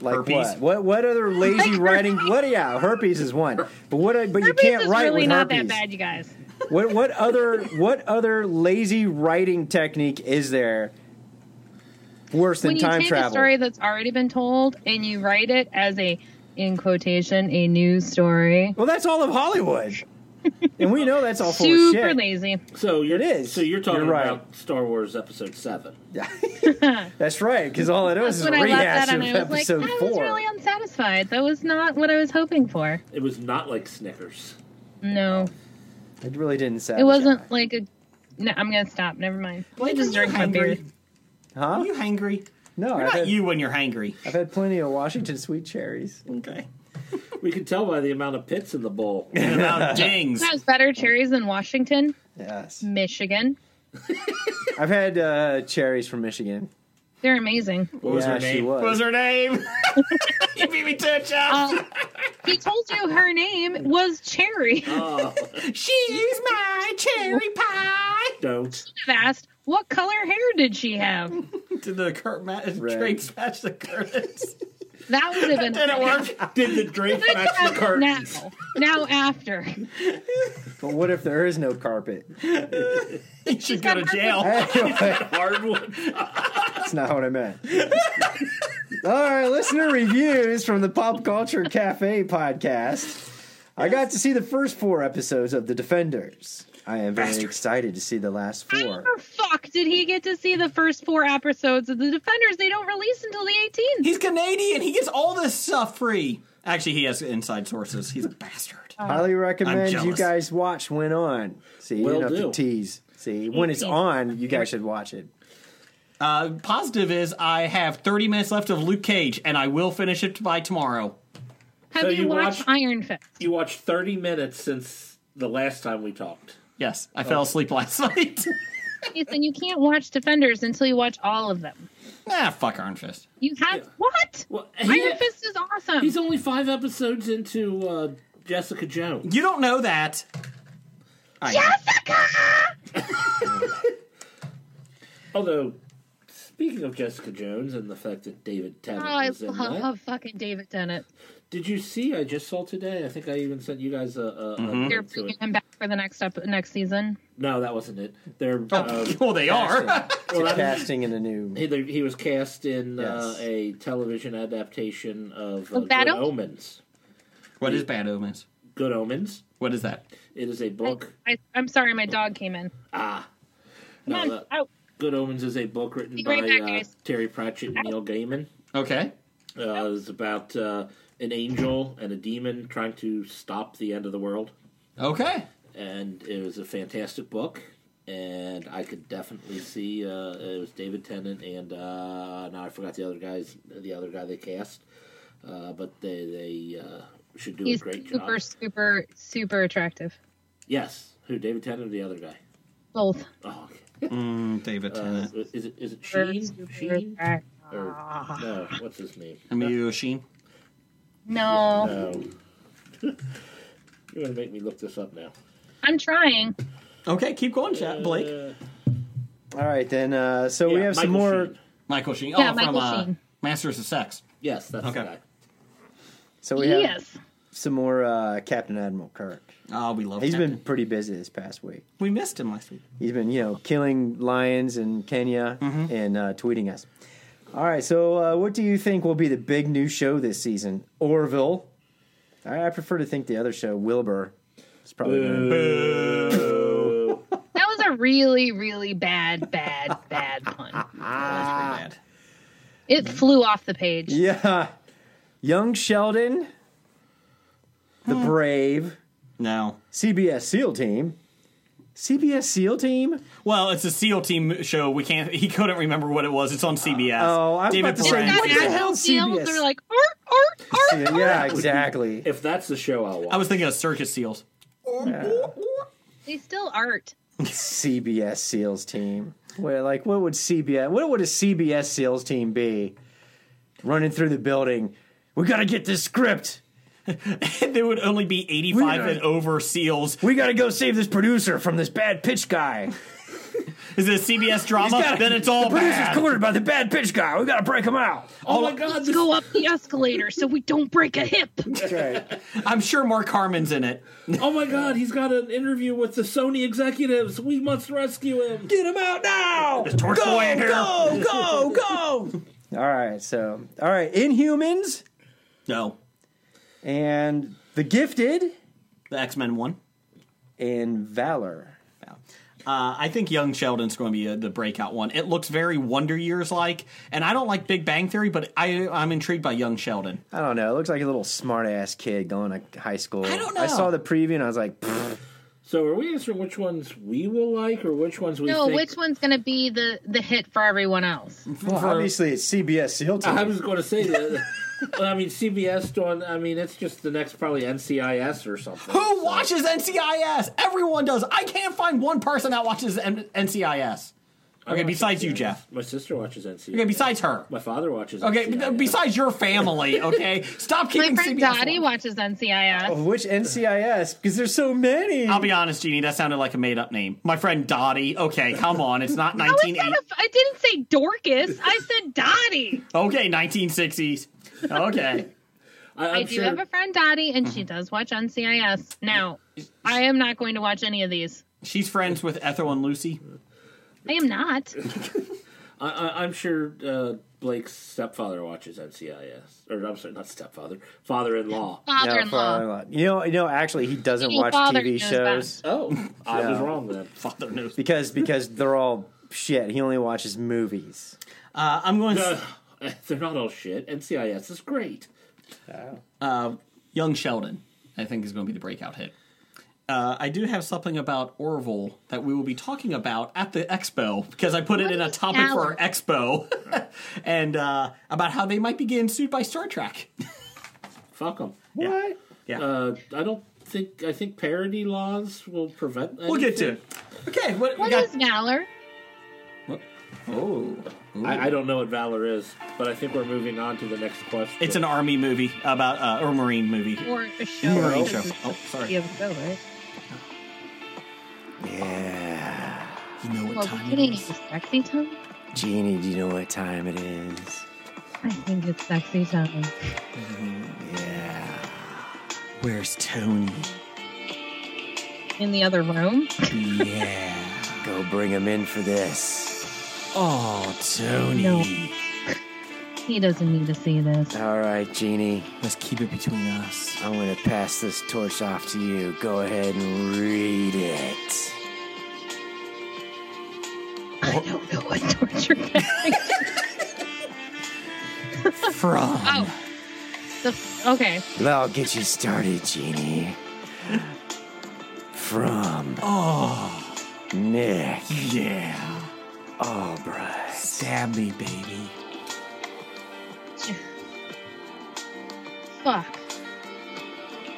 Speaker 7: Like
Speaker 5: Herpes.
Speaker 7: what? What? What other lazy
Speaker 8: Like
Speaker 7: writing? What? Yeah, herpes is one. But what? But you
Speaker 8: herpes
Speaker 7: can't
Speaker 8: is
Speaker 7: write
Speaker 8: really
Speaker 7: with
Speaker 8: not
Speaker 7: herpes.
Speaker 8: that bad, you guys.
Speaker 7: What? What other? What other lazy writing technique is there? Worse than
Speaker 8: when you
Speaker 7: time
Speaker 8: take
Speaker 7: travel.
Speaker 8: a story that's already been told and you write it as a in quotation a news story.
Speaker 7: well, that's all of Hollywood, and we know that's all full of
Speaker 8: Super
Speaker 7: shit.
Speaker 8: lazy.
Speaker 6: So you're,
Speaker 7: It is.
Speaker 6: So you're talking
Speaker 7: You're right.
Speaker 6: about Star Wars Episode Seven.
Speaker 7: That's right, because all it is
Speaker 8: That's
Speaker 7: is a
Speaker 8: when I left
Speaker 7: rehash
Speaker 8: that
Speaker 7: of
Speaker 8: and I was like,
Speaker 7: episode
Speaker 8: I was
Speaker 7: four.
Speaker 8: really unsatisfied. That was not what I was hoping for.
Speaker 6: It was not like Snickers.
Speaker 8: No.
Speaker 7: it really didn't satisfy.
Speaker 8: It wasn't like a no, I'm gonna stop. Never mind.
Speaker 5: Blake,
Speaker 8: I just
Speaker 5: are you
Speaker 8: drink my beer.
Speaker 5: hangry?
Speaker 7: huh?
Speaker 5: Are you hangry?
Speaker 7: No,
Speaker 5: You're
Speaker 7: I've
Speaker 5: not
Speaker 7: had,
Speaker 5: you when you're hangry.
Speaker 7: I've had plenty of Washington sweet cherries.
Speaker 5: Okay.
Speaker 6: We can tell by the amount of pits in the bowl.
Speaker 5: And about dings.
Speaker 8: That was better cherries than Washington,
Speaker 7: Yes,
Speaker 8: Michigan.
Speaker 7: I've had uh, cherries from Michigan.
Speaker 8: They're amazing.
Speaker 6: What was
Speaker 7: yeah,
Speaker 6: her
Speaker 7: she
Speaker 6: name?
Speaker 7: was.
Speaker 5: What was her name? you beat me to it, Jeff.
Speaker 8: Um, he told you her name was Cherry.
Speaker 6: Oh,
Speaker 4: She's my cherry pie.
Speaker 6: don't.
Speaker 8: Fast. What color hair did she have?
Speaker 5: to the cur- ma- drapes smash the curtains.
Speaker 8: That would have been
Speaker 5: Didn't work.
Speaker 6: Did the drink
Speaker 8: Good
Speaker 6: match the
Speaker 8: job now.
Speaker 6: curtains?
Speaker 8: Now after.
Speaker 7: But what if there is no carpet?
Speaker 5: You should go to jail.
Speaker 7: Anyway,
Speaker 6: Hardwood.
Speaker 7: that's not what I meant. All right, listener reviews from the Pop Culture Cafe podcast. I got to see the first four episodes of The Defenders. I am very excited to see the last
Speaker 8: How
Speaker 7: four.
Speaker 8: the fuck did he get to see the first four episodes of The Defenders? They don't release until the 18th.
Speaker 5: He's Canadian. He gets all this stuff free. Actually, he has inside sources. He's a bastard.
Speaker 7: Highly recommend you
Speaker 5: jealous.
Speaker 7: guys watch when on. See, you
Speaker 6: Will
Speaker 7: don't have to
Speaker 6: do.
Speaker 7: tease. See, when it's on, you guys should watch it.
Speaker 5: Uh, positive is I have 30 minutes left of Luke Cage, and I will finish it by tomorrow.
Speaker 8: Have
Speaker 6: So
Speaker 8: you,
Speaker 6: you
Speaker 8: watched
Speaker 6: watched-
Speaker 8: Iron Fist?
Speaker 6: You watched 30 minutes since the last time we talked.
Speaker 5: Yes, I
Speaker 6: Oh.
Speaker 5: fell asleep last night.
Speaker 8: Ethan, you can't watch Defenders until you watch all of them.
Speaker 5: ah, fuck Iron Fist.
Speaker 8: You have
Speaker 6: Yeah.
Speaker 8: what?
Speaker 6: Well,
Speaker 8: Iron Fist is awesome.
Speaker 6: he's only five episodes into uh, Jessica Jones.
Speaker 5: You don't know that. I
Speaker 8: Jessica!
Speaker 6: Although Speaking of Jessica Jones and the fact that David
Speaker 8: Oh,
Speaker 6: Tennant
Speaker 8: I
Speaker 6: was in that,
Speaker 8: love fucking David Tennant.
Speaker 6: did you see? I just saw today. I think I even sent you guys a. a, a
Speaker 7: Mm-hmm.
Speaker 6: link
Speaker 8: They're
Speaker 6: to it.
Speaker 8: bringing him back for the next up next season.
Speaker 6: No, that wasn't it. They're
Speaker 7: Oh.
Speaker 6: um,
Speaker 5: well, they are.
Speaker 6: well, that-
Speaker 7: casting in a new.
Speaker 6: He, he was cast in uh,
Speaker 7: Yes.
Speaker 6: a television adaptation of uh,
Speaker 8: Oh, Bad
Speaker 6: Good
Speaker 8: Omens?
Speaker 6: Omens.
Speaker 5: what is Bad Omens?
Speaker 6: Good Omens.
Speaker 5: What is that?
Speaker 6: It is a book.
Speaker 8: I, I'm sorry, my dog came in.
Speaker 6: Ah,
Speaker 8: Come
Speaker 6: No,
Speaker 8: on,
Speaker 6: that-
Speaker 8: out.
Speaker 6: Good Omens is a book written
Speaker 8: Be
Speaker 6: by
Speaker 8: right back,
Speaker 6: uh,
Speaker 8: guys.
Speaker 6: Terry Pratchett and Neil Gaiman.
Speaker 5: Okay.
Speaker 6: Uh, it's about uh, an angel and a demon trying to stop the end of the world.
Speaker 5: Okay.
Speaker 6: and it was a fantastic book. And I could definitely see uh, it was David Tennant and uh, now I forgot the other guys, the other guy they cast, uh, but they they uh, should do
Speaker 8: He's
Speaker 6: a great
Speaker 8: super,
Speaker 6: job.
Speaker 8: super, super attractive.
Speaker 6: Yes, who David Tennant or the other guy?
Speaker 8: Both.
Speaker 6: Oh, okay.
Speaker 5: David
Speaker 6: uh,
Speaker 5: Tennant.
Speaker 6: is it is it
Speaker 8: Super
Speaker 6: Sheen? Sheen?
Speaker 8: attract-
Speaker 6: Or, no, what's his name?
Speaker 5: Emilio Sheen.
Speaker 8: No,
Speaker 6: No. You're gonna make me look this up now.
Speaker 8: I'm trying.
Speaker 5: Okay, keep going, chat. Blake.
Speaker 6: Uh,
Speaker 7: All right, then. Uh, so we
Speaker 6: yeah,
Speaker 7: have some
Speaker 6: Michael
Speaker 7: more.
Speaker 6: Sheen.
Speaker 5: Michael Sheen.
Speaker 8: Yeah,
Speaker 5: oh, from
Speaker 8: Michael
Speaker 5: uh,
Speaker 8: Sheen.
Speaker 5: Masters of Sex.
Speaker 6: Yes, that's
Speaker 5: Okay.
Speaker 6: the guy.
Speaker 7: So we have
Speaker 8: Yes.
Speaker 7: some more uh, Captain Admiral Kirk.
Speaker 5: Oh, we love.
Speaker 7: He's
Speaker 5: Captain.
Speaker 7: been pretty busy this past week.
Speaker 5: We missed him last week.
Speaker 7: He's been, you know, killing lions in Kenya and uh, tweeting us. All right, so uh, what do you think will be the big new show this season? Orville. I, I prefer to think the other show, Wilbur. It's probably
Speaker 8: That was a really, really bad, bad, bad pun.
Speaker 7: Ah.
Speaker 5: That's pretty
Speaker 8: It flew off the page.
Speaker 7: yeah. Young Sheldon, the Brave,
Speaker 5: bad. No.
Speaker 7: CBS SEAL Team, CBS SEAL Team.
Speaker 5: Well, it's a SEAL team show. We can't. He couldn't remember what it was. It's on CBS.
Speaker 7: Oh, I was
Speaker 5: David
Speaker 7: about to
Speaker 8: It's
Speaker 7: say,
Speaker 5: Brent.
Speaker 8: got
Speaker 7: what the hell,
Speaker 8: animals, animals,
Speaker 7: CBS?
Speaker 8: They're like, art, art, art.
Speaker 7: Yeah, exactly.
Speaker 6: If that's the show, I'll watch.
Speaker 5: I was thinking of Circus Seals.
Speaker 8: They still art.
Speaker 7: CBS SEALs team. Where like what would CBS what would a CBS SEALs team be? Running through the building. We gotta get this script.
Speaker 5: there would only be 85 and over SEALs.
Speaker 7: We gotta go save this producer from this bad pitch guy.
Speaker 5: Is it a CBS drama?
Speaker 7: gotta-
Speaker 5: then it's all
Speaker 7: the producer's
Speaker 5: bad.
Speaker 7: cornered by the bad pitch guy. We gotta break him out.
Speaker 6: oh my god,
Speaker 8: Let's go up the escalator so we don't break a hip.
Speaker 5: I'm sure Mark Harmon's in it.
Speaker 6: Oh my god, he's got an interview with the Sony executives. We must rescue him.
Speaker 7: Get him out now! Go,
Speaker 5: torch boy in here.
Speaker 7: go, go, go! Alright, so alright, Inhumans
Speaker 5: No.
Speaker 7: and The Gifted
Speaker 5: The X Men one.
Speaker 7: and Valor.
Speaker 5: Uh, I think Young Sheldon's going to be uh the breakout one. It looks very Wonder Years like, and I don't like Big Bang Theory, but I, I'm intrigued by Young Sheldon.
Speaker 7: I don't know. It looks like a little smart ass kid going to high school.
Speaker 5: I don't
Speaker 7: I
Speaker 5: know.
Speaker 7: saw the preview and I was like, "Pfft,
Speaker 6: So are we answering which ones we will like or which ones we
Speaker 8: No,
Speaker 6: think?
Speaker 8: which one's going to be the, the hit for everyone else?
Speaker 7: well, obviously it's CBS SEAL Team.
Speaker 6: I was going to say that. I mean, CBS doing. I mean, it's just the next probably NCIS or something.
Speaker 5: Who watches NCIS? Everyone does. I can't find one person that watches N- NCIS. Okay, besides you, Jeff.
Speaker 6: My sister watches NCIS.
Speaker 5: Okay, besides her.
Speaker 6: my father watches.
Speaker 5: Okay,
Speaker 6: NCIS.
Speaker 5: besides your family. Okay, stop
Speaker 8: My
Speaker 5: keeping
Speaker 8: friend
Speaker 5: CBS.
Speaker 8: Dottie
Speaker 5: on.
Speaker 8: watches NCIS.
Speaker 7: Which NCIS? Because there's so many.
Speaker 5: I'll be honest, Jeannie, that sounded like a made up name. My friend Dottie. Okay, come on. It's not
Speaker 8: How is that
Speaker 5: 1980.
Speaker 8: a f- I didn't say Dorcas. I said Dottie.
Speaker 5: Okay, 1960s. Okay.
Speaker 6: I, I'm
Speaker 8: I do
Speaker 6: sure-
Speaker 8: have a friend, Dottie, and
Speaker 7: Mm-hmm.
Speaker 8: she does watch NCIS. Now, I am not going to watch any of these.
Speaker 5: She's friends with Ethel and Lucy.
Speaker 8: I am not.
Speaker 6: I, I, I'm sure uh, Blake's stepfather watches NCIS, or I'm sorry, not stepfather, father-in-law.
Speaker 7: No,
Speaker 8: Father-in-law.
Speaker 7: father-in-law. You know, you know. Actually, he doesn't
Speaker 8: Your
Speaker 7: watch
Speaker 8: father
Speaker 7: TV
Speaker 8: knows
Speaker 7: shows
Speaker 6: Oh, I was wrong then.
Speaker 5: Father knows.
Speaker 7: because because they're all shit. He only watches movies.
Speaker 5: Uh, I'm going to
Speaker 6: Uh, they're not all shit. NCIS is great.
Speaker 5: Young Sheldon. I think is going to be the breakout hit. Uh, I do have something about Orville that we will be talking about at the expo because I put it in a
Speaker 8: is
Speaker 5: topic for our
Speaker 8: Alan?
Speaker 5: expo, and uh, about how they might be getting sued by Star Trek.
Speaker 6: Fuck them.
Speaker 5: What? Yeah.
Speaker 6: Uh, I don't think. I think parody laws will prevent.
Speaker 5: we'll get to
Speaker 6: anything.
Speaker 5: it. Okay. What, we
Speaker 8: What
Speaker 5: got?
Speaker 8: is Valor?
Speaker 5: oh.
Speaker 6: I, I don't know what Valor is, but I think we're moving on to the next question.
Speaker 5: It's an army movie about uh, or marine movie.
Speaker 8: Or a show?
Speaker 5: Marine show.
Speaker 8: Because it's
Speaker 5: Oh,
Speaker 8: a
Speaker 5: sorry.
Speaker 8: TV of show, right?
Speaker 7: Yeah.
Speaker 5: You know what
Speaker 8: Well,
Speaker 5: time
Speaker 8: it
Speaker 5: it
Speaker 8: ain't
Speaker 5: is.
Speaker 8: sexy time.
Speaker 7: Jeannie, do you know what time it is?
Speaker 8: I think it's sexy time.
Speaker 5: Mm-hmm, Where's Tony?
Speaker 8: In the other room?
Speaker 5: Yeah.
Speaker 7: Go bring him in for this.
Speaker 5: Oh, Tony.
Speaker 8: No. He doesn't need to see this.
Speaker 7: All right, Jeannie,
Speaker 5: Let's keep it between us.
Speaker 7: I'm going to pass this torch off to you. Go ahead and read it.
Speaker 5: Oh.
Speaker 8: I don't know what torture bag.
Speaker 5: From.
Speaker 8: oh. The, okay.
Speaker 7: Well, I'll get you started, Jeannie. From
Speaker 5: Oh,
Speaker 7: Nick
Speaker 5: yeah.
Speaker 7: Albright.
Speaker 5: Stab me, baby.
Speaker 8: Fuck.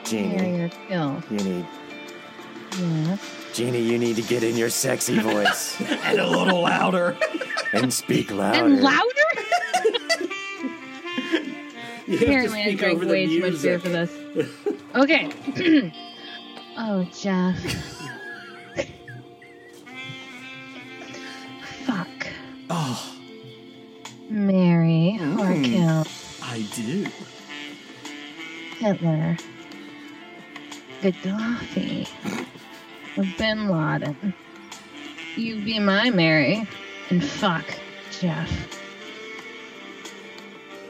Speaker 7: Jeannie,
Speaker 8: Carrier kill.
Speaker 7: you need
Speaker 8: Yeah.
Speaker 7: Jeannie, you need to get in your sexy voice
Speaker 5: And a little louder.
Speaker 7: and speak louder.
Speaker 8: And louder?
Speaker 6: You have to
Speaker 8: Apparently, I
Speaker 6: speak
Speaker 8: drank
Speaker 6: over the
Speaker 8: way too much beer
Speaker 6: music.
Speaker 8: for this. Okay. oh, Jeff. Fuck.
Speaker 5: Oh,
Speaker 8: Marry or kill
Speaker 5: I do.
Speaker 6: Mm.
Speaker 8: Hitler, Gaddafi, or Bin Laden. You be my Mary, and fuck Jeff.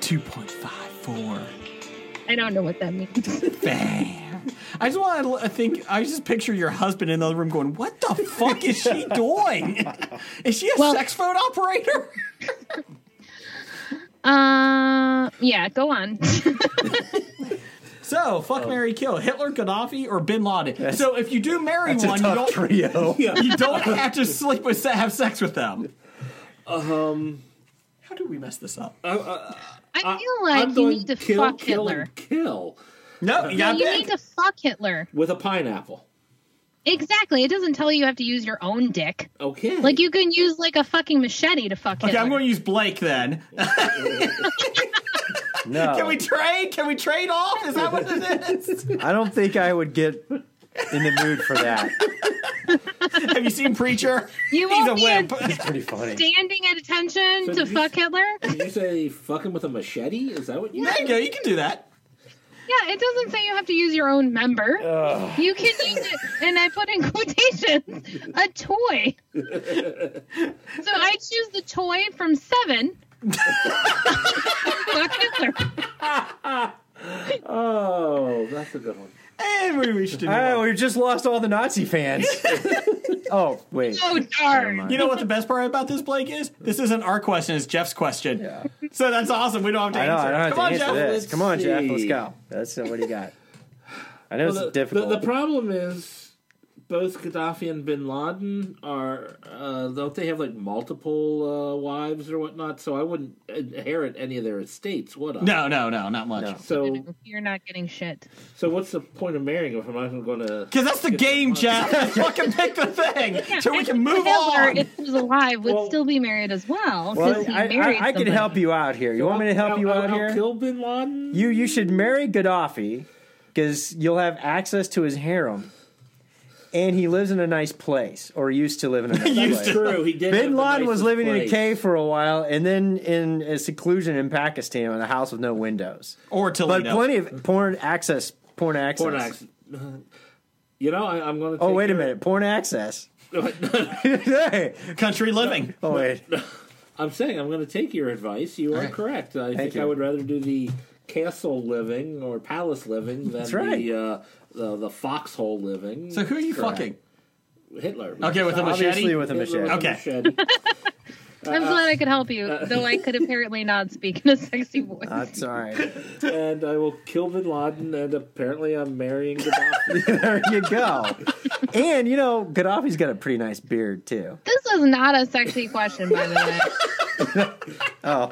Speaker 5: 2.54.
Speaker 8: I don't know what that means.
Speaker 5: Bam. I just want to think. I just picture your husband in the other room going, "What the fuck is she doing? Is she a
Speaker 8: Well-
Speaker 5: sex phone operator?"
Speaker 8: uh, yeah, go on.
Speaker 5: So fuck,
Speaker 7: Um,
Speaker 5: Mary, kill Hitler, Gaddafi, or Bin Laden. So if you do marry
Speaker 7: It's a
Speaker 5: one, you
Speaker 7: tough
Speaker 5: don't
Speaker 7: trio.
Speaker 5: you don't have to sleep with have sex with them. Um,
Speaker 7: Um,
Speaker 5: how did we mess this up?
Speaker 7: Uh,
Speaker 8: I
Speaker 5: Uh,
Speaker 8: feel
Speaker 6: I'm
Speaker 8: like you
Speaker 6: going
Speaker 8: need to
Speaker 6: kill,
Speaker 8: fuck
Speaker 6: kill,
Speaker 8: Hitler.
Speaker 6: and kill
Speaker 7: uh,
Speaker 5: No,
Speaker 8: No,
Speaker 5: yeah,
Speaker 8: you need to fuck Hitler.
Speaker 6: with a pineapple.
Speaker 8: Exactly. It doesn't tell you you have to use your own dick.
Speaker 6: Okay.
Speaker 8: Like you can use like a fucking machete to fuck
Speaker 5: Okay,
Speaker 8: Hitler.
Speaker 5: I'm going to use Blake then.
Speaker 7: Oh. No,
Speaker 5: Can we trade? Can we trade off? Is that what this is?
Speaker 7: I don't think I would get in the mood for that.
Speaker 5: Have you seen Preacher? He's
Speaker 8: you won't
Speaker 5: a
Speaker 8: be
Speaker 5: wimp.
Speaker 7: Pretty funny.
Speaker 8: standing at attention
Speaker 6: So
Speaker 8: to
Speaker 6: did you-
Speaker 8: fuck Hitler.
Speaker 6: Did you say fucking with a machete? Is that what you
Speaker 5: There you go. You can do that.
Speaker 8: Yeah, it doesn't say you have to use your own member. You can use it, and I put in quotations, a toy. so I choose the toy from Seven. fuck Hitler.
Speaker 6: Oh, that's a good one.
Speaker 5: And we reached a new
Speaker 7: Oh,
Speaker 5: one.
Speaker 7: we just lost all the Nazi fans. oh, wait.
Speaker 8: Oh darn.
Speaker 5: You know what the best part about this, Blake, is? This isn't our question, it's Jeff's question. So that's awesome. We don't have to
Speaker 7: I know.
Speaker 5: answer.
Speaker 7: I don't have
Speaker 5: Come
Speaker 7: to
Speaker 5: on,
Speaker 7: answer
Speaker 5: Jeff.
Speaker 7: this.
Speaker 6: let's
Speaker 7: Come on, Jeff. Let's
Speaker 6: see.
Speaker 7: go. That's what do you got? I know
Speaker 6: Well,
Speaker 7: it's
Speaker 6: the,
Speaker 7: difficult.
Speaker 6: The, the problem is both Gaddafi and Bin Laden are uh, don't they have like multiple uh, wives or whatnot? So I wouldn't inherit any of their estates, would I?
Speaker 5: No, no, no, not much.
Speaker 7: No.
Speaker 6: So
Speaker 8: You're not getting shit.
Speaker 6: so what's the point of marrying if I'm not going to?
Speaker 5: Because that's the game, Jeff. Let's fucking pick the thing so we
Speaker 8: And
Speaker 5: can move
Speaker 8: Hitler,
Speaker 5: on.
Speaker 8: if he was alive, would
Speaker 6: Well-
Speaker 8: still be married as well.
Speaker 7: well,
Speaker 8: because he
Speaker 7: I,
Speaker 8: married
Speaker 7: I, I can
Speaker 8: somebody.
Speaker 7: help you out here. You want me to help you out here?
Speaker 6: Kill Bin Laden.
Speaker 7: You you should marry Gaddafi because you'll have access to his harem, and he lives in a nice place, or used to live in a nice
Speaker 6: That's
Speaker 7: place.
Speaker 6: true. He did. have
Speaker 7: Bin
Speaker 6: the
Speaker 7: Laden was
Speaker 6: nicest
Speaker 7: living in a
Speaker 6: place.
Speaker 7: cave for a while, and then in a seclusion in Pakistan in a house with no windows,
Speaker 5: Or
Speaker 7: but
Speaker 5: Toledo.
Speaker 7: plenty of porn access. Oh, Porn access.
Speaker 6: Porn acts- You know, I, I'm going to.
Speaker 7: Oh wait a minute, porn access. Hey.
Speaker 5: Country living.
Speaker 7: Oh wait.
Speaker 6: I'm saying I'm going to take your advice. You are correct. I think
Speaker 7: you.
Speaker 6: I would rather do the castle living or palace living than
Speaker 7: right.
Speaker 6: the, uh, the the foxhole living.
Speaker 5: So who are you
Speaker 6: Correct.
Speaker 5: fucking?
Speaker 6: Hitler.
Speaker 5: Okay, with a
Speaker 7: Obviously
Speaker 5: machete?
Speaker 7: with a
Speaker 6: Hitler
Speaker 7: machete.
Speaker 6: with a
Speaker 5: Okay.
Speaker 6: machete.
Speaker 8: I'm glad I could help you,
Speaker 7: Uh,
Speaker 8: though I could apparently not speak in a sexy voice.
Speaker 7: That's all right.
Speaker 6: and I will kill Bin Laden, and apparently I'm marrying Gaddafi.
Speaker 7: There you go. And you know, Gaddafi's got a pretty nice beard too.
Speaker 8: this is not a sexy question, by the way.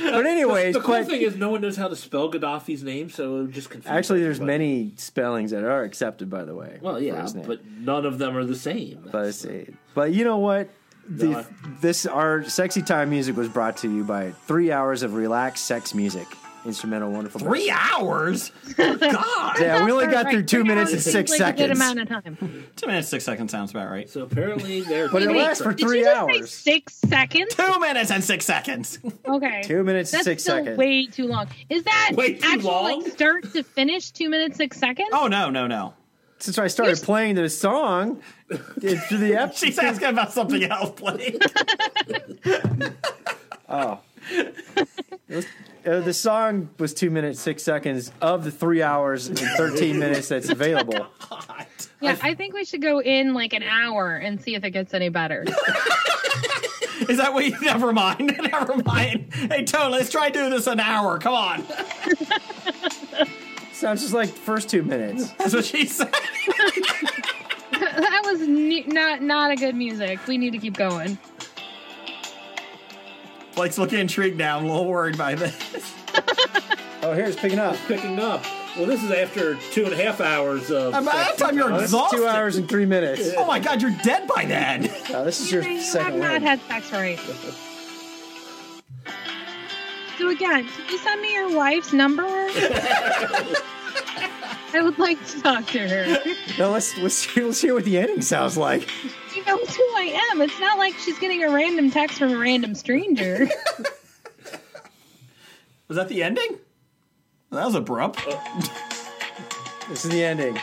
Speaker 7: But anyways,
Speaker 6: the cool
Speaker 7: quite-
Speaker 6: thing is, no one knows how to spell Gaddafi's name, so it would just confuse.
Speaker 7: Actually, there's
Speaker 6: everybody.
Speaker 7: many spellings that are accepted, by the way.
Speaker 6: Well,
Speaker 7: for
Speaker 6: yeah,
Speaker 7: his name.
Speaker 6: but none of them are the same.
Speaker 7: but, let's see. but you know what? The,
Speaker 6: No, I-
Speaker 7: This our sexy time music was brought to you by three hours of relaxed sex music. instrumental, wonderful.
Speaker 5: Three hours? God.
Speaker 7: Yeah, we only
Speaker 8: That's
Speaker 7: got
Speaker 8: right.
Speaker 7: through two
Speaker 8: Three
Speaker 7: minutes and
Speaker 8: hours
Speaker 7: six
Speaker 8: seems like a
Speaker 7: seconds.
Speaker 8: Good amount of time.
Speaker 5: Two minutes, six seconds sounds about right.
Speaker 6: So apparently they're.
Speaker 7: But it
Speaker 8: Wait,
Speaker 7: lasts for
Speaker 8: did you
Speaker 7: three
Speaker 8: just say
Speaker 7: hours.
Speaker 8: six seconds.
Speaker 5: Two minutes and six seconds.
Speaker 8: Okay.
Speaker 7: Two minutes and
Speaker 8: That's
Speaker 7: six
Speaker 8: still
Speaker 7: seconds.
Speaker 8: Way too long. Is that
Speaker 6: Way too
Speaker 8: actual
Speaker 6: long?
Speaker 8: like start to finish two minutes six seconds?
Speaker 5: Oh, no, no, no.
Speaker 7: Since I started playing the song, it's through the episode.
Speaker 5: She's asking about something else, Blake.
Speaker 7: Uh, the song was two minutes six seconds of the three hours and thirteen minutes that's available.
Speaker 8: yeah, I think we should go in like an hour and see if it gets any better.
Speaker 5: Is that what you. Never mind. Never mind. Hey, Tone, let's try doing this an hour. Come on.
Speaker 7: Sounds just like the first two minutes.
Speaker 5: That's what she said.
Speaker 8: that was ne- not not a good music. We need to keep going.
Speaker 5: Blake's looking intrigued now. I'm a little worried by this.
Speaker 7: Oh, here's picking up.
Speaker 6: picking up. Well, this is after two and a half hours of.
Speaker 5: By that time, you're exhausted.
Speaker 7: Two hours and three minutes.
Speaker 5: Oh my god, you're dead by then.
Speaker 7: Oh, this is
Speaker 8: You
Speaker 7: your
Speaker 8: may- you
Speaker 7: second
Speaker 8: have
Speaker 7: one.
Speaker 8: not had sex right. So again, can you send me your wife's number? I would like to talk to her.
Speaker 7: No, let's let's hear, let's hear what the ending sounds like.
Speaker 8: She knows who I am. It's not like she's getting a random text from a random stranger.
Speaker 5: Was that the ending? That was abrupt.
Speaker 7: This is the ending.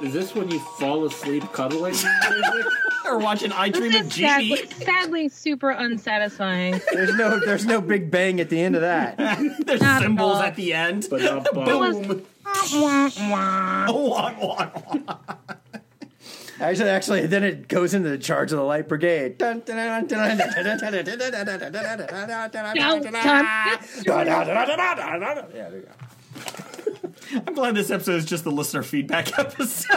Speaker 6: Is this when you fall asleep cuddling? music?
Speaker 5: Or watching I Dream of
Speaker 8: This is
Speaker 5: Genie.
Speaker 8: sadly, sadly super unsatisfying.
Speaker 7: There's no there's no big bang at the end of that.
Speaker 5: There's
Speaker 8: Not at
Speaker 5: symbols
Speaker 8: all.
Speaker 5: at the end.
Speaker 6: but not
Speaker 5: Boom.
Speaker 6: bum.
Speaker 5: Wah, wah, wah.
Speaker 7: Actually, actually, then it goes into the charge of the light brigade. Dun, dun, dun, dun, dun, dun, dun, dun, dun, dun, dun, dun, dun, dun, dun, dun, dun, dun,
Speaker 8: Now,
Speaker 7: dun,
Speaker 8: time-
Speaker 7: dun, dun, dun, dun, dun, dun, dun. Yeah, there you go.
Speaker 5: I'm glad this episode is just the listener feedback episode.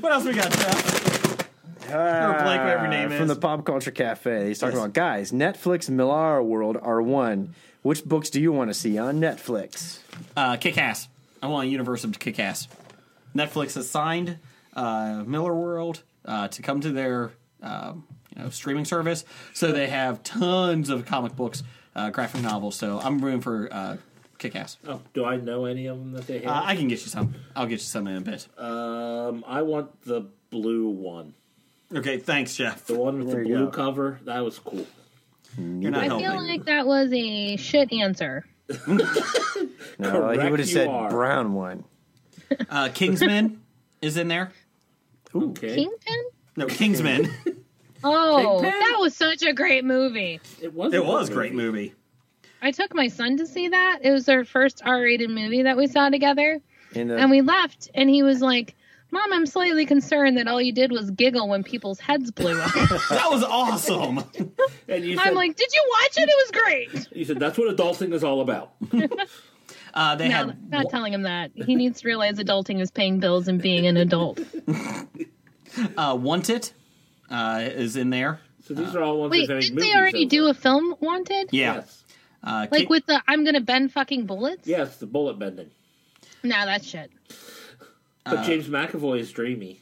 Speaker 5: what else we got, Jeff?
Speaker 7: Ah,
Speaker 5: Blake, whatever your name
Speaker 7: from
Speaker 5: is.
Speaker 7: the Pop Culture Cafe. He's talking
Speaker 5: Yes.
Speaker 7: about guys. Netflix and Millar World are one. Which books do you want to see on Netflix?
Speaker 5: Uh, kick ass. I want a universe of kick ass. Netflix has signed uh, Miller World uh, to come to their um, you know, streaming service, so they have tons of comic books, uh, graphic novels. So I'm rooting for uh, kick ass.
Speaker 6: Oh, do I know any of them that they
Speaker 5: Uh,
Speaker 6: have?
Speaker 5: I can get you some. Uh, I'll get you some in a bit.
Speaker 6: um, I want the blue one.
Speaker 5: Okay, thanks, Jeff.
Speaker 6: The one with
Speaker 7: There
Speaker 6: the
Speaker 7: you
Speaker 6: blue
Speaker 7: go.
Speaker 6: cover. That was cool.
Speaker 5: You're not
Speaker 8: I
Speaker 5: helping.
Speaker 8: feel like that was a shit answer.
Speaker 7: No, he
Speaker 6: Correct
Speaker 7: would have
Speaker 6: you
Speaker 7: said
Speaker 6: are.
Speaker 7: brown one.
Speaker 5: Uh, Kingsman is in there.
Speaker 6: okay.
Speaker 8: Kingpin?
Speaker 5: No, Kingsman.
Speaker 8: Oh,
Speaker 6: Kingpin?
Speaker 8: that was such a great movie.
Speaker 6: It was. a
Speaker 5: it was a
Speaker 6: good
Speaker 5: great movie.
Speaker 8: I took my son to see that. It was their first R-rated movie that we saw together,
Speaker 7: In the,
Speaker 8: and we left, and he was like, "Mom, I'm slightly concerned that all you did was giggle when people's heads blew up."
Speaker 5: That was awesome.
Speaker 6: And you said,
Speaker 8: I'm like, "Did you watch it? It was great."
Speaker 6: you said that's what adulting is all about.
Speaker 5: Uh, they
Speaker 8: No,
Speaker 5: had
Speaker 8: not telling him that. He needs to realize adulting is paying bills and being an adult.
Speaker 5: uh, Wanted uh, is in there.
Speaker 6: So these are all ones.
Speaker 8: Wait,
Speaker 6: that have
Speaker 8: didn't
Speaker 6: movies
Speaker 8: they already
Speaker 6: over.
Speaker 8: do a film Wanted?
Speaker 5: Yeah.
Speaker 6: Yes.
Speaker 5: Uh,
Speaker 8: Like
Speaker 5: Kick-
Speaker 8: with the "I'm gonna bend fucking bullets."
Speaker 6: Yes, the bullet bending.
Speaker 8: Nah, that's shit.
Speaker 6: But James McAvoy is dreamy.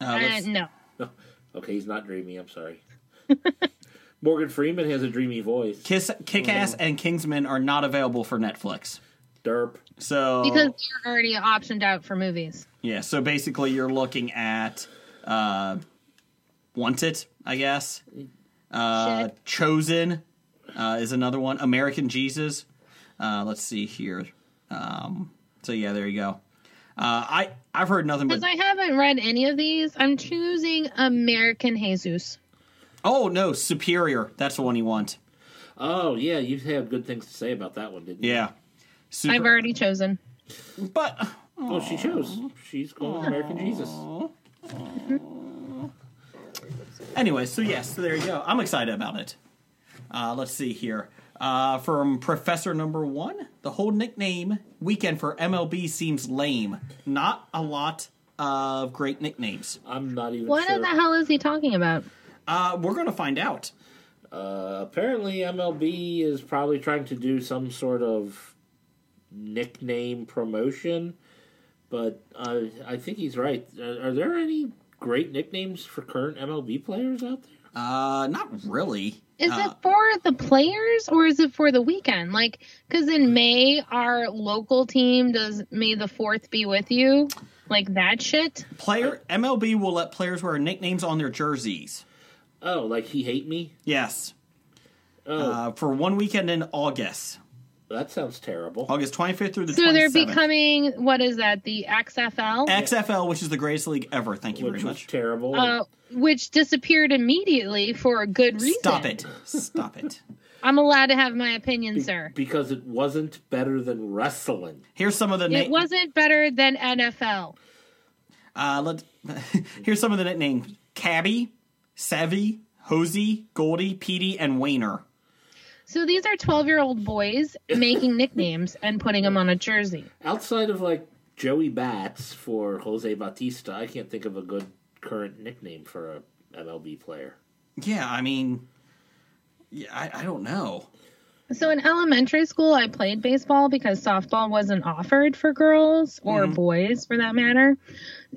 Speaker 5: uh,
Speaker 8: Uh,
Speaker 5: let's-
Speaker 8: no.
Speaker 6: Okay, he's not dreamy. I'm sorry. Morgan Freeman has a dreamy voice.
Speaker 5: Kiss, Kick Ass, and Kingsman are not available for Netflix.
Speaker 6: Derp.
Speaker 5: So
Speaker 8: because they're already optioned out for movies.
Speaker 5: yeah, so basically you're looking at uh, Wanted, I guess. Uh,
Speaker 8: Shit.
Speaker 5: Chosen uh, is another one. American Jesus. Uh, let's see here. Um, so yeah, there you go. Uh, I I've heard nothing but
Speaker 8: Because I haven't read any of these, I'm choosing American Jesus.
Speaker 5: oh no, Superior. That's the one you want.
Speaker 6: Oh yeah, you have good things to say about that one, didn't you?
Speaker 5: Yeah. Super,
Speaker 8: I've already chosen.
Speaker 5: But
Speaker 6: Oh, she chose. She's going with American Jesus.
Speaker 5: Anyway, so yes, so there you go. I'm excited about it. Uh, let's see here. Uh, from Professor Number One, the whole nickname weekend for MLB seems lame. Not a lot of great nicknames.
Speaker 6: I'm not even
Speaker 8: What
Speaker 6: sure.
Speaker 8: in the hell is he talking about?
Speaker 5: Uh, we're going to find out.
Speaker 6: Uh, apparently, MLB is probably trying to do some sort of nickname promotion, but uh, I think he's right. Are, are there any great nicknames for current MLB players out there?
Speaker 5: Uh, not really.
Speaker 8: Is it for the players or is it for the weekend? Like, because in May, our local team does May the 4th be with you. Like that shit.
Speaker 5: Player MLB will let players wear nicknames on their jerseys.
Speaker 6: Oh, like he hate me?
Speaker 5: Yes,
Speaker 6: Oh,
Speaker 5: uh, for one weekend in August,
Speaker 6: that sounds terrible.
Speaker 5: August 25th through the
Speaker 8: So
Speaker 5: 27th.
Speaker 8: they're becoming, what is that, the XFL?
Speaker 5: XFL, which is the greatest league ever. Thank you
Speaker 6: which
Speaker 5: very
Speaker 6: was
Speaker 5: much.
Speaker 6: terrible.
Speaker 8: uh, which disappeared immediately for a good reason.
Speaker 5: Stop it! Stop it!
Speaker 8: I'm allowed to have my opinion, sir.
Speaker 6: because it wasn't better than wrestling.
Speaker 5: Here's some of the na-
Speaker 8: It wasn't better than NFL.
Speaker 5: Uh, let here's some of the nicknames: Cabby, Savvy, Hosey, Goldie, Petey, and Wayner.
Speaker 8: So these are 12 year old boys making nicknames and putting them on a jersey.
Speaker 6: Outside of like Joey Bats for Jose Bautista, I can't think of a good current nickname for a MLB player.
Speaker 5: Yeah, I mean, yeah, I, I don't know.
Speaker 8: So in elementary school, I played baseball because softball wasn't offered for girls or boys for that matter.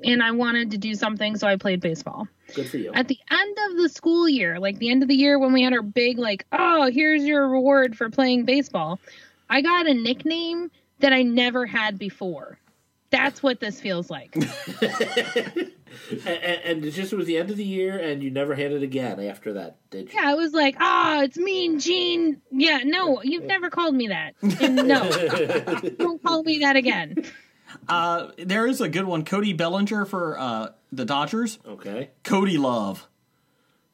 Speaker 8: And I wanted to do something, so I played baseball.
Speaker 6: Good for you.
Speaker 8: At the end of the school year, like the end of the year when we had our big, like, oh, here's your reward for playing baseball, I got a nickname that I never had before. That's what this feels like.
Speaker 6: and, and it just was the end of the year, and you never had it again after that, did you?
Speaker 8: Yeah, I was like, oh, it's Mean Gene. Yeah, no, you've never called me that. And no, don't call me that again.
Speaker 5: Uh, There is a good one: Cody Bellinger for uh, the Dodgers.
Speaker 6: Okay.
Speaker 5: Cody Love.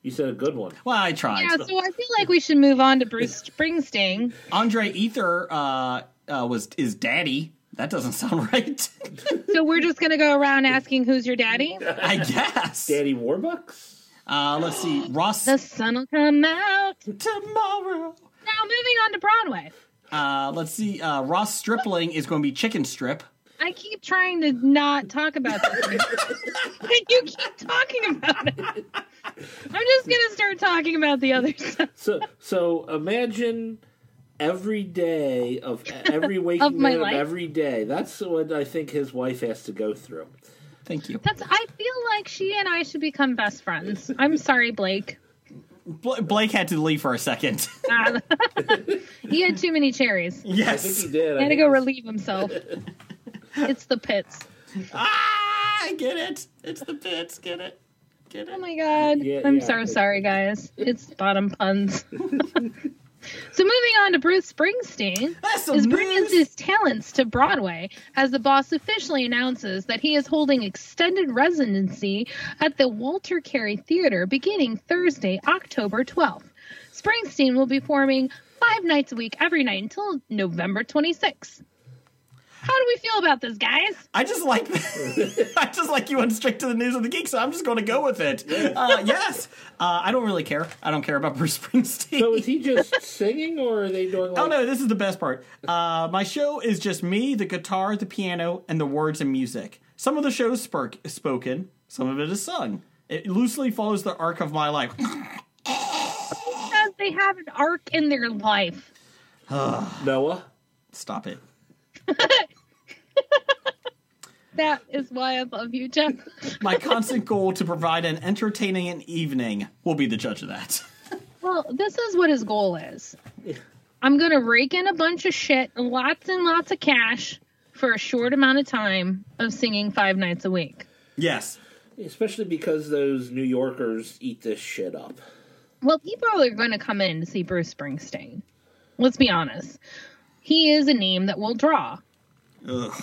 Speaker 6: You said a good one.
Speaker 5: Well, I tried.
Speaker 8: Yeah, so I feel like we should move on to Bruce Springsteen.
Speaker 5: Andre Ether uh, uh, was is daddy. That doesn't sound right.
Speaker 8: So we're just gonna go around asking who's your daddy.
Speaker 5: I guess.
Speaker 6: Daddy Warbucks?
Speaker 5: Uh, let's see. Ross
Speaker 8: The sun'll come out. Now
Speaker 5: tomorrow.
Speaker 8: moving on to Broadway.
Speaker 5: Uh, let's see. Uh, Ross Stripling is going to be Chicken Strip.
Speaker 8: I keep trying to not talk about this, but you keep talking about it. I'm just gonna start talking about the other stuff
Speaker 6: So, so imagine every day of every waking
Speaker 8: my
Speaker 6: minute
Speaker 8: life?
Speaker 6: of every day. That's what I think his wife has to go through.
Speaker 5: Thank you.
Speaker 8: That's. I feel like she and I should become best friends. I'm sorry, Blake.
Speaker 5: Bla- Blake had to leave for a second.
Speaker 8: Ah. he had too many cherries. He
Speaker 6: I think
Speaker 5: yes.
Speaker 6: he did. I
Speaker 8: had to
Speaker 6: think
Speaker 8: go
Speaker 6: it was-
Speaker 8: relieve himself. It's the pits.
Speaker 5: Ah, I get it. It's the pits. Get it. Get
Speaker 8: Oh
Speaker 5: it.
Speaker 8: my god.
Speaker 6: Yeah,
Speaker 8: I'm
Speaker 6: yeah.
Speaker 8: so sorry, guys. It's bottom puns. so moving on to Bruce Springsteen
Speaker 5: That's some
Speaker 8: is bringing
Speaker 5: news.
Speaker 8: his talents to Broadway as the boss officially announces that he is holding extended residency at the Walter Carey Theater beginning Thursday, October 12th. Springsteen will be performing five nights a week every night until November 26th. How do we feel about this, guys?
Speaker 5: I just like I just like you went straight to the news of the geek, so I'm just going to go with it. Uh, yes, uh, I don't really care. I don't care about Bruce Springsteen.
Speaker 6: So is he just singing, or are they doing? Like,
Speaker 5: oh no, this is the best part. Uh, my show is just me, the guitar, the piano, and the words and music. Some of the shows spark- spoken, some of it is sung. It loosely follows the arc of my life.
Speaker 8: Because they have an arc in their life.
Speaker 6: Noah.
Speaker 5: Stop it.
Speaker 8: That is why I love you, Jeff.
Speaker 5: My constant goal to provide an entertaining an evening will be the judge of that.
Speaker 8: Well, this is what his goal is. I'm going to rake in a bunch of shit, lots and lots of cash for a short amount of time of singing five nights a week.
Speaker 5: yes.
Speaker 6: Especially because those New Yorkers eat this shit up.
Speaker 8: Well, people are going to come in to see Bruce Springsteen. Let's be honest. He is a name that will draw.
Speaker 5: Ugh.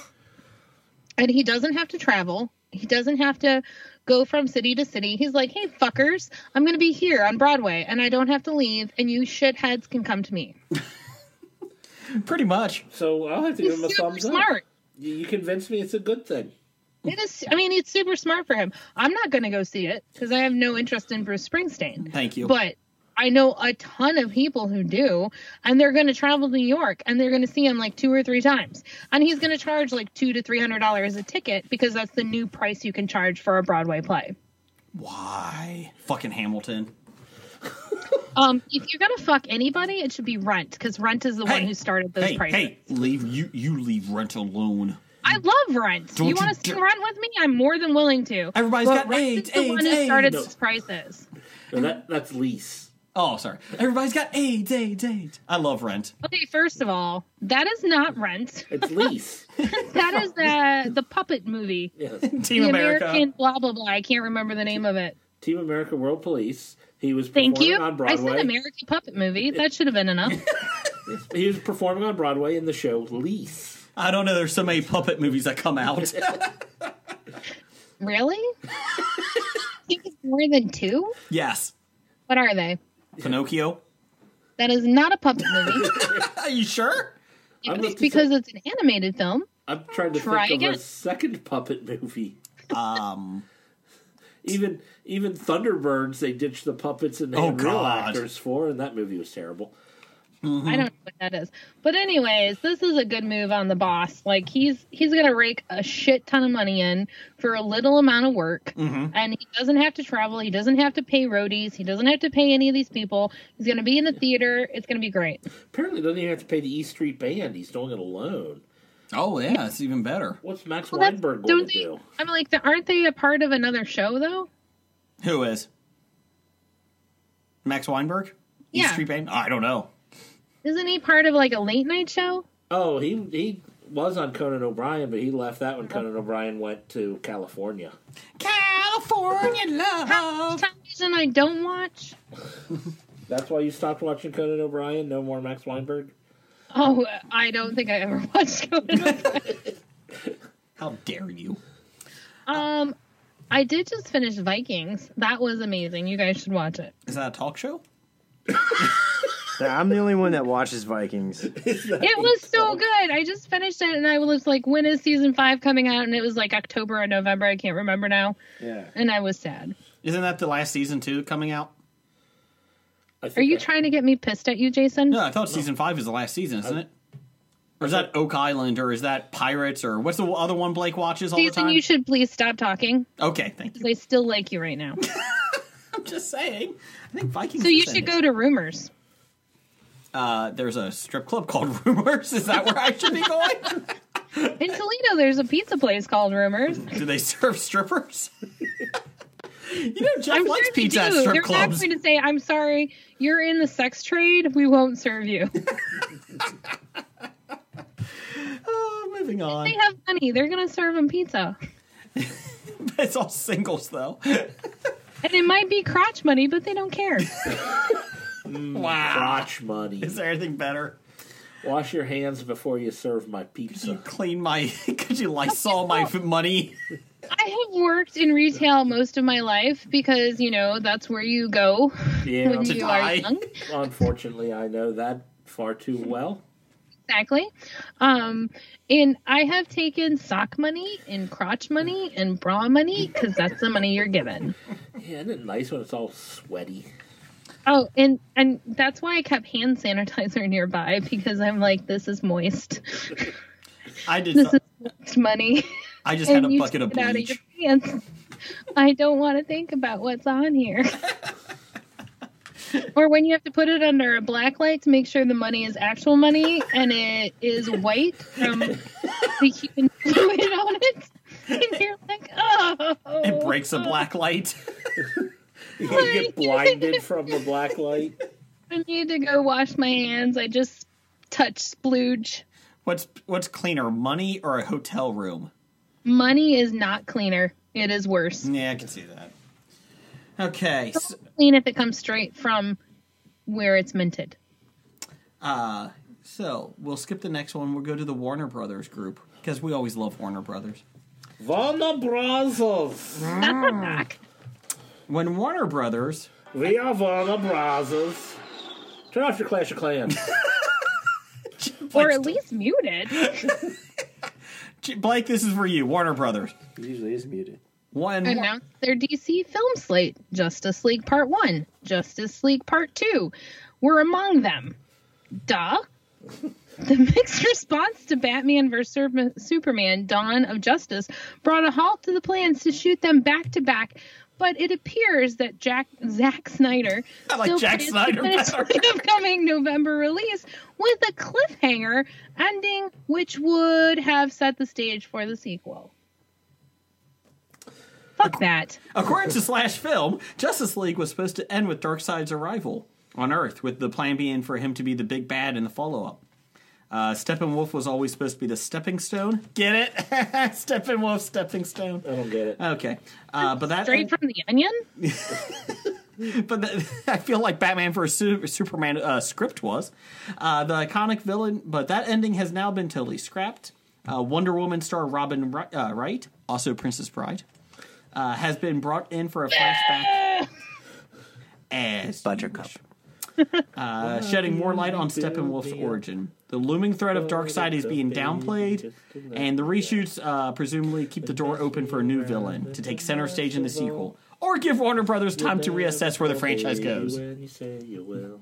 Speaker 8: and he doesn't have to travel. He doesn't have to go from city to city. He's like, "Hey fuckers, I'm going to be here on Broadway and I don't have to leave and you shitheads can come to me."
Speaker 5: Pretty much.
Speaker 6: So I'll have to give
Speaker 8: He's
Speaker 6: him a
Speaker 8: super
Speaker 6: thumbs up.
Speaker 8: smart.
Speaker 6: You you convinced me it's a good thing.
Speaker 8: It is I mean, it's super smart for him. I'm not going to go see it cuz I have no interest in Bruce Springsteen.
Speaker 5: Thank you.
Speaker 8: But I know a ton of people who do and they're going to travel to New York and they're going to see him like two or three times. And he's going to charge like 2 to 300 dollars a ticket because that's the new price you can charge for a Broadway play.
Speaker 5: Why? Fucking Hamilton.
Speaker 8: Um, if you're gonna fuck anybody, it should be Rent because Rent is the one
Speaker 5: Hey,
Speaker 8: who started those
Speaker 5: Hey,
Speaker 8: prices.
Speaker 5: hey, leave you you leave rent alone.
Speaker 8: I love Rent.
Speaker 5: Don't
Speaker 8: you want
Speaker 5: you
Speaker 8: to sing
Speaker 5: dare-
Speaker 8: Rent with me? I'm more than willing to.
Speaker 5: Everybody's
Speaker 8: But
Speaker 5: got
Speaker 8: Rent
Speaker 5: AIDS,
Speaker 8: is the one
Speaker 5: AIDS,
Speaker 8: who started
Speaker 5: AIDS.
Speaker 8: those prices.
Speaker 6: No, that, that's lease.
Speaker 5: Oh, sorry. Everybody's got AIDS, AIDS, AIDS. I love Rent.
Speaker 8: Okay, first of all, that is not Rent.
Speaker 6: It's lease.
Speaker 8: That is uh, the the puppet movie.
Speaker 6: yes.
Speaker 5: Team
Speaker 8: the
Speaker 5: America.
Speaker 8: American blah blah blah. I can't remember the name of it.
Speaker 6: Team America World Police. He was performing
Speaker 8: Thank you.
Speaker 6: on
Speaker 8: I
Speaker 6: Broadway.
Speaker 8: said American puppet movie. That should have been enough.
Speaker 6: He was performing on Broadway in the show Lease.
Speaker 5: I don't know. There's so many puppet movies that come out.
Speaker 8: really? think it's more than two?
Speaker 5: yes.
Speaker 8: What are they?
Speaker 5: Pinocchio.
Speaker 8: That is not a puppet movie.
Speaker 5: Are you sure?
Speaker 6: I'm
Speaker 8: it's
Speaker 6: looking
Speaker 8: because
Speaker 6: for-
Speaker 8: it's an animated film.
Speaker 6: I'm trying to
Speaker 8: Try
Speaker 6: think of a
Speaker 8: again.
Speaker 6: second puppet movie. Um, even even Thunderbirds, they ditched the puppets and they
Speaker 5: Oh,
Speaker 6: had real
Speaker 5: God.
Speaker 6: actors for, and that movie was terrible.
Speaker 8: I don't know what that is. But anyways, this is a good move on the boss. Like he's he's gonna rake a shit ton of money in for a little amount of work,
Speaker 5: Mm-hmm.
Speaker 8: and he doesn't have to travel. He doesn't have to pay roadies. He doesn't have to pay any of these people. He's gonna be in a theater. It's gonna be great.
Speaker 6: Apparently, doesn't even have to pay the E Street Band. He's doing it alone.
Speaker 5: Oh, yeah. It's even better.
Speaker 6: What's Max
Speaker 8: Well, that's-
Speaker 6: Weinberg going to
Speaker 8: they,
Speaker 6: do?
Speaker 8: I'm like, the- aren't they a part of another show though?
Speaker 5: Who is? Max Weinberg? East
Speaker 8: Yeah.
Speaker 5: Street Band? I don't know.
Speaker 8: Isn't he part of like a late night show?
Speaker 6: Oh, he he was on Conan O'Brien, but he left that when Conan O'Brien went to California.
Speaker 4: California love.
Speaker 8: Television I don't watch.
Speaker 6: That's why you stopped watching Conan O'Brien. No more Max Weinberg.
Speaker 8: Oh, I don't think I ever watched Conan.
Speaker 5: How dare you?
Speaker 8: Um, I did just finish Vikings. That was amazing. You guys should watch it.
Speaker 5: Is that a talk show?
Speaker 7: Now, I'm the only one that watches Vikings.
Speaker 8: It was so good. I just finished it and I was like, when is season five coming out? And it was like October or November. I can't remember now.
Speaker 7: Yeah.
Speaker 8: And I was sad.
Speaker 5: Isn't that the last season two coming out?
Speaker 6: I
Speaker 8: Are
Speaker 6: think
Speaker 8: you
Speaker 6: I-
Speaker 8: trying to get me pissed at you, Jason?
Speaker 5: No, I thought season five is the last season, isn't it? Or is that Oak Island, or is that Pirates, or what's the other one Blake watches all the
Speaker 8: Jason,
Speaker 5: time?
Speaker 8: you should please stop talking.
Speaker 5: okay, thank you.
Speaker 8: 'cause I still like you right now.
Speaker 5: I'm just saying. I think Vikings.
Speaker 8: So you
Speaker 5: is in
Speaker 8: should
Speaker 5: it.
Speaker 8: go to rumors.
Speaker 5: Uh, there's a strip club called Rumors. Is that where I should be going?
Speaker 8: In Toledo, there's a pizza place called Rumors.
Speaker 5: do they serve strippers? you know, Jeff
Speaker 8: I'm sure
Speaker 5: likes
Speaker 8: they
Speaker 5: pizza at
Speaker 8: do.
Speaker 5: strip
Speaker 8: They're not
Speaker 5: clubs.
Speaker 8: going to say, "I'm sorry, you're in the sex trade. We won't serve you."
Speaker 5: Oh, moving on.
Speaker 8: they have money. They're going to serve them pizza.
Speaker 5: It's all singles though.
Speaker 8: And it might be crotch money, but they don't care.
Speaker 5: Wow.
Speaker 6: Crotch money.
Speaker 5: Is there anything better?
Speaker 6: Wash your hands before you serve my
Speaker 5: You
Speaker 6: pizza.
Speaker 5: clean my. Could you Lysol my f- money?
Speaker 8: I have worked in retail most of my life because, you know, that's where you go
Speaker 6: Yeah,
Speaker 8: when you
Speaker 5: die.
Speaker 8: are young.
Speaker 6: unfortunately, I know that far too well.
Speaker 8: Exactly. Um, and I have taken sock money and crotch money and bra money because that's the money you're given.
Speaker 6: Yeah, isn't it nice when it's all sweaty?
Speaker 8: Oh, and and that's why I kept hand sanitizer nearby because I'm like, this is moist.
Speaker 5: I did.
Speaker 8: This
Speaker 5: so-
Speaker 8: is moist money.
Speaker 5: I just had
Speaker 8: and
Speaker 5: a
Speaker 8: you
Speaker 5: bucket of
Speaker 8: take it out of your
Speaker 5: bleach.
Speaker 8: pants. I don't want to think about what's on here. or when you have to put it under a black light to make sure the money is actual money and it is white from the human fluid on it. And you're like, oh.
Speaker 5: It breaks a black light.
Speaker 6: You get blinded from the black light.
Speaker 8: I need to go wash my hands. I just touched splooge.
Speaker 5: What's what's cleaner, money or a hotel room?
Speaker 8: Money is not cleaner. It is worse.
Speaker 5: Yeah, I can see that. Okay, s-
Speaker 8: Clean if it comes straight from where it's minted.
Speaker 5: so we'll skip the next one. We'll go to the Warner Brothers group because we always love Warner Brothers.
Speaker 6: Warner Brazos.
Speaker 8: That's a knock.
Speaker 5: When Warner Brothers,
Speaker 6: We are Warner Brazos. Turn off your Clash of Clans.
Speaker 8: or at least muted.
Speaker 5: J- Blake, this is for you, Warner Brothers.
Speaker 7: Usually is muted.
Speaker 5: When
Speaker 8: Announced their DC film slate Justice League Part 1, Justice League Part 2 were among them. Duh. The mixed response to Batman vs. Sur- Superman Dawn of Justice brought a halt to the plans to shoot them back to back, but it appears that Jack Zack Snyder
Speaker 5: I like
Speaker 8: still
Speaker 5: Jack
Speaker 8: plans to
Speaker 5: Snyder
Speaker 8: finish
Speaker 5: better.
Speaker 8: the upcoming November release with a cliffhanger ending, which would have set the stage for the sequel. Fuck that.
Speaker 5: According to Slash Film, Justice League was supposed to end with Darkseid's arrival on Earth, with the plan being for him to be the big bad in the follow up. Uh, Steppenwolf was always supposed to be the stepping stone. Get it? Steppenwolf, stepping stone.
Speaker 6: I don't get it.
Speaker 5: Okay, uh, but that
Speaker 8: Straight from the onion?
Speaker 5: but the, I feel like Batman vs Su- Superman uh, script was uh, the iconic villain. But that ending has now been totally scrapped. Uh, Wonder Woman star Robin Wri- uh, Wright, also Princess Bride, uh, has been brought in for a flashback as
Speaker 7: Buttercup.
Speaker 5: uh, shedding more light on Steppenwolf's origin. The looming threat of Darkseid is being downplayed, and the reshoots uh, presumably keep the door open for a new villain to take center stage in the sequel, or give Warner Brothers time to reassess where the franchise goes.
Speaker 6: When you say you will.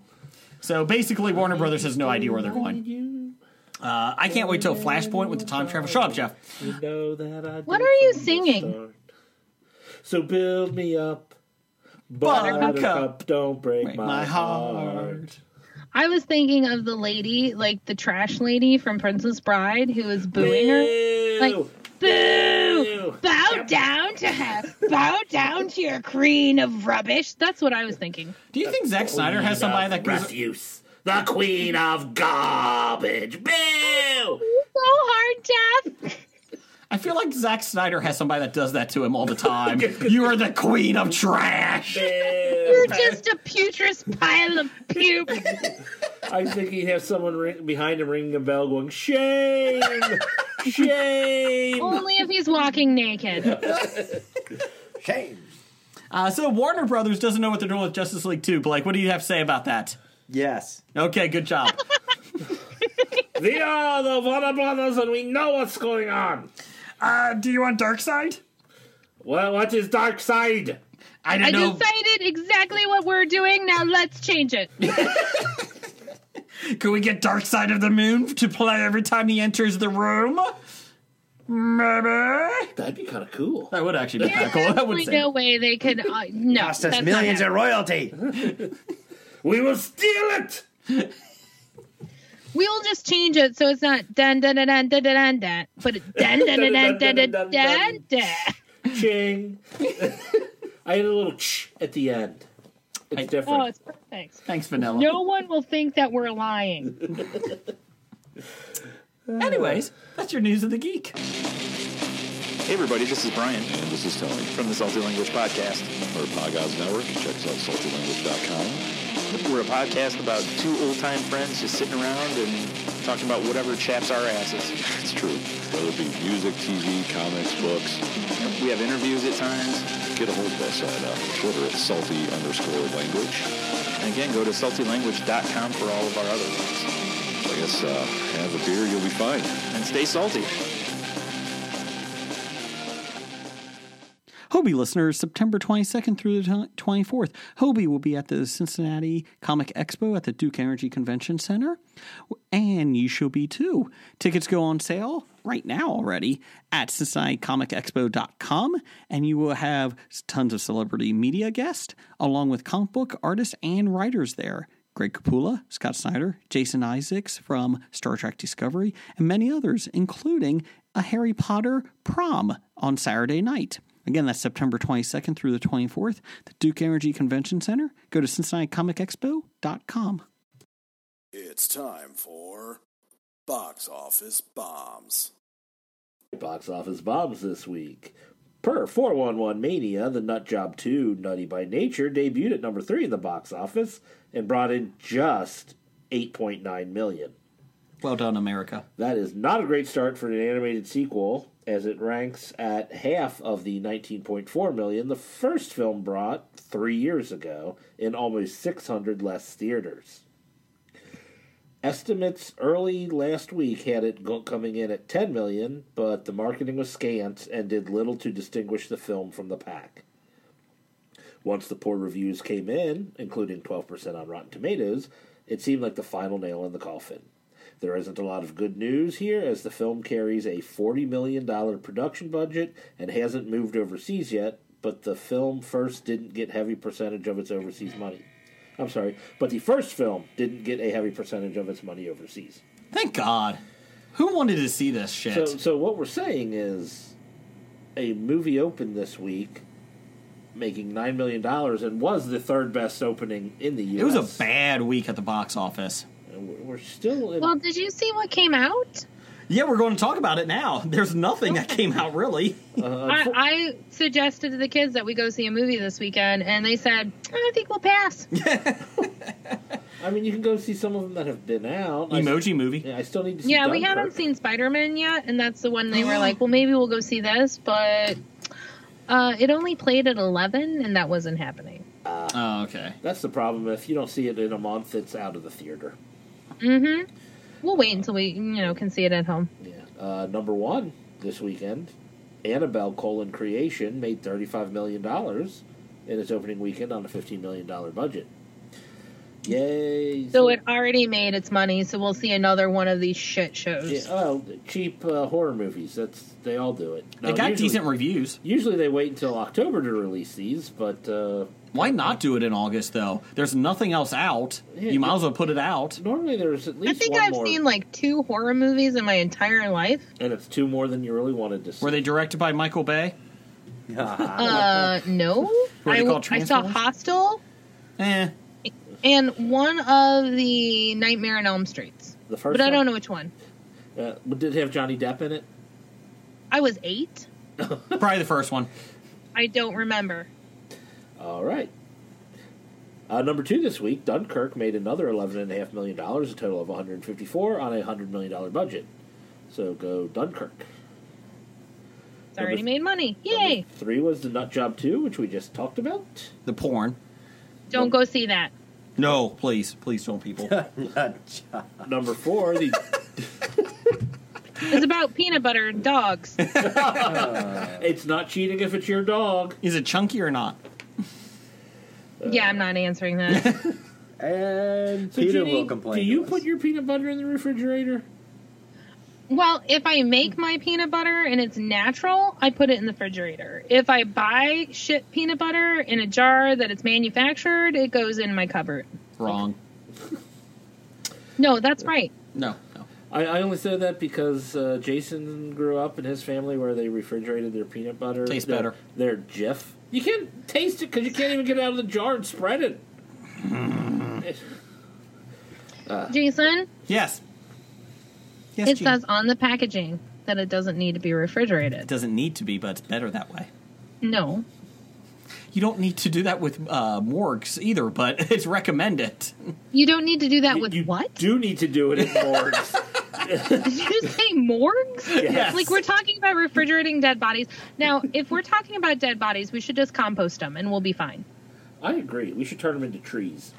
Speaker 5: So basically, Warner Brothers has no idea where they're going. Uh, I can't wait till Flashpoint with the time travel. Shut up, Jeff.
Speaker 6: You know that I
Speaker 8: What
Speaker 6: did
Speaker 8: are you
Speaker 6: from the
Speaker 8: singing?
Speaker 6: start. So build me up. Buttercup, don't break, my, heart.
Speaker 8: I was thinking of the lady, like the trash lady from Princess Bride, who was booing her. Like,
Speaker 6: Ew.
Speaker 8: boo! Bow down to her! Bow down to your queen of rubbish! That's what I was thinking.
Speaker 5: Do you think Zack Snyder has somebody that goes?
Speaker 6: refuse. The queen of garbage. Boo!
Speaker 8: So hard, Jeff!
Speaker 5: I feel like Zack Snyder has somebody that does that to him all the time. you are the queen of trash.
Speaker 6: Boo!
Speaker 8: You're just a putrid pile of puke!
Speaker 6: I think he'd have someone ring, behind him ringing a bell going, Shame! Shame!
Speaker 8: Only if he's walking naked.
Speaker 2: Shame.
Speaker 5: Uh, so Warner Brothers doesn't know what they're doing with Justice League 2. Blake, what do you have to say about that?
Speaker 7: Yes.
Speaker 5: Okay, good job.
Speaker 6: they are the Warner Brothers and we know what's going on.
Speaker 5: uh, do you want Darkseid?
Speaker 6: Well, what is Dark Side?
Speaker 5: I don't
Speaker 8: I
Speaker 5: know.
Speaker 8: decided exactly what we're doing, now let's change it.
Speaker 5: Can we get Dark Side of the Moon to play every time he enters the room? Maybe.
Speaker 6: That'd be kind of cool.
Speaker 5: That would actually be kind of cool. That would
Speaker 8: There's
Speaker 5: say.
Speaker 8: no way they could. Uh, no.
Speaker 7: Cost us
Speaker 8: that's
Speaker 7: millions
Speaker 8: not
Speaker 7: in royalty.
Speaker 6: We will steal it!
Speaker 8: happening. We will just change it so it's not dun dun dun dun dun dun dun dun, but it dun dun dun dun dun dun dun dun. dun.
Speaker 6: Ching! I had a little ch at the end. It's different.
Speaker 8: Oh, it's perfect.
Speaker 5: Thanks, Vanilla.
Speaker 8: No one will think that we're lying.
Speaker 5: Anyways, that's your news of the geek.
Speaker 9: Hey everybody, this is Brian. This is Tony from the Salty Language Podcast. We're a Podcast Network. Check us out saltylanguage.com. We're a podcast about two old-time friends just sitting around and talking about whatever chaps our asses. It's true.
Speaker 1: Whether it be music, TV, comics, books,
Speaker 9: We have interviews at times.
Speaker 1: get a hold of us at uh, Twitter at salty underscore language.
Speaker 9: And again, go to saltylanguage.com for all of our other ones.
Speaker 1: I guess uh, have a beer, you'll be fine.
Speaker 9: And stay salty.
Speaker 5: Hobie listeners, September 22nd through the tw- 24th, Hobie will be at the Cincinnati Comic Expo at the Duke Energy Convention Center, and you shall be too. Tickets go on sale right now already at CincinnatiComicExpo.com, and you will have tons of celebrity media guests, along with comic book artists and writers there. Greg Capula, Scott Snyder, Jason Isaacs from Star Trek Discovery, and many others, including a Harry Potter prom on Saturday night. Again, that's September 22nd through the 24th, the Duke Energy Convention Center. Go to CincinnatiComicExpo.com.
Speaker 10: It's time for box office bombs.
Speaker 6: Box office bombs this week. Per 411 Mania, The Nut Job 2 Nutty by Nature debuted at number 3 in the box office and brought in just 8.9 million.
Speaker 5: Well done, America.
Speaker 6: That is not a great start for an animated sequel as it ranks at half of the 19.4 million the first film brought 3 years ago in almost 600 less theaters. Estimates early last week had it go- coming in at 10 million, but the marketing was scant and did little to distinguish the film from the pack. Once the poor reviews came in, including 12% on Rotten Tomatoes, it seemed like the final nail in the coffin. There isn't a lot of good news here, as the film carries a $40 million production budget and hasn't moved overseas yet, but the film first didn't get heavy percentage of its overseas money. I'm sorry, but the first film didn't get a heavy percentage of its money overseas.
Speaker 5: Thank God. Who wanted to see this shit?
Speaker 6: So, so what we're saying is, a movie opened this week making $9 million and was the third best opening in the U.S.
Speaker 5: It was a bad week at the box office.
Speaker 6: And we're- We're still in.
Speaker 8: Well, did you see what came out?
Speaker 5: Yeah, we're going to talk about it now. There's nothing that came out really.
Speaker 6: Uh,
Speaker 8: I, I suggested to the kids that we go see a movie this weekend, and they said, "I think we'll pass."
Speaker 6: I mean, you can go see some of them that have been out. I-
Speaker 5: Emoji movie.
Speaker 6: yeah, I still need to see
Speaker 8: Yeah, we
Speaker 6: Dunkirk.
Speaker 8: haven't seen Spider Man yet, and that's the one they
Speaker 6: Oh.
Speaker 8: were like, well, maybe we'll go see this, but uh, it only played at 11, and that wasn't happening.
Speaker 5: Oh, okay.
Speaker 6: That's the problem. If you don't see it in a month, it's out of the theater.
Speaker 8: We'll wait until we, you know, can see it at home.
Speaker 6: Yeah. Uh, number one this weekend, Annabelle colon creation made $35 million in its opening weekend on a $15 million budget. Yay.
Speaker 8: So it already made its money, so we'll see another one of these shit shows.
Speaker 6: Yeah, oh, cheap uh, horror movies. That's They all do it. No,
Speaker 5: it got
Speaker 6: usually-
Speaker 5: decent reviews.
Speaker 6: Usually they wait until October to release these, but uh,
Speaker 5: Why not do it in August though? There's nothing else out.
Speaker 6: Yeah,
Speaker 5: you might
Speaker 6: yeah.
Speaker 5: as well put it out.
Speaker 6: normally there's at
Speaker 8: I
Speaker 6: least
Speaker 8: think
Speaker 6: one
Speaker 8: I've
Speaker 6: more.
Speaker 8: seen like two horror movies in my entire life.
Speaker 6: and it's two more than you really wanted to see.
Speaker 5: Were they directed by Michael Bay?
Speaker 8: Uh, no.
Speaker 5: Were they
Speaker 8: I,
Speaker 5: called
Speaker 8: I saw
Speaker 5: Transformers?
Speaker 8: Hostel
Speaker 5: Eh.
Speaker 8: and one of the Nightmare on Elm Streets,
Speaker 6: the first
Speaker 8: but I
Speaker 6: one?
Speaker 8: don't know which one.
Speaker 6: Uh, but did it have Johnny Depp in it?
Speaker 8: I was eight.
Speaker 5: Probably the first one.
Speaker 8: I don't remember.
Speaker 6: All right. Uh, number two this week, Dunkirk made another eleven and a half million dollars, a total of one hundred fifty-four on a hundred million dollar budget. So go Dunkirk.
Speaker 8: It's already
Speaker 6: Number-
Speaker 8: made money. Yay!
Speaker 6: Three was the Nut Job Two, which we just talked about.
Speaker 5: The porn.
Speaker 8: Don't go see that.
Speaker 5: No, please, please don't, people.
Speaker 6: Number four, the
Speaker 8: It's about peanut butter and dogs.
Speaker 6: Uh. It's not cheating if it's your dog.
Speaker 5: Is it chunky or not?
Speaker 8: yeah, I'm not answering that.
Speaker 7: And Peter
Speaker 6: Jenny,
Speaker 7: will complain.
Speaker 6: Do
Speaker 7: to
Speaker 6: you
Speaker 7: us.
Speaker 6: put your peanut butter in the refrigerator?
Speaker 8: well, if I make my peanut butter and it's natural, I put it in the refrigerator. If I buy shit peanut butter in a jar that it's manufactured, it goes in my cupboard.
Speaker 5: Wrong.
Speaker 8: No,
Speaker 6: Uh,
Speaker 8: that's right.
Speaker 5: No, no.
Speaker 6: I, I only said that because uh, Jason grew up in his family where they refrigerated their peanut butter.
Speaker 5: Tastes
Speaker 6: their,
Speaker 5: better.
Speaker 6: Their Jif. You can't taste it because you can't even get it out of the jar and spread it.
Speaker 8: Oh,
Speaker 6: uh,
Speaker 8: Jason,
Speaker 5: Yes. Yes,
Speaker 8: it
Speaker 5: Gene.
Speaker 8: says on the packaging that it doesn't need to be
Speaker 5: It
Speaker 8: refrigerated.
Speaker 5: doesn't need to be, but it's better that way.
Speaker 8: No.
Speaker 5: You don't need to do that with uh, morgues either, but it's recommended.
Speaker 8: You don't need to do that with
Speaker 6: you
Speaker 8: what?
Speaker 6: do need to do it in morgues.
Speaker 8: Did you just say morgues?
Speaker 5: Yes.
Speaker 8: Like we're talking about refrigerating dead bodies. Now, if we're talking about dead bodies, we should just compost them and we'll be fine.
Speaker 6: I agree. We should turn them into trees.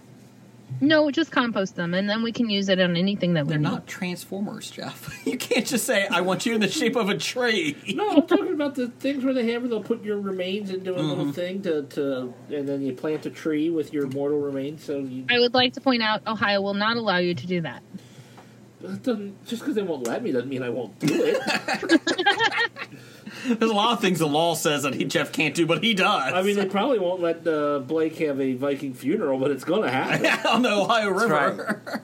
Speaker 8: No, just compost them and then we can use it on anything that we
Speaker 5: They're
Speaker 8: need.
Speaker 5: not transformers, Jeff. You can't just say, I want you in the shape of a tree.
Speaker 6: No, I'm talking about the things where they have they'll put your remains into a
Speaker 5: Mm-hmm.
Speaker 6: little thing to, to, and then you plant a tree with your mortal remains. So you
Speaker 8: I would like to point out Ohio will not allow you to do that.
Speaker 6: it doesn't, just because they won't let me doesn't mean I won't do it.
Speaker 5: There's a lot of things the law says that he, Jeff can't do, but he does.
Speaker 6: I mean, they probably won't let uh, Blake have a Viking funeral, but it's going to happen.
Speaker 5: on the Ohio River.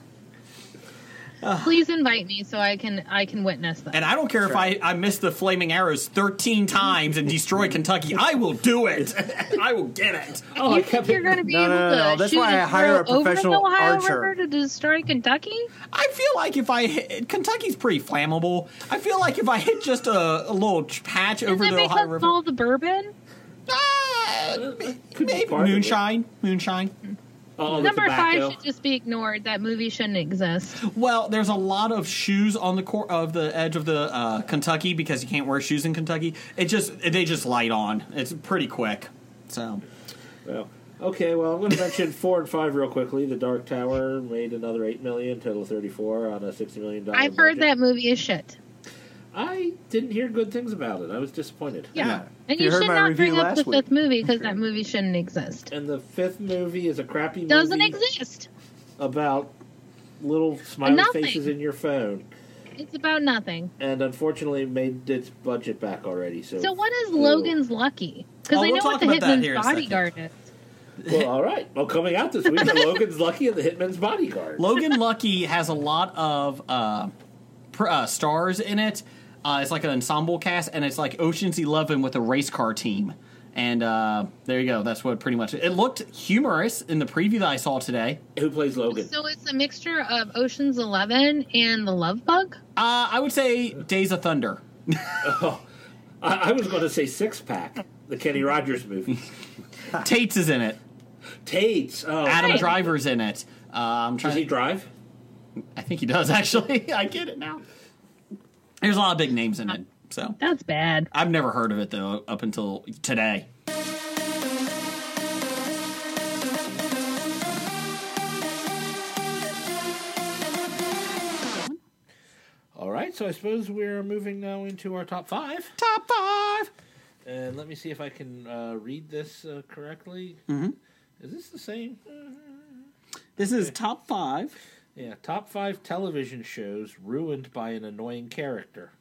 Speaker 8: Please invite me so I can I can witness that.
Speaker 5: And I don't care if I, I miss the flaming arrows 13 times and destroy Kentucky. I will do it. I will get it.
Speaker 6: Oh,
Speaker 8: you
Speaker 6: I
Speaker 8: think
Speaker 6: kept
Speaker 8: you're
Speaker 6: it.
Speaker 8: going to be
Speaker 7: No,
Speaker 8: able
Speaker 7: no, no,
Speaker 8: to
Speaker 7: no. That's
Speaker 8: shoot
Speaker 7: why I
Speaker 8: an
Speaker 7: hire
Speaker 8: arrow
Speaker 7: a
Speaker 8: over
Speaker 7: professional
Speaker 8: the Ohio
Speaker 7: archer.
Speaker 8: River to destroy Kentucky?
Speaker 5: I feel like if I hit, Kentucky's pretty flammable. I feel like if I hit just a, a little ch- patch over
Speaker 8: Does it
Speaker 5: the
Speaker 8: make
Speaker 5: Ohio
Speaker 8: us
Speaker 5: River,
Speaker 8: all the bourbon?
Speaker 5: Ah,
Speaker 6: Could be
Speaker 5: maybe
Speaker 6: part of it.
Speaker 5: moonshine, moonshine.
Speaker 6: Oh, the
Speaker 8: Number
Speaker 6: tobacco.
Speaker 8: five should just be ignored. That movie shouldn't exist.
Speaker 5: Well, there's a lot of shoes on the cor- of the edge of the uh, Kentucky because you can't wear shoes in Kentucky. It just they just light on. It's pretty quick. So
Speaker 6: Well, okay, well, I'm going to mention four and five real quickly. The Dark Tower made another eight million, total of thirty-four on a sixty million dollar.
Speaker 8: I've heard that movie is shit.
Speaker 6: I didn't hear good things about it. I was disappointed.
Speaker 8: Yeah. And
Speaker 7: You
Speaker 8: you,
Speaker 7: heard
Speaker 8: should
Speaker 7: my
Speaker 8: not
Speaker 7: review
Speaker 8: bring up
Speaker 7: last
Speaker 8: the
Speaker 7: week.
Speaker 8: fifth movie because that movie shouldn't exist.
Speaker 6: And the fifth movie is a crappy movie
Speaker 8: Doesn't exist.
Speaker 6: about little smiley
Speaker 8: Nothing.
Speaker 6: faces in your phone,
Speaker 8: It's about nothing.
Speaker 6: and unfortunately made its budget back already. So,
Speaker 8: So what is Logan's Lucky? Because
Speaker 5: Oh,
Speaker 8: I
Speaker 5: we'll
Speaker 8: know
Speaker 5: talk
Speaker 8: what the
Speaker 5: about that here in
Speaker 8: Hitman's
Speaker 5: a second.
Speaker 8: Bodyguard is.
Speaker 6: Well, all right. Well, coming out this week, Logan's Lucky and the Hitman's Bodyguard.
Speaker 5: Logan Lucky has a lot of uh, pr- uh, stars in it. Uh, it's like an ensemble cast, and it's like Ocean's Eleven with a race car team. And uh, there you go. That's what pretty much. It looked humorous in the preview that I saw today.
Speaker 6: Who plays Logan?
Speaker 8: So it's a mixture of Ocean's Eleven and The Love Bug.
Speaker 5: Uh, I would say Days of Thunder.
Speaker 6: I, I was going to say Six Pack, the Kenny Rogers movie.
Speaker 5: Tates is in it.
Speaker 6: Tate's. Oh,
Speaker 5: Adam
Speaker 8: Hey.
Speaker 5: Driver's in it. Uh, I'm
Speaker 6: does
Speaker 5: trying.
Speaker 6: he drive?
Speaker 5: I think he does actually. I get it now. There's a lot of big names in it. So
Speaker 8: That's bad.
Speaker 5: I've never heard of it though up until today.
Speaker 6: All right, so I suppose we're moving now into our top five.
Speaker 5: Top five.
Speaker 6: And let me see if I can uh, read this uh, correctly.
Speaker 5: Mm-hmm.
Speaker 6: Is this the same?
Speaker 5: This is top five.
Speaker 6: Yeah, top five television shows ruined by an annoying character.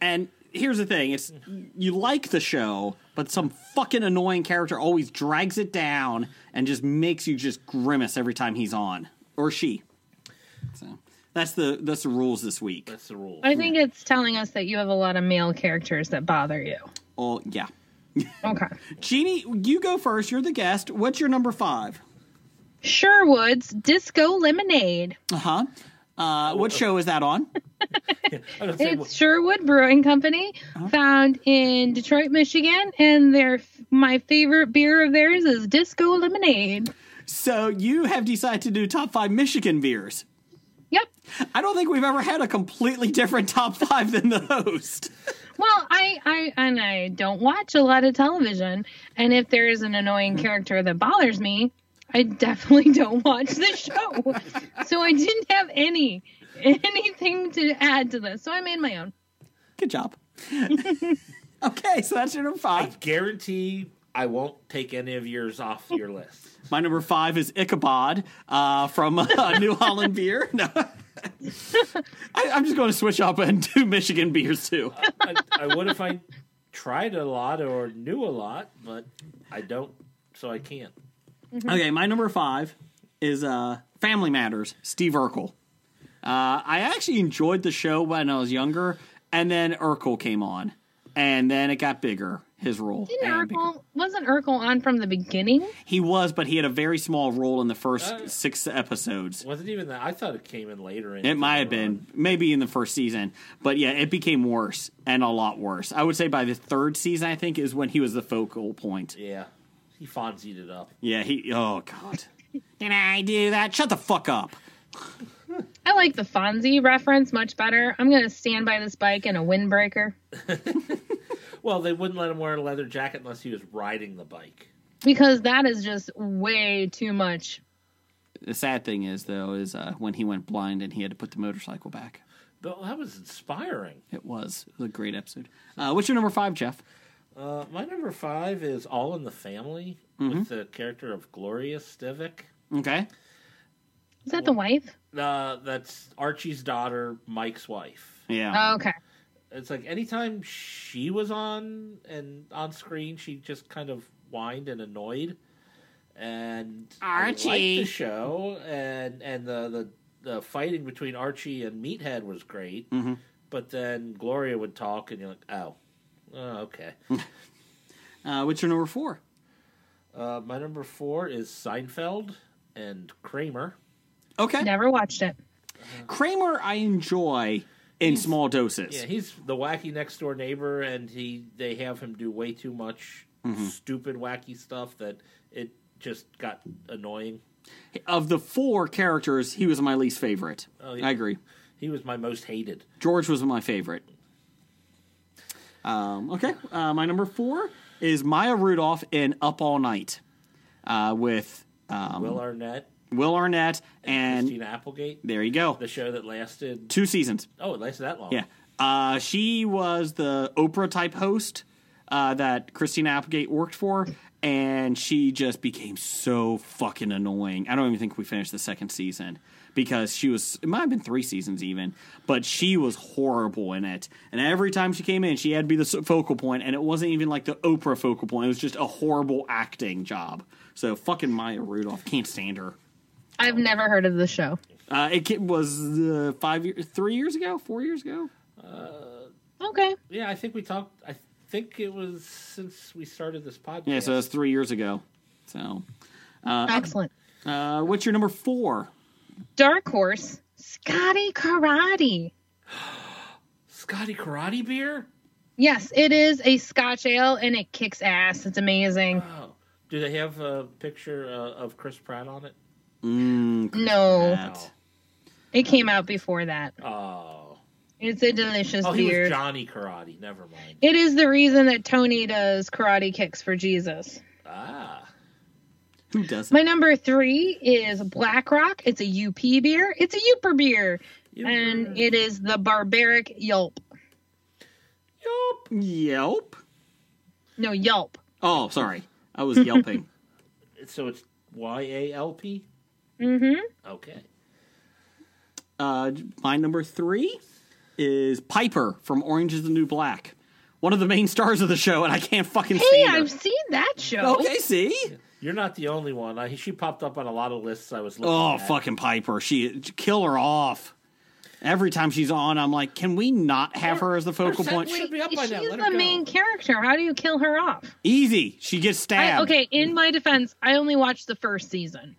Speaker 5: And here's the thing: it's you like the show, but some fucking annoying character always drags it down and just makes you just grimace every time he's on or she. So that's the that's the rules this week.
Speaker 6: That's the rule.
Speaker 8: I think it's telling us that you have a lot of male characters that bother you.
Speaker 5: Oh yeah,
Speaker 8: Okay.
Speaker 5: Jeannie, you go first. You're the guest. What's your number five?
Speaker 8: Sherwood's Disco Lemonade.
Speaker 5: Uh-huh. Uh What show is that on?
Speaker 6: I was gonna say,
Speaker 8: It's Sherwood Brewing Company, found in Detroit, Michigan, and their my favorite beer of theirs is Disco Lemonade.
Speaker 5: So you have decided to do top five Michigan beers.
Speaker 8: Yep.
Speaker 5: I don't think we've ever had a completely different top five than the host.
Speaker 8: Well, I, I and I don't watch a lot of television, and if there is an annoying character that bothers me, I definitely don't watch the show. so I didn't have any anything to add to this, so I made my own.
Speaker 5: Good job. okay, so that's your number
Speaker 6: I
Speaker 5: five.
Speaker 6: guarantee I won't take any of yours off your list.
Speaker 5: My number five is Ichabod uh, from uh, New Holland Beer. No. I, I'm just going to switch up and do Michigan beers too.
Speaker 6: I, I would if I tried a lot or knew a lot, but I don't, so I can't.
Speaker 8: Mm-hmm.
Speaker 5: Okay, my number five is uh, Family Matters, Steve Urkel. Uh, I actually enjoyed the show when I was younger, and then Urkel came on, and then it got bigger, his role.
Speaker 8: Didn't
Speaker 5: and bigger.
Speaker 8: Urkel wasn't Urkel on from the beginning?
Speaker 5: He was, but he had a very small role in the first
Speaker 8: Oh.
Speaker 6: Uh,
Speaker 5: six episodes.
Speaker 6: Wasn't even that. I thought it came in later. In
Speaker 5: It might have been, maybe in the first season, but yeah, it became worse and a lot worse. I would say by the third season, I think, is when he was the focal point.
Speaker 6: Yeah, he fonzied it up.
Speaker 5: Yeah, he. Oh God, did I do that? Shut the fuck up.
Speaker 8: I like the Fonzie reference much better. I'm gonna stand by this bike in a windbreaker
Speaker 6: Well, they wouldn't let him wear a leather jacket unless he was riding the bike.
Speaker 8: because that is just way too much.
Speaker 5: The sad thing is, though, is uh, when he went blind and he had to put the motorcycle back.
Speaker 6: But that was inspiring.
Speaker 5: It was, it was a great episode. Uh, what's your number five, Jeff?
Speaker 6: Uh, my number five is All in the Family
Speaker 5: Mm-hmm.
Speaker 6: with the character of Gloria Stivic.
Speaker 5: Okay,
Speaker 8: Is that the wife?
Speaker 6: Uh, that's Archie's daughter, Mike's wife.
Speaker 5: yeah,
Speaker 8: Okay.
Speaker 6: It's like anytime she was on and on screen, she just kind of whined and annoyed. And I liked
Speaker 4: Archie.
Speaker 6: the show, and and the, the the fighting between Archie and Meathead was great. But then Gloria would talk, and you're like, oh, oh okay.
Speaker 5: uh, what's your number four?
Speaker 6: Uh, my number four is Seinfeld and Kramer.
Speaker 5: Okay,
Speaker 8: Never watched it.
Speaker 5: Kramer, I enjoy in small doses.
Speaker 6: Yeah, he's the wacky next door neighbor, and he they have him do way too much
Speaker 5: Mm-hmm.
Speaker 6: stupid wacky stuff that it just got annoying.
Speaker 5: Of the four characters, he was my least favorite.
Speaker 6: Oh, yeah.
Speaker 5: I agree.
Speaker 6: He was my most hated.
Speaker 5: George was my favorite. Um, okay, uh, my number four is Maya Rudolph in Up All Night uh, with um,
Speaker 6: Will Arnett,
Speaker 5: Will Arnett and
Speaker 6: Christina Applegate,
Speaker 5: there you go,
Speaker 6: the show that lasted
Speaker 5: two seasons.
Speaker 6: oh, it lasted that long.
Speaker 5: Yeah. Uh, she was the Oprah type host uh, that Christina Applegate worked for, and she just became so fucking annoying. I don't even think we finished the second season because she was, it might have been three seasons even, but she was horrible in it. And every time she came in, she had to be the s- focal point, and it wasn't even like the Oprah focal point. It was just a horrible acting job. So fucking Maya Rudolph. Can't stand her.
Speaker 8: I've never heard of the show.
Speaker 5: Uh, it ca- was uh, five years, three years ago, four years ago.
Speaker 8: Okay.
Speaker 6: Uh, yeah. I think we talked. I think it was since we started this podcast.
Speaker 5: Yeah, so that's three years ago. So,
Speaker 8: Excellent.
Speaker 5: uh, what's your number four?
Speaker 8: Dark Horse, Scotty Karate.
Speaker 6: Scotty Karate Beer?
Speaker 8: Yes, it is a Scotch ale and it kicks ass. It's amazing.
Speaker 6: Oh. Do they have a picture uh, of Chris Pratt on it?
Speaker 8: No,
Speaker 5: At-
Speaker 8: it came out before that.
Speaker 6: Oh.
Speaker 8: It's a delicious
Speaker 6: Oh, he was
Speaker 8: beer.
Speaker 6: Johnny Karate. Never mind.
Speaker 8: It is the reason that Tony does karate kicks for Jesus.
Speaker 6: Ah.
Speaker 5: Who does
Speaker 8: My number three is Black Rock. It's a UP beer. It's a Uper beer. And it is the Barbaric Yelp.
Speaker 5: Yelp. Yelp.
Speaker 8: No, Yelp.
Speaker 5: Oh, sorry. I was yelping.
Speaker 6: So it's Y A L P? Mm hmm. Okay.
Speaker 5: uh, my number three is Piper from Orange is the New Black. One of the main stars of the show, and I can't fucking
Speaker 8: Hey,
Speaker 5: stand
Speaker 8: I've
Speaker 5: her.
Speaker 8: seen that show.
Speaker 5: Okay, see?
Speaker 6: You're not the only one. I, she popped up on a lot of lists I was looking
Speaker 5: Oh,
Speaker 6: at.
Speaker 5: fucking Piper. She kill her off. Every time she's on, I'm like, can we not have her as the focal point?
Speaker 6: Should be up by
Speaker 8: She's
Speaker 6: now. Let
Speaker 8: the
Speaker 6: her go.
Speaker 8: main character. How do you kill her off?
Speaker 5: Easy. She gets stabbed.
Speaker 8: I, okay, in my defense, I only watched the first season.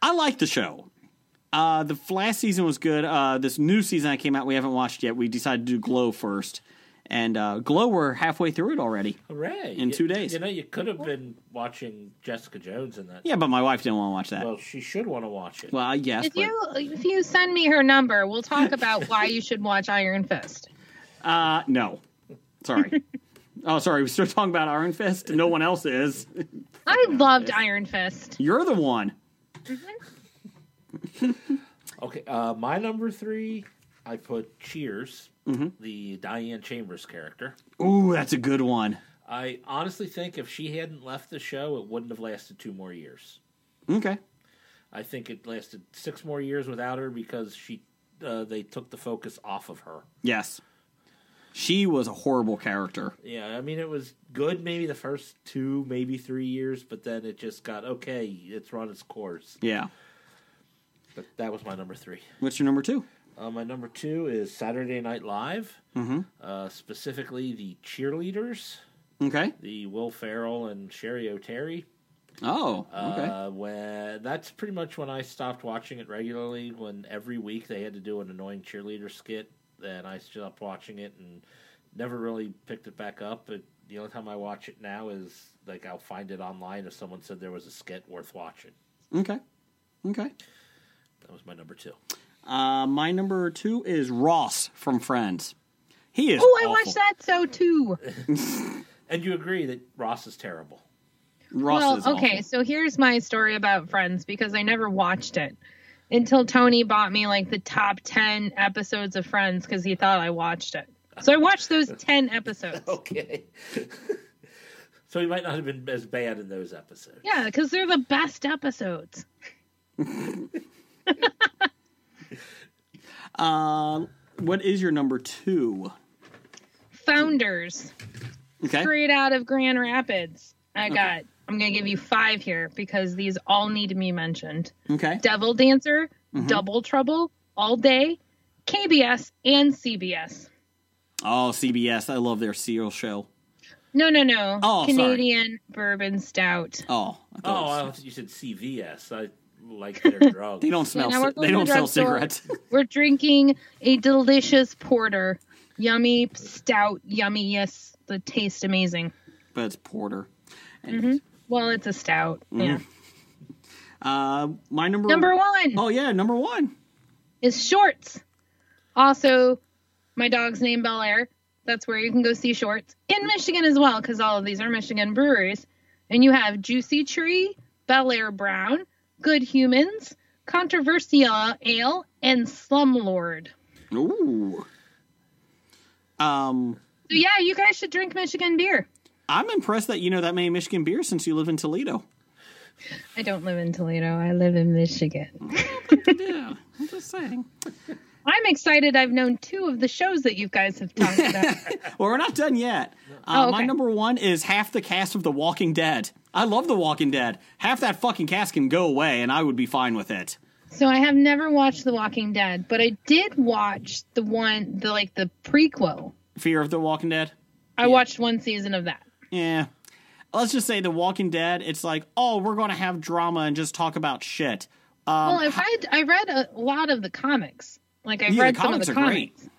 Speaker 5: I like the show. Uh, the last season was good. Uh, this new season that came out, we haven't watched yet. We decided to do Glow first, and uh, Glow we're halfway through it already.
Speaker 6: Hooray.
Speaker 5: In
Speaker 6: You-
Speaker 5: two days.
Speaker 6: You know, you could have been watching Jessica Jones in that.
Speaker 5: Yeah, but my wife didn't want to watch that. Well,
Speaker 6: Well, she should want to watch it.
Speaker 5: yes,
Speaker 8: If
Speaker 5: but
Speaker 8: you if you send me her number, we'll talk about why you should watch Iron Fist.
Speaker 5: uh, no, sorry. oh, sorry. We're still talking about Iron Fist. No one else is.
Speaker 8: I loved Iron Fist.
Speaker 5: You're the one.
Speaker 6: Okay, uh, my number three, I put Cheers,
Speaker 5: Mm-hmm.
Speaker 6: the Diane Chambers character.
Speaker 5: Ooh, that's a good one.
Speaker 6: I honestly think if she hadn't left the show, it wouldn't have lasted two more years.
Speaker 5: Okay.
Speaker 6: I think it lasted six more years without her because she uh, they took the focus off of her.
Speaker 5: Yes, she was a horrible character.
Speaker 6: Yeah, I mean it was good maybe the first two, maybe three years, but then it just got okay. It's run its course.
Speaker 5: Yeah.
Speaker 6: But that was my number three.
Speaker 5: What's your number two?
Speaker 6: Uh, my number two is Saturday Night Live, uh, specifically the cheerleaders.
Speaker 5: Okay.
Speaker 6: the Will Ferrell and Sherry O'Terry.
Speaker 5: Oh. Okay.
Speaker 6: Uh, when that's pretty much when I stopped watching it regularly. When every week they had to do an annoying cheerleader skit, and I stopped watching it and never really picked it back up. But the only time I watch it now is like I'll find it online if someone said there was a skit worth watching.
Speaker 5: okay. Okay.
Speaker 6: That was my number two.
Speaker 5: Uh, my number two is Ross from Friends. He is.
Speaker 8: Oh, I
Speaker 5: awful.
Speaker 8: watched that so too.
Speaker 6: And you agree that Ross is terrible.
Speaker 5: Ross is
Speaker 8: Well,
Speaker 5: awful.
Speaker 8: okay, so here's my story about Friends because I never watched it until Tony bought me like the top 10 episodes of Friends because he thought I watched it. So I watched those 10 episodes.
Speaker 5: Oh.
Speaker 6: Okay. so he might not have been as bad in those episodes.
Speaker 8: Yeah, because they're the best episodes.
Speaker 5: What is your number two?
Speaker 8: Founders,
Speaker 5: Okay.
Speaker 8: straight out of Grand Rapids. I got, I'm going to give you five here because these all need to be mentioned
Speaker 5: Okay.
Speaker 8: Devil Dancer,
Speaker 5: Mm-hmm.
Speaker 8: Double Trouble, All Day, KBS, and CBS.
Speaker 5: Oh, CBS. I love their Seal show.
Speaker 8: No, no, no.
Speaker 5: Oh, sorry.
Speaker 8: Canadian Bourbon Stout.
Speaker 5: Oh. I
Speaker 6: Oh,
Speaker 5: thought it
Speaker 6: I
Speaker 5: was-
Speaker 6: thought you said CVS. I like their drugs.
Speaker 5: they don't smell.
Speaker 8: now we're
Speaker 5: ci-
Speaker 8: going
Speaker 5: they
Speaker 8: to
Speaker 5: don't sell
Speaker 8: the drugstore.
Speaker 5: cigarettes.
Speaker 8: We're drinking a delicious porter. Yummy, stout, yummy, yes. The taste amazing.
Speaker 5: but it's porter.
Speaker 8: Well, it's a stout. Yeah.
Speaker 5: Uh, my number.
Speaker 8: Number one
Speaker 5: Oh yeah, number one.
Speaker 8: is shorts. Also, my dog's name Bel Air. That's where you can go see shorts in Michigan as well, because all of these are Michigan breweries. And you have Juicy Tree, Bel Air Brown, Good Humans, Controversial Ale, and Slumlord.
Speaker 5: Ooh. Um,
Speaker 8: So yeah, you guys should drink Michigan beer.
Speaker 5: I'm impressed that you know that many Michigan beers since you live in Toledo.
Speaker 8: I don't live in Toledo. I live in Michigan.
Speaker 5: Yeah, I'm just saying.
Speaker 8: I'm excited. I've known two of the shows that you guys have talked about.
Speaker 5: Well, we're not done yet. Uh,
Speaker 8: Oh,
Speaker 5: My
Speaker 8: okay.
Speaker 5: number one is half the cast of The Walking Dead. I love The Walking Dead. Half that fucking cast can go away, and I would be fine with it.
Speaker 8: so I have never watched The Walking Dead, but I did watch the one, the like the prequel.
Speaker 5: Fear of the Walking Dead.
Speaker 8: I watched one season of that.
Speaker 5: Yeah. Let's just say The Walking Dead, it's like, oh, we're going to have drama and just talk about shit. Um,
Speaker 8: well, I read I read a lot of the comics. Like I
Speaker 5: Yeah, the
Speaker 8: read some of
Speaker 5: comics
Speaker 8: the
Speaker 5: are great.
Speaker 8: comics.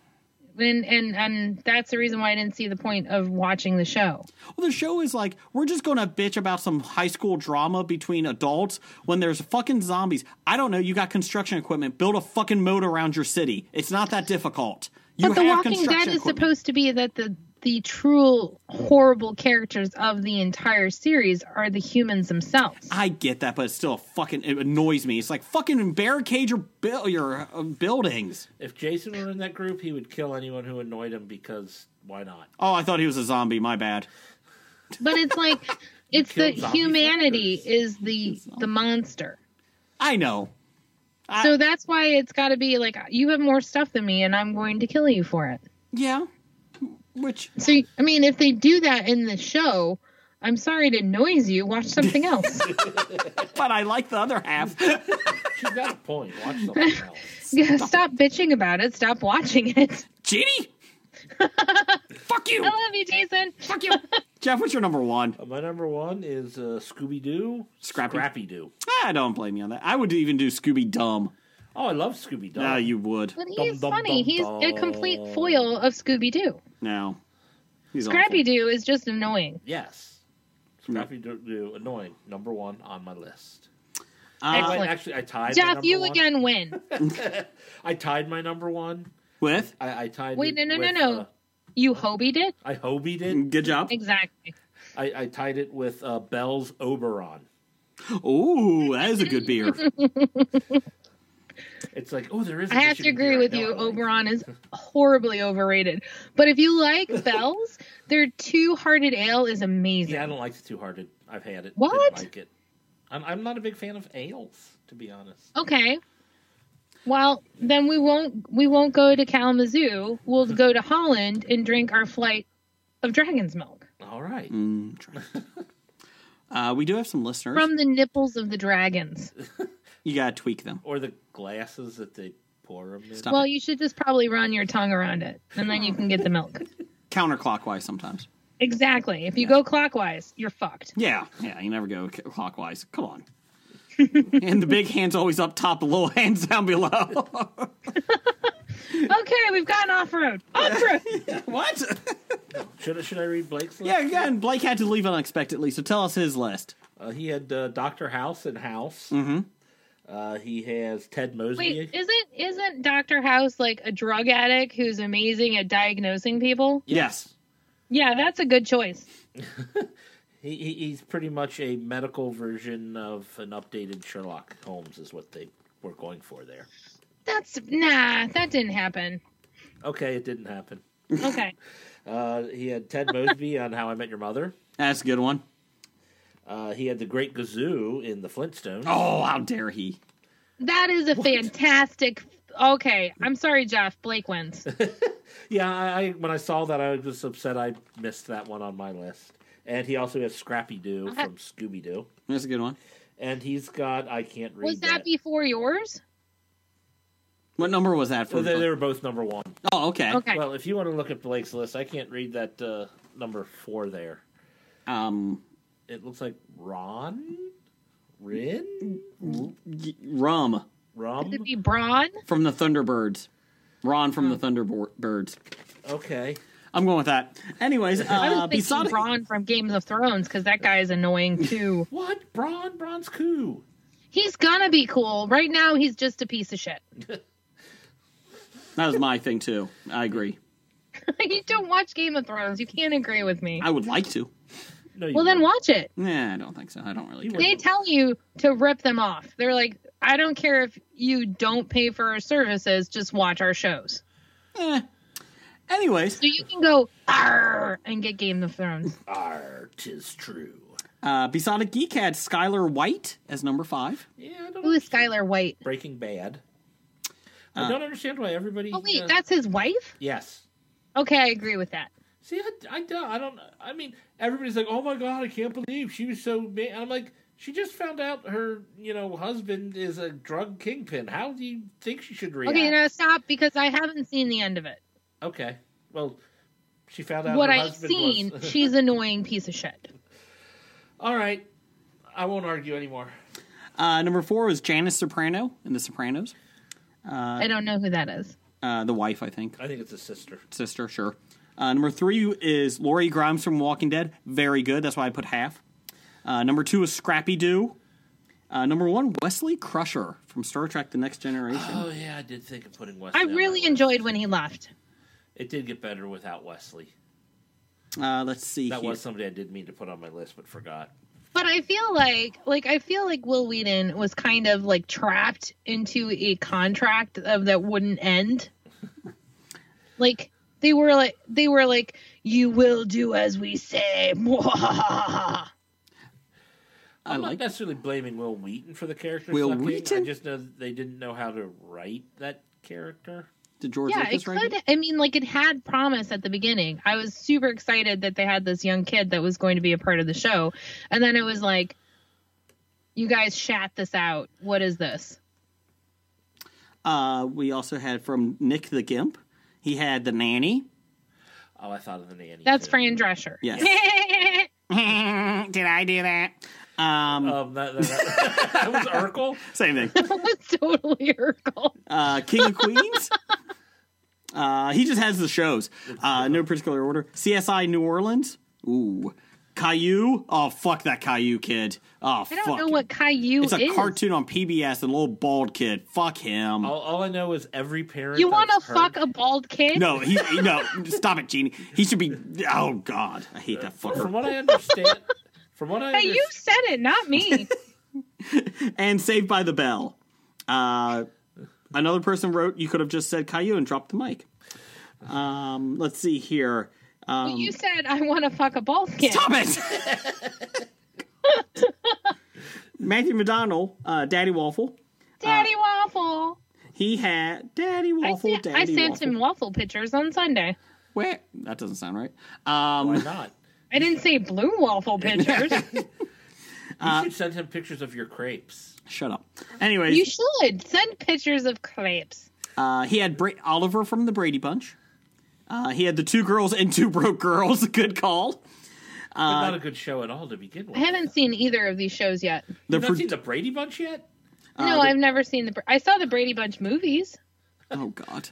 Speaker 8: And and and that's the reason why I didn't see the point of watching the show.
Speaker 5: Well, the show is like, we're just going to bitch about some high school drama between adults when there's fucking zombies. I don't know. You got construction equipment. Build a fucking moat around your city. It's not that difficult. You
Speaker 8: But The
Speaker 5: have
Speaker 8: Walking Dead
Speaker 5: construction
Speaker 8: is
Speaker 5: equipment.
Speaker 8: supposed to be that the the true horrible characters of the entire series are the humans themselves.
Speaker 5: I get that, but it's still fucking. It annoys me. It's like fucking barricade your bu- your uh, buildings.
Speaker 6: If Jason were in that group, he would kill anyone who annoyed him because why not?
Speaker 5: Oh, I thought he was a zombie. My bad.
Speaker 8: But it's like it's the
Speaker 6: killed zombie
Speaker 8: humanity is the the monster.
Speaker 5: I know.
Speaker 8: so that's why it's got to be like you have more stuff than me and I'm going to kill you for it.
Speaker 5: Yeah. Which
Speaker 8: So I mean, if they do that in the show, I'm sorry to noise you. Watch something else.
Speaker 5: but I like the other half.
Speaker 6: She's got a point. Watch something else.
Speaker 8: Yeah, Stop bitching about it. Stop watching it.
Speaker 5: Jeannie? Fuck you.
Speaker 8: I love you, Jason.
Speaker 4: Fuck you.
Speaker 5: Jeff, what's your number one?
Speaker 6: Uh, My number one is uh, Scooby Doo.
Speaker 5: Scrappy.
Speaker 6: Scrappy Doo.
Speaker 5: I don't blame you on that. I would even do Scooby Dumb.
Speaker 6: Oh, I love Scooby Doo.
Speaker 5: No, you would.
Speaker 8: But
Speaker 6: Dum,
Speaker 8: he's
Speaker 6: dum,
Speaker 8: funny.
Speaker 6: dum,
Speaker 8: he's a complete foil of Scooby Doo.
Speaker 5: No. He's
Speaker 8: Scrappy Doo is just annoying.
Speaker 6: Yes.
Speaker 8: Hmm.
Speaker 6: Scrappy Doo, annoying. Number one on my list.
Speaker 5: awful. Uh,
Speaker 6: Wait,
Speaker 8: Excellent.
Speaker 6: actually, I tied. my
Speaker 8: Jeff,
Speaker 6: number
Speaker 8: you
Speaker 6: one.
Speaker 8: again win.
Speaker 6: I tied my number one.
Speaker 5: with?
Speaker 6: I, I tied.
Speaker 8: Wait,
Speaker 6: it
Speaker 8: no, no, no,
Speaker 6: with,
Speaker 8: no. Hmm.
Speaker 6: uh,
Speaker 8: You hobied it?
Speaker 6: I hobied it.
Speaker 5: Good job.
Speaker 8: Exactly.
Speaker 6: I, I tied it with uh, Bell's Oberon.
Speaker 5: Ooh, that is a good beer.
Speaker 6: It's like, oh, there is. a
Speaker 8: I have to
Speaker 6: Michigan
Speaker 8: agree
Speaker 6: beer
Speaker 8: with
Speaker 6: know
Speaker 8: you.
Speaker 6: I like.
Speaker 8: Oberon is horribly overrated. But if you like Bells, their two hearted ale is amazing.
Speaker 6: Yeah, I don't like the Two Hearted. I've had it.
Speaker 8: What?
Speaker 6: Didn't like it. I'm, I'm not a big fan of ales, to be honest.
Speaker 8: Okay. Well, then we won't we won't go to Kalamazoo. We'll go to Holland and drink our flight of dragon's milk
Speaker 6: All right.
Speaker 5: Uh, we do have some listeners.
Speaker 8: from the nipples of the dragons.
Speaker 5: you gotta tweak them.
Speaker 6: Or the glasses that they pour them in.
Speaker 5: Stop
Speaker 8: Well,
Speaker 5: it.
Speaker 8: you should just probably run your tongue around it, and then you can get the milk.
Speaker 5: Counterclockwise sometimes.
Speaker 8: Exactly. If you go clockwise, you're fucked.
Speaker 5: Yeah, yeah, you never go c- clockwise. Come on. and the big hand's always up top, the little hand's down below.
Speaker 8: Okay, we've gotten off road. Off road.
Speaker 5: what?
Speaker 6: Should, I- should I read Blake's list?
Speaker 5: yeah, yeah, and Blake had to leave unexpectedly, so tell us his list.
Speaker 6: Uh, he had uh, Dr. House and House. Uh, he has Ted Mosby.
Speaker 8: Wait, isn't isn't Doctor House like a drug addict who's amazing at diagnosing people?
Speaker 5: Yes.
Speaker 8: Yeah, that's a good choice.
Speaker 6: He, he, he's pretty much a medical version of an updated Sherlock Holmes, is what they were going for there.
Speaker 8: That's nah, that didn't happen.
Speaker 6: Okay, it didn't happen.
Speaker 8: Okay.
Speaker 6: Uh, he had Ted Mosby on How I Met Your Mother.
Speaker 5: That's a good one.
Speaker 6: Uh, he had the Great Gazoo in The Flintstones.
Speaker 5: Oh, how dare he?
Speaker 8: That is a fantastic. Okay, I'm sorry, Jeff. Blake wins.
Speaker 6: Yeah, I, I when I saw that, I was just upset I missed that one on my list. And he also has Scrappy Doo
Speaker 8: Uh-huh.
Speaker 6: from Scooby Doo.
Speaker 5: That's a good one.
Speaker 6: And he's got I can't read
Speaker 8: Was that before yours?
Speaker 5: What number was that for?
Speaker 6: Oh, they, they were both number one.
Speaker 5: oh, okay.
Speaker 8: Okay.
Speaker 6: Well, if you want to look at Blake's list, I can't read that uh, number four there.
Speaker 5: Um,
Speaker 6: It looks like Ron, Rin,
Speaker 5: y- Rum
Speaker 6: Rum.
Speaker 8: Could it be Braun?
Speaker 5: from the Thunderbirds. Ron from the
Speaker 8: Hmm.
Speaker 5: Thunderbirds.
Speaker 6: Okay,
Speaker 5: I'm going with that. Anyways,
Speaker 8: I was
Speaker 5: uh,
Speaker 8: thinking
Speaker 5: beside
Speaker 8: Braun from Game of Thrones because that guy is annoying too.
Speaker 6: what Bron? Bron's coup.
Speaker 8: he's gonna be cool. Right now, he's just a piece of shit.
Speaker 5: that was my thing too. I agree.
Speaker 8: you don't watch Game of Thrones. You can't agree with me.
Speaker 5: I would like to.
Speaker 6: No, you
Speaker 8: Well, then
Speaker 6: won't.
Speaker 8: watch it.
Speaker 5: Nah, I don't think so. I don't really.
Speaker 6: You
Speaker 5: Care.
Speaker 8: They tell you to rip them off. They're like, I don't care if you don't pay for our services. Just watch our shows.
Speaker 5: Eh. Anyways,
Speaker 8: So you can go "Arr," and get Game of Thrones.
Speaker 6: Arr, tis true.
Speaker 5: uh, beside a geek had Skylar White as number five.
Speaker 6: Yeah, I don't
Speaker 8: Who is Skylar White?
Speaker 6: Breaking Bad. I don't understand why everybody.
Speaker 8: Oh wait,
Speaker 6: uh,
Speaker 8: that's his wife.
Speaker 6: yes.
Speaker 8: Okay, I agree with that.
Speaker 6: See, I, I, don't- I don't. I mean, everybody's like, "Oh my god, I can't believe she was so." ma-" And I'm like, she just found out her, you know, husband is a drug kingpin. How do you think she should react?
Speaker 8: Okay, now stop because I haven't seen the end of it.
Speaker 6: Okay. Well, She found out
Speaker 8: what
Speaker 6: her
Speaker 8: I've
Speaker 6: husband
Speaker 8: seen,
Speaker 6: was-
Speaker 8: she's annoying piece of shit.
Speaker 6: All right, I won't argue anymore.
Speaker 5: Uh, number four was Janice Soprano in The Sopranos.
Speaker 6: Uh,
Speaker 8: I don't know who that is.
Speaker 5: Uh, the wife, I think.
Speaker 6: I think it's a sister.
Speaker 5: Sister, sure. Uh, number three is Laurie Grimes from Walking Dead. Very good. That's why I put half. Uh, number two is Scrappy Doo. Uh, number one, Wesley Crusher from Star Trek The Next Generation.
Speaker 6: Oh yeah, I did think of putting Wesley.
Speaker 8: I
Speaker 6: on my
Speaker 8: really
Speaker 6: list.
Speaker 8: enjoyed when he left.
Speaker 6: It did get better without Wesley.
Speaker 5: Uh, let's see.
Speaker 6: That
Speaker 5: here.
Speaker 6: was somebody I did mean to put on my list but forgot.
Speaker 8: But I feel like like I feel like Will Wheaton was kind of like trapped into a contract of that wouldn't end. like they were like they were like you will do as we say.
Speaker 6: I'm not
Speaker 5: like-
Speaker 6: necessarily blaming Will Wheaton for the character.
Speaker 5: Will
Speaker 6: sucking.
Speaker 5: Wheaton?
Speaker 6: I just know that they didn't know how to write that character.
Speaker 5: Did George
Speaker 8: yeah, it
Speaker 5: Lucas write
Speaker 8: could. I mean, like it had promise at the beginning. I was super excited that they had this young kid that was going to be a part of the show, and then it was like, you guys shat this out. What is this?
Speaker 5: Uh, we also had from Nick the Gimp. He had the nanny.
Speaker 6: Oh, I thought of the nanny.
Speaker 8: That's
Speaker 6: too.
Speaker 8: Fran Drescher.
Speaker 5: Yes.
Speaker 4: Did I do that?
Speaker 5: Um,
Speaker 6: Um, that, that, that, that was Urkel.
Speaker 5: same thing.
Speaker 8: that was totally Urkel.
Speaker 5: uh, King of Queens. Uh, he just has the shows. Uh, no particular order. CSI New Orleans. Ooh. Caillou. Oh, fuck that Caillou kid. Oh,
Speaker 8: I don't
Speaker 5: fuck.
Speaker 8: know
Speaker 5: him.
Speaker 8: what Caillou
Speaker 5: It's a
Speaker 8: is.
Speaker 5: cartoon on PBS, the little bald kid. Fuck him.
Speaker 6: All, all I know is every parent.
Speaker 8: You want
Speaker 6: I've
Speaker 8: to
Speaker 6: heard-
Speaker 8: fuck a bald kid?
Speaker 5: No, he, he- no, stop it, Genie. He should be. Oh, God. I hate that
Speaker 6: From
Speaker 5: fucker.
Speaker 6: what I understand, from what I
Speaker 8: Hey, you
Speaker 6: understand,
Speaker 8: said it, not me.
Speaker 5: And Saved by the Bell. Uh, another person wrote, you could have just said Caillou and dropped the mic. Um, let's see here. Um,
Speaker 8: you said I want to fuck a bald kid.
Speaker 5: Stop it! Matthew McDonald, uh, Daddy Waffle,
Speaker 8: Daddy waffle.
Speaker 5: he had Daddy
Speaker 8: I,
Speaker 5: Waffle,
Speaker 8: sent, I
Speaker 5: Daddy
Speaker 8: sent
Speaker 5: Waffle.
Speaker 8: him waffle pictures on Sunday.
Speaker 5: Where? That doesn't sound right. Um,
Speaker 6: why not?
Speaker 8: I didn't say blue waffle pictures. Uh,
Speaker 6: You should send him pictures of your crepes.
Speaker 5: Shut up. Anyways,
Speaker 8: you should send pictures of crepes.
Speaker 5: uh, he had Bra- Oliver from the Brady Bunch. Uh, he had the two girls and two broke girls. Good call.
Speaker 6: But
Speaker 8: uh,
Speaker 6: not a good show at all to begin with.
Speaker 8: I haven't seen either of these shows yet.
Speaker 5: The
Speaker 6: You've not
Speaker 5: pro-
Speaker 6: seen the Brady Bunch yet?
Speaker 5: Uh,
Speaker 8: no, I've never seen the. Br- I saw the Brady Bunch movies.
Speaker 5: oh God.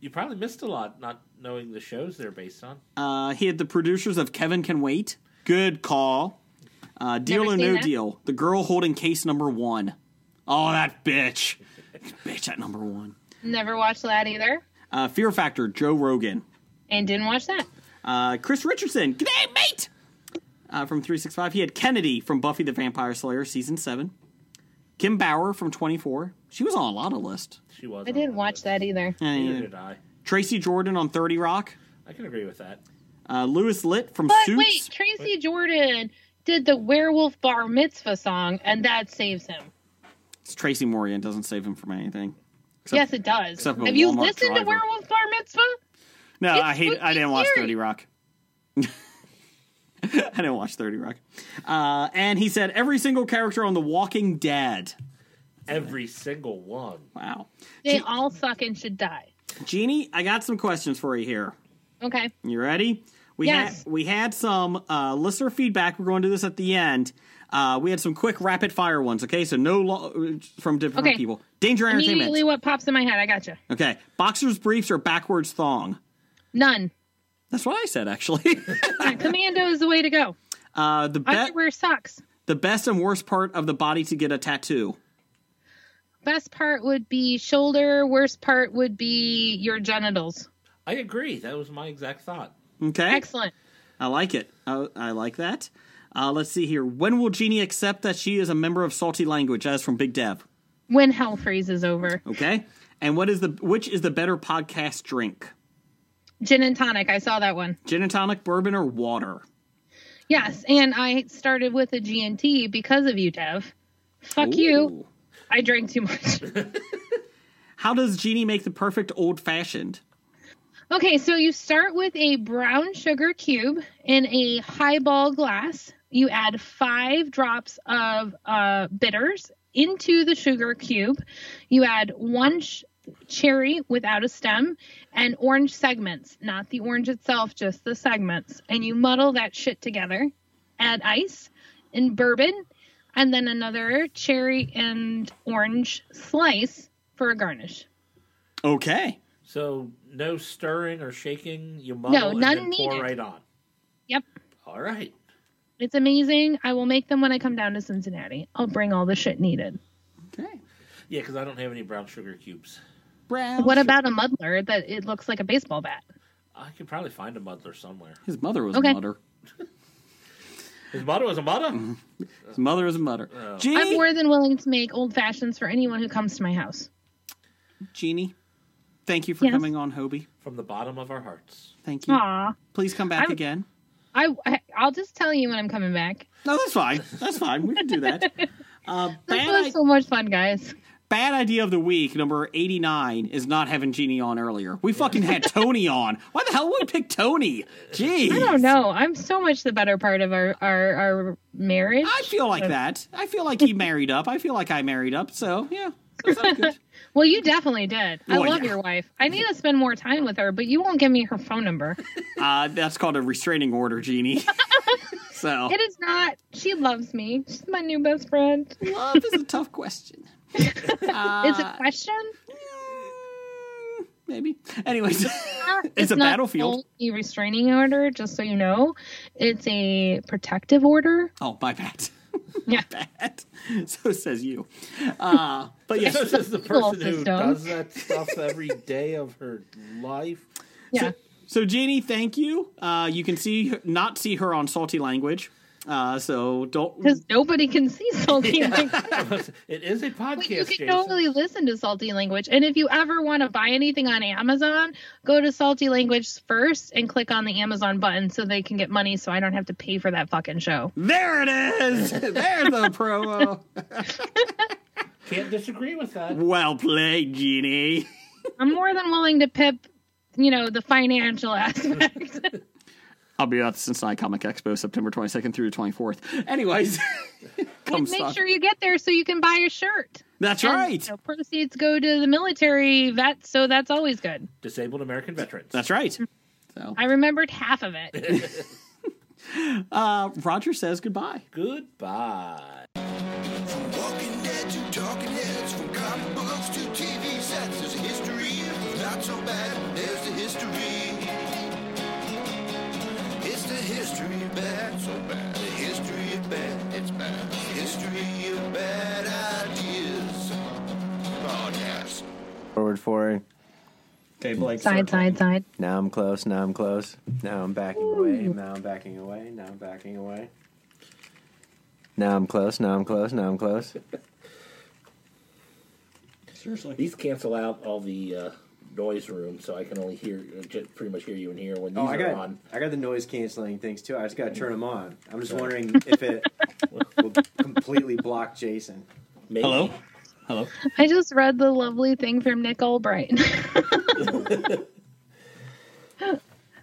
Speaker 6: You probably missed a lot not knowing the shows they're based on.
Speaker 5: Uh, he had the producers of Kevin Can Wait. Good call. Uh, deal
Speaker 8: Never
Speaker 5: or
Speaker 8: seen
Speaker 5: No
Speaker 8: that.
Speaker 5: Deal. The girl holding case number one. Oh, that bitch. bitch at number one.
Speaker 8: Never watched that either,
Speaker 5: Uh, Fear Factor, Joe Rogan.
Speaker 8: and didn't watch that.
Speaker 5: Uh, Chris Richardson, g'day, mate! Uh, from 365. He had Kennedy from Buffy the Vampire Slayer, season 7. Kim Bauer from 24. She was on a lot of lists.
Speaker 6: She was.
Speaker 8: I didn't watch that either.
Speaker 6: Neither did I.
Speaker 5: Tracy Jordan on 30 Rock.
Speaker 6: I can agree with that.
Speaker 5: Uh, Lewis Litt from
Speaker 8: But
Speaker 5: Suits.
Speaker 8: wait, Tracy Jordan did the werewolf bar mitzvah song, and that saves him.
Speaker 5: It's Tracy Morian doesn't save him from anything.
Speaker 8: yes, it does.
Speaker 5: except for
Speaker 8: Have you
Speaker 5: Walmart
Speaker 8: listened
Speaker 5: driver.
Speaker 8: to werewolf bar mitzvah?
Speaker 5: No,
Speaker 8: It's
Speaker 5: I hate. it. I didn't watch
Speaker 8: scary.
Speaker 5: Thirty Rock. I didn't watch Thirty Rock. Uh, and he said every single character on The Walking Dead.
Speaker 6: Every single one.
Speaker 5: Wow,
Speaker 8: They all suck and should die.
Speaker 5: Jeannie, I got some questions for you here.
Speaker 8: Okay.
Speaker 5: You ready? We
Speaker 8: Yes.
Speaker 5: had we had some uh, listener feedback. We're going to do this at the end. Uh, we had some quick rapid fire ones. Okay, so no lo- from different
Speaker 8: Okay.
Speaker 5: people. Danger
Speaker 8: Immediately,
Speaker 5: Entertainment.
Speaker 8: what pops in my head? I gotcha.
Speaker 5: Okay, boxers briefs or backwards thong.
Speaker 8: None.
Speaker 5: That's what I said actually.
Speaker 8: Commando is the way to go.
Speaker 5: uh, the
Speaker 8: I
Speaker 5: be-
Speaker 8: wear socks.
Speaker 5: the best and worst part of the body to get a tattoo.
Speaker 8: Best part would be shoulder. Worst part would be your genitals.
Speaker 6: I agree. That was my exact thought.
Speaker 5: Okay.
Speaker 8: Excellent.
Speaker 5: I like it. I, I like that. Uh, let's see here. When will Jeannie accept that she is a member of Salty Language? As from Big Dev.
Speaker 8: When hell freezes over.
Speaker 5: Okay. And what is the which is the better podcast drink?
Speaker 8: Gin and tonic. I saw that one.
Speaker 5: Gin and tonic, bourbon, or water?
Speaker 8: Yes, and I started with a G&T because of you, Dev. Fuck you.
Speaker 5: Ooh.
Speaker 8: I drank too much.
Speaker 5: How does Jeannie make the perfect old fashioned?
Speaker 8: Okay, so you start with a brown sugar cube in a highball glass. You add five drops of uh, bitters into the sugar cube. You add one sh- cherry without a stem and orange segments, not the orange itself, just the segments. And you muddle that shit together, add ice and bourbon, and then another cherry and orange slice for a garnish.
Speaker 5: Okay.
Speaker 6: So no stirring or shaking. You muddle
Speaker 8: No,
Speaker 6: and
Speaker 8: none
Speaker 6: then pour
Speaker 8: needed.
Speaker 6: right on.
Speaker 8: Yep.
Speaker 6: All right.
Speaker 8: It's amazing. I will make them when I come down to Cincinnati. I'll bring all the shit needed.
Speaker 5: Okay.
Speaker 6: Yeah, because I don't have any brown sugar cubes.
Speaker 5: Brown.
Speaker 8: What about a muddler that it looks like a baseball bat?
Speaker 6: I could probably find a muddler somewhere.
Speaker 5: His mother was
Speaker 8: Okay.
Speaker 5: a mutter.
Speaker 6: His motto is a motto.
Speaker 5: His mother was a mutter. Genie.
Speaker 8: I'm more than willing to make old fashions for anyone who comes to my house.
Speaker 5: Jeannie, thank you for
Speaker 8: Yes.
Speaker 5: coming on Hobie.
Speaker 6: From the bottom of our hearts.
Speaker 5: Thank you.
Speaker 8: Aw.
Speaker 5: Please come back
Speaker 8: I'm-
Speaker 5: again.
Speaker 8: I, I I'll just tell you when I'm coming back.
Speaker 5: No, that's fine. That's fine. We can do that. Uh,
Speaker 8: This
Speaker 5: bad,
Speaker 8: was
Speaker 5: i-
Speaker 8: so much fun, guys.
Speaker 5: bad idea of the week, number 89, is not having Jeannie on earlier. We fucking had Tony on. Why the hell would we pick Tony? Jeez.
Speaker 8: I don't know. I'm so much the better part of our our, our marriage.
Speaker 5: I feel like that. I feel like he married up. I feel like I married up. So, yeah. That sounds good.
Speaker 8: Well, you definitely did. I
Speaker 5: Oh,
Speaker 8: love
Speaker 5: yeah.
Speaker 8: your wife. I need to spend more time with her, but you won't give me her phone number.
Speaker 5: Uh, that's called a restraining order, Jeannie. so,
Speaker 8: It is not. She loves me. She's my new best friend.
Speaker 5: love uh, is a tough question.
Speaker 8: Is
Speaker 5: Uh,
Speaker 8: it question?
Speaker 5: Mm, Maybe. Anyways, it's, a
Speaker 8: not
Speaker 5: battlefield.
Speaker 8: A restraining order, just so you know. It's a protective order.
Speaker 5: Oh, my bad.
Speaker 8: Yeah.
Speaker 5: bad. So says you. Uh, but yes,
Speaker 6: This is the
Speaker 8: School
Speaker 6: person who
Speaker 8: system.
Speaker 6: does that stuff every day of her life.
Speaker 8: Yeah.
Speaker 5: so Jeannie, thank you. Uh, you can see not see her on Salty Language. Uh, so don't.
Speaker 8: Because nobody can see salty language.
Speaker 6: It is a podcast,
Speaker 8: But you
Speaker 6: Jason.
Speaker 8: can totally listen to Salty Language. And if you ever want to buy anything on Amazon, go to Salty Language first and click on the Amazon button so they can get money so I don't have to pay for that fucking show.
Speaker 5: There it is. There's the promo.
Speaker 6: Can't disagree with that.
Speaker 5: well played, Jeannie.
Speaker 8: I'm more than willing to pip, you know, the financial aspect.
Speaker 5: I'll be at the Cincinnati Comic Expo September 22nd through the 24th. Anyways, come
Speaker 8: and
Speaker 5: stop.
Speaker 8: make sure you get there so you can buy a shirt.
Speaker 5: That's
Speaker 8: And,
Speaker 5: right.
Speaker 8: you know, proceeds go to the military vets, so that's always good.
Speaker 6: Disabled American veterans.
Speaker 5: That's right. So
Speaker 8: I remembered half of it.
Speaker 5: uh, Roger says goodbye.
Speaker 6: Goodbye.
Speaker 2: From Walking Dead to Talking Heads, from comic books to TV sets, there's a history. If not so bad, there's the history. It's the history of bad, so bad. The history of bad, it's bad. History of bad ideas. Oh, Podcast.
Speaker 7: Forward, forward.
Speaker 5: Okay, Blake.
Speaker 8: side, side, side.
Speaker 7: Now I'm close. Now I'm close. Now I'm backing away. Now I'm backing away. Now I'm backing away. Now I'm close. Now I'm close. Now I'm close.
Speaker 5: Seriously.
Speaker 6: These cancel out all the uh, noise room, so I can only hear ju- pretty much hear you in here when these
Speaker 7: Oh,
Speaker 6: are
Speaker 7: I got
Speaker 6: on.
Speaker 7: I got the noise canceling things too. I just got to turn them on. I'm just wondering if it will completely block Jason.
Speaker 6: Maybe.
Speaker 5: Hello? Hello.
Speaker 8: I just read the lovely thing from Nick Albright.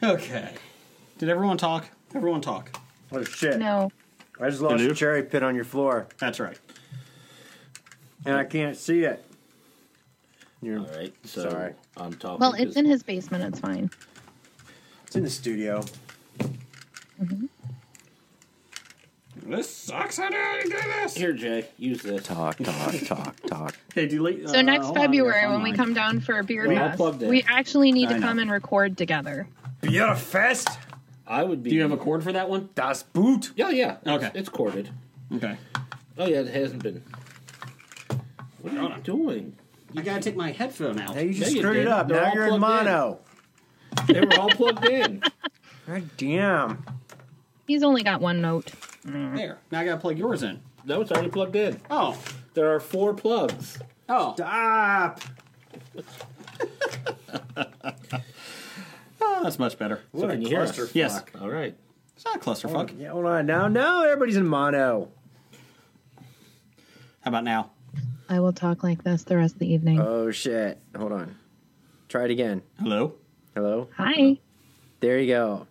Speaker 5: Okay. Did everyone talk? Everyone talk.
Speaker 7: Oh shit!
Speaker 8: no.
Speaker 7: I just lost
Speaker 5: Hello?
Speaker 7: a cherry pit on your floor,
Speaker 5: That's right.
Speaker 7: and I can't see it. You're,
Speaker 6: All right. So
Speaker 7: Sorry.
Speaker 6: I'm talking.
Speaker 8: Well, it's
Speaker 6: because-
Speaker 8: in his basement. It's fine.
Speaker 7: It's in the studio.
Speaker 5: This sucks. I don't do this.
Speaker 6: Here, Jay, use this.
Speaker 7: Talk, talk, talk, talk.
Speaker 5: Hey, delete.
Speaker 8: So next February, when we come down for a beer
Speaker 6: Well, I'll
Speaker 8: fest,
Speaker 6: plug that.
Speaker 8: we actually need
Speaker 5: I
Speaker 8: to
Speaker 5: know.
Speaker 8: come and record together.
Speaker 7: Beer fest,
Speaker 6: I would be.
Speaker 5: do you have a cord for that one?
Speaker 7: das Boot.
Speaker 6: Yeah, yeah.
Speaker 5: Okay.
Speaker 6: It's corded.
Speaker 5: Okay.
Speaker 6: Oh yeah, it hasn't been. What are you doing?
Speaker 5: I gotta take my headphone out.
Speaker 7: Hey, you just
Speaker 6: you
Speaker 7: screwed it
Speaker 6: didn't.
Speaker 7: up.
Speaker 6: They're
Speaker 7: now
Speaker 6: all
Speaker 7: you're in
Speaker 6: plugged in.
Speaker 7: mono.
Speaker 6: They were all plugged in.
Speaker 7: God damn.
Speaker 8: He's only got one note.
Speaker 5: There. Now I gotta plug yours in.
Speaker 6: No, it's already plugged in.
Speaker 5: Oh.
Speaker 6: There are four plugs.
Speaker 5: Oh.
Speaker 7: Stop.
Speaker 5: oh that's much better.
Speaker 7: What
Speaker 6: can
Speaker 7: a
Speaker 6: you hear us?
Speaker 7: clusterfuck.
Speaker 5: Yes.
Speaker 6: All right.
Speaker 5: It's not a clusterfuck.
Speaker 7: Yeah, hold on. Now, now everybody's in mono.
Speaker 5: How about now?
Speaker 8: I will talk like this the rest of the evening.
Speaker 7: Oh shit. Hold on. Try it again.
Speaker 5: Hello.
Speaker 7: Hello.
Speaker 8: Hi.
Speaker 7: There you go.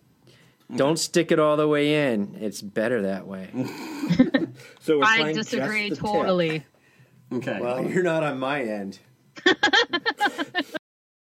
Speaker 7: Don't stick it all the way in. It's better that way.
Speaker 6: So we're
Speaker 8: I
Speaker 6: playing just
Speaker 8: disagree
Speaker 6: the tip.
Speaker 8: totally.
Speaker 5: Okay.
Speaker 7: Well, you're not on my end.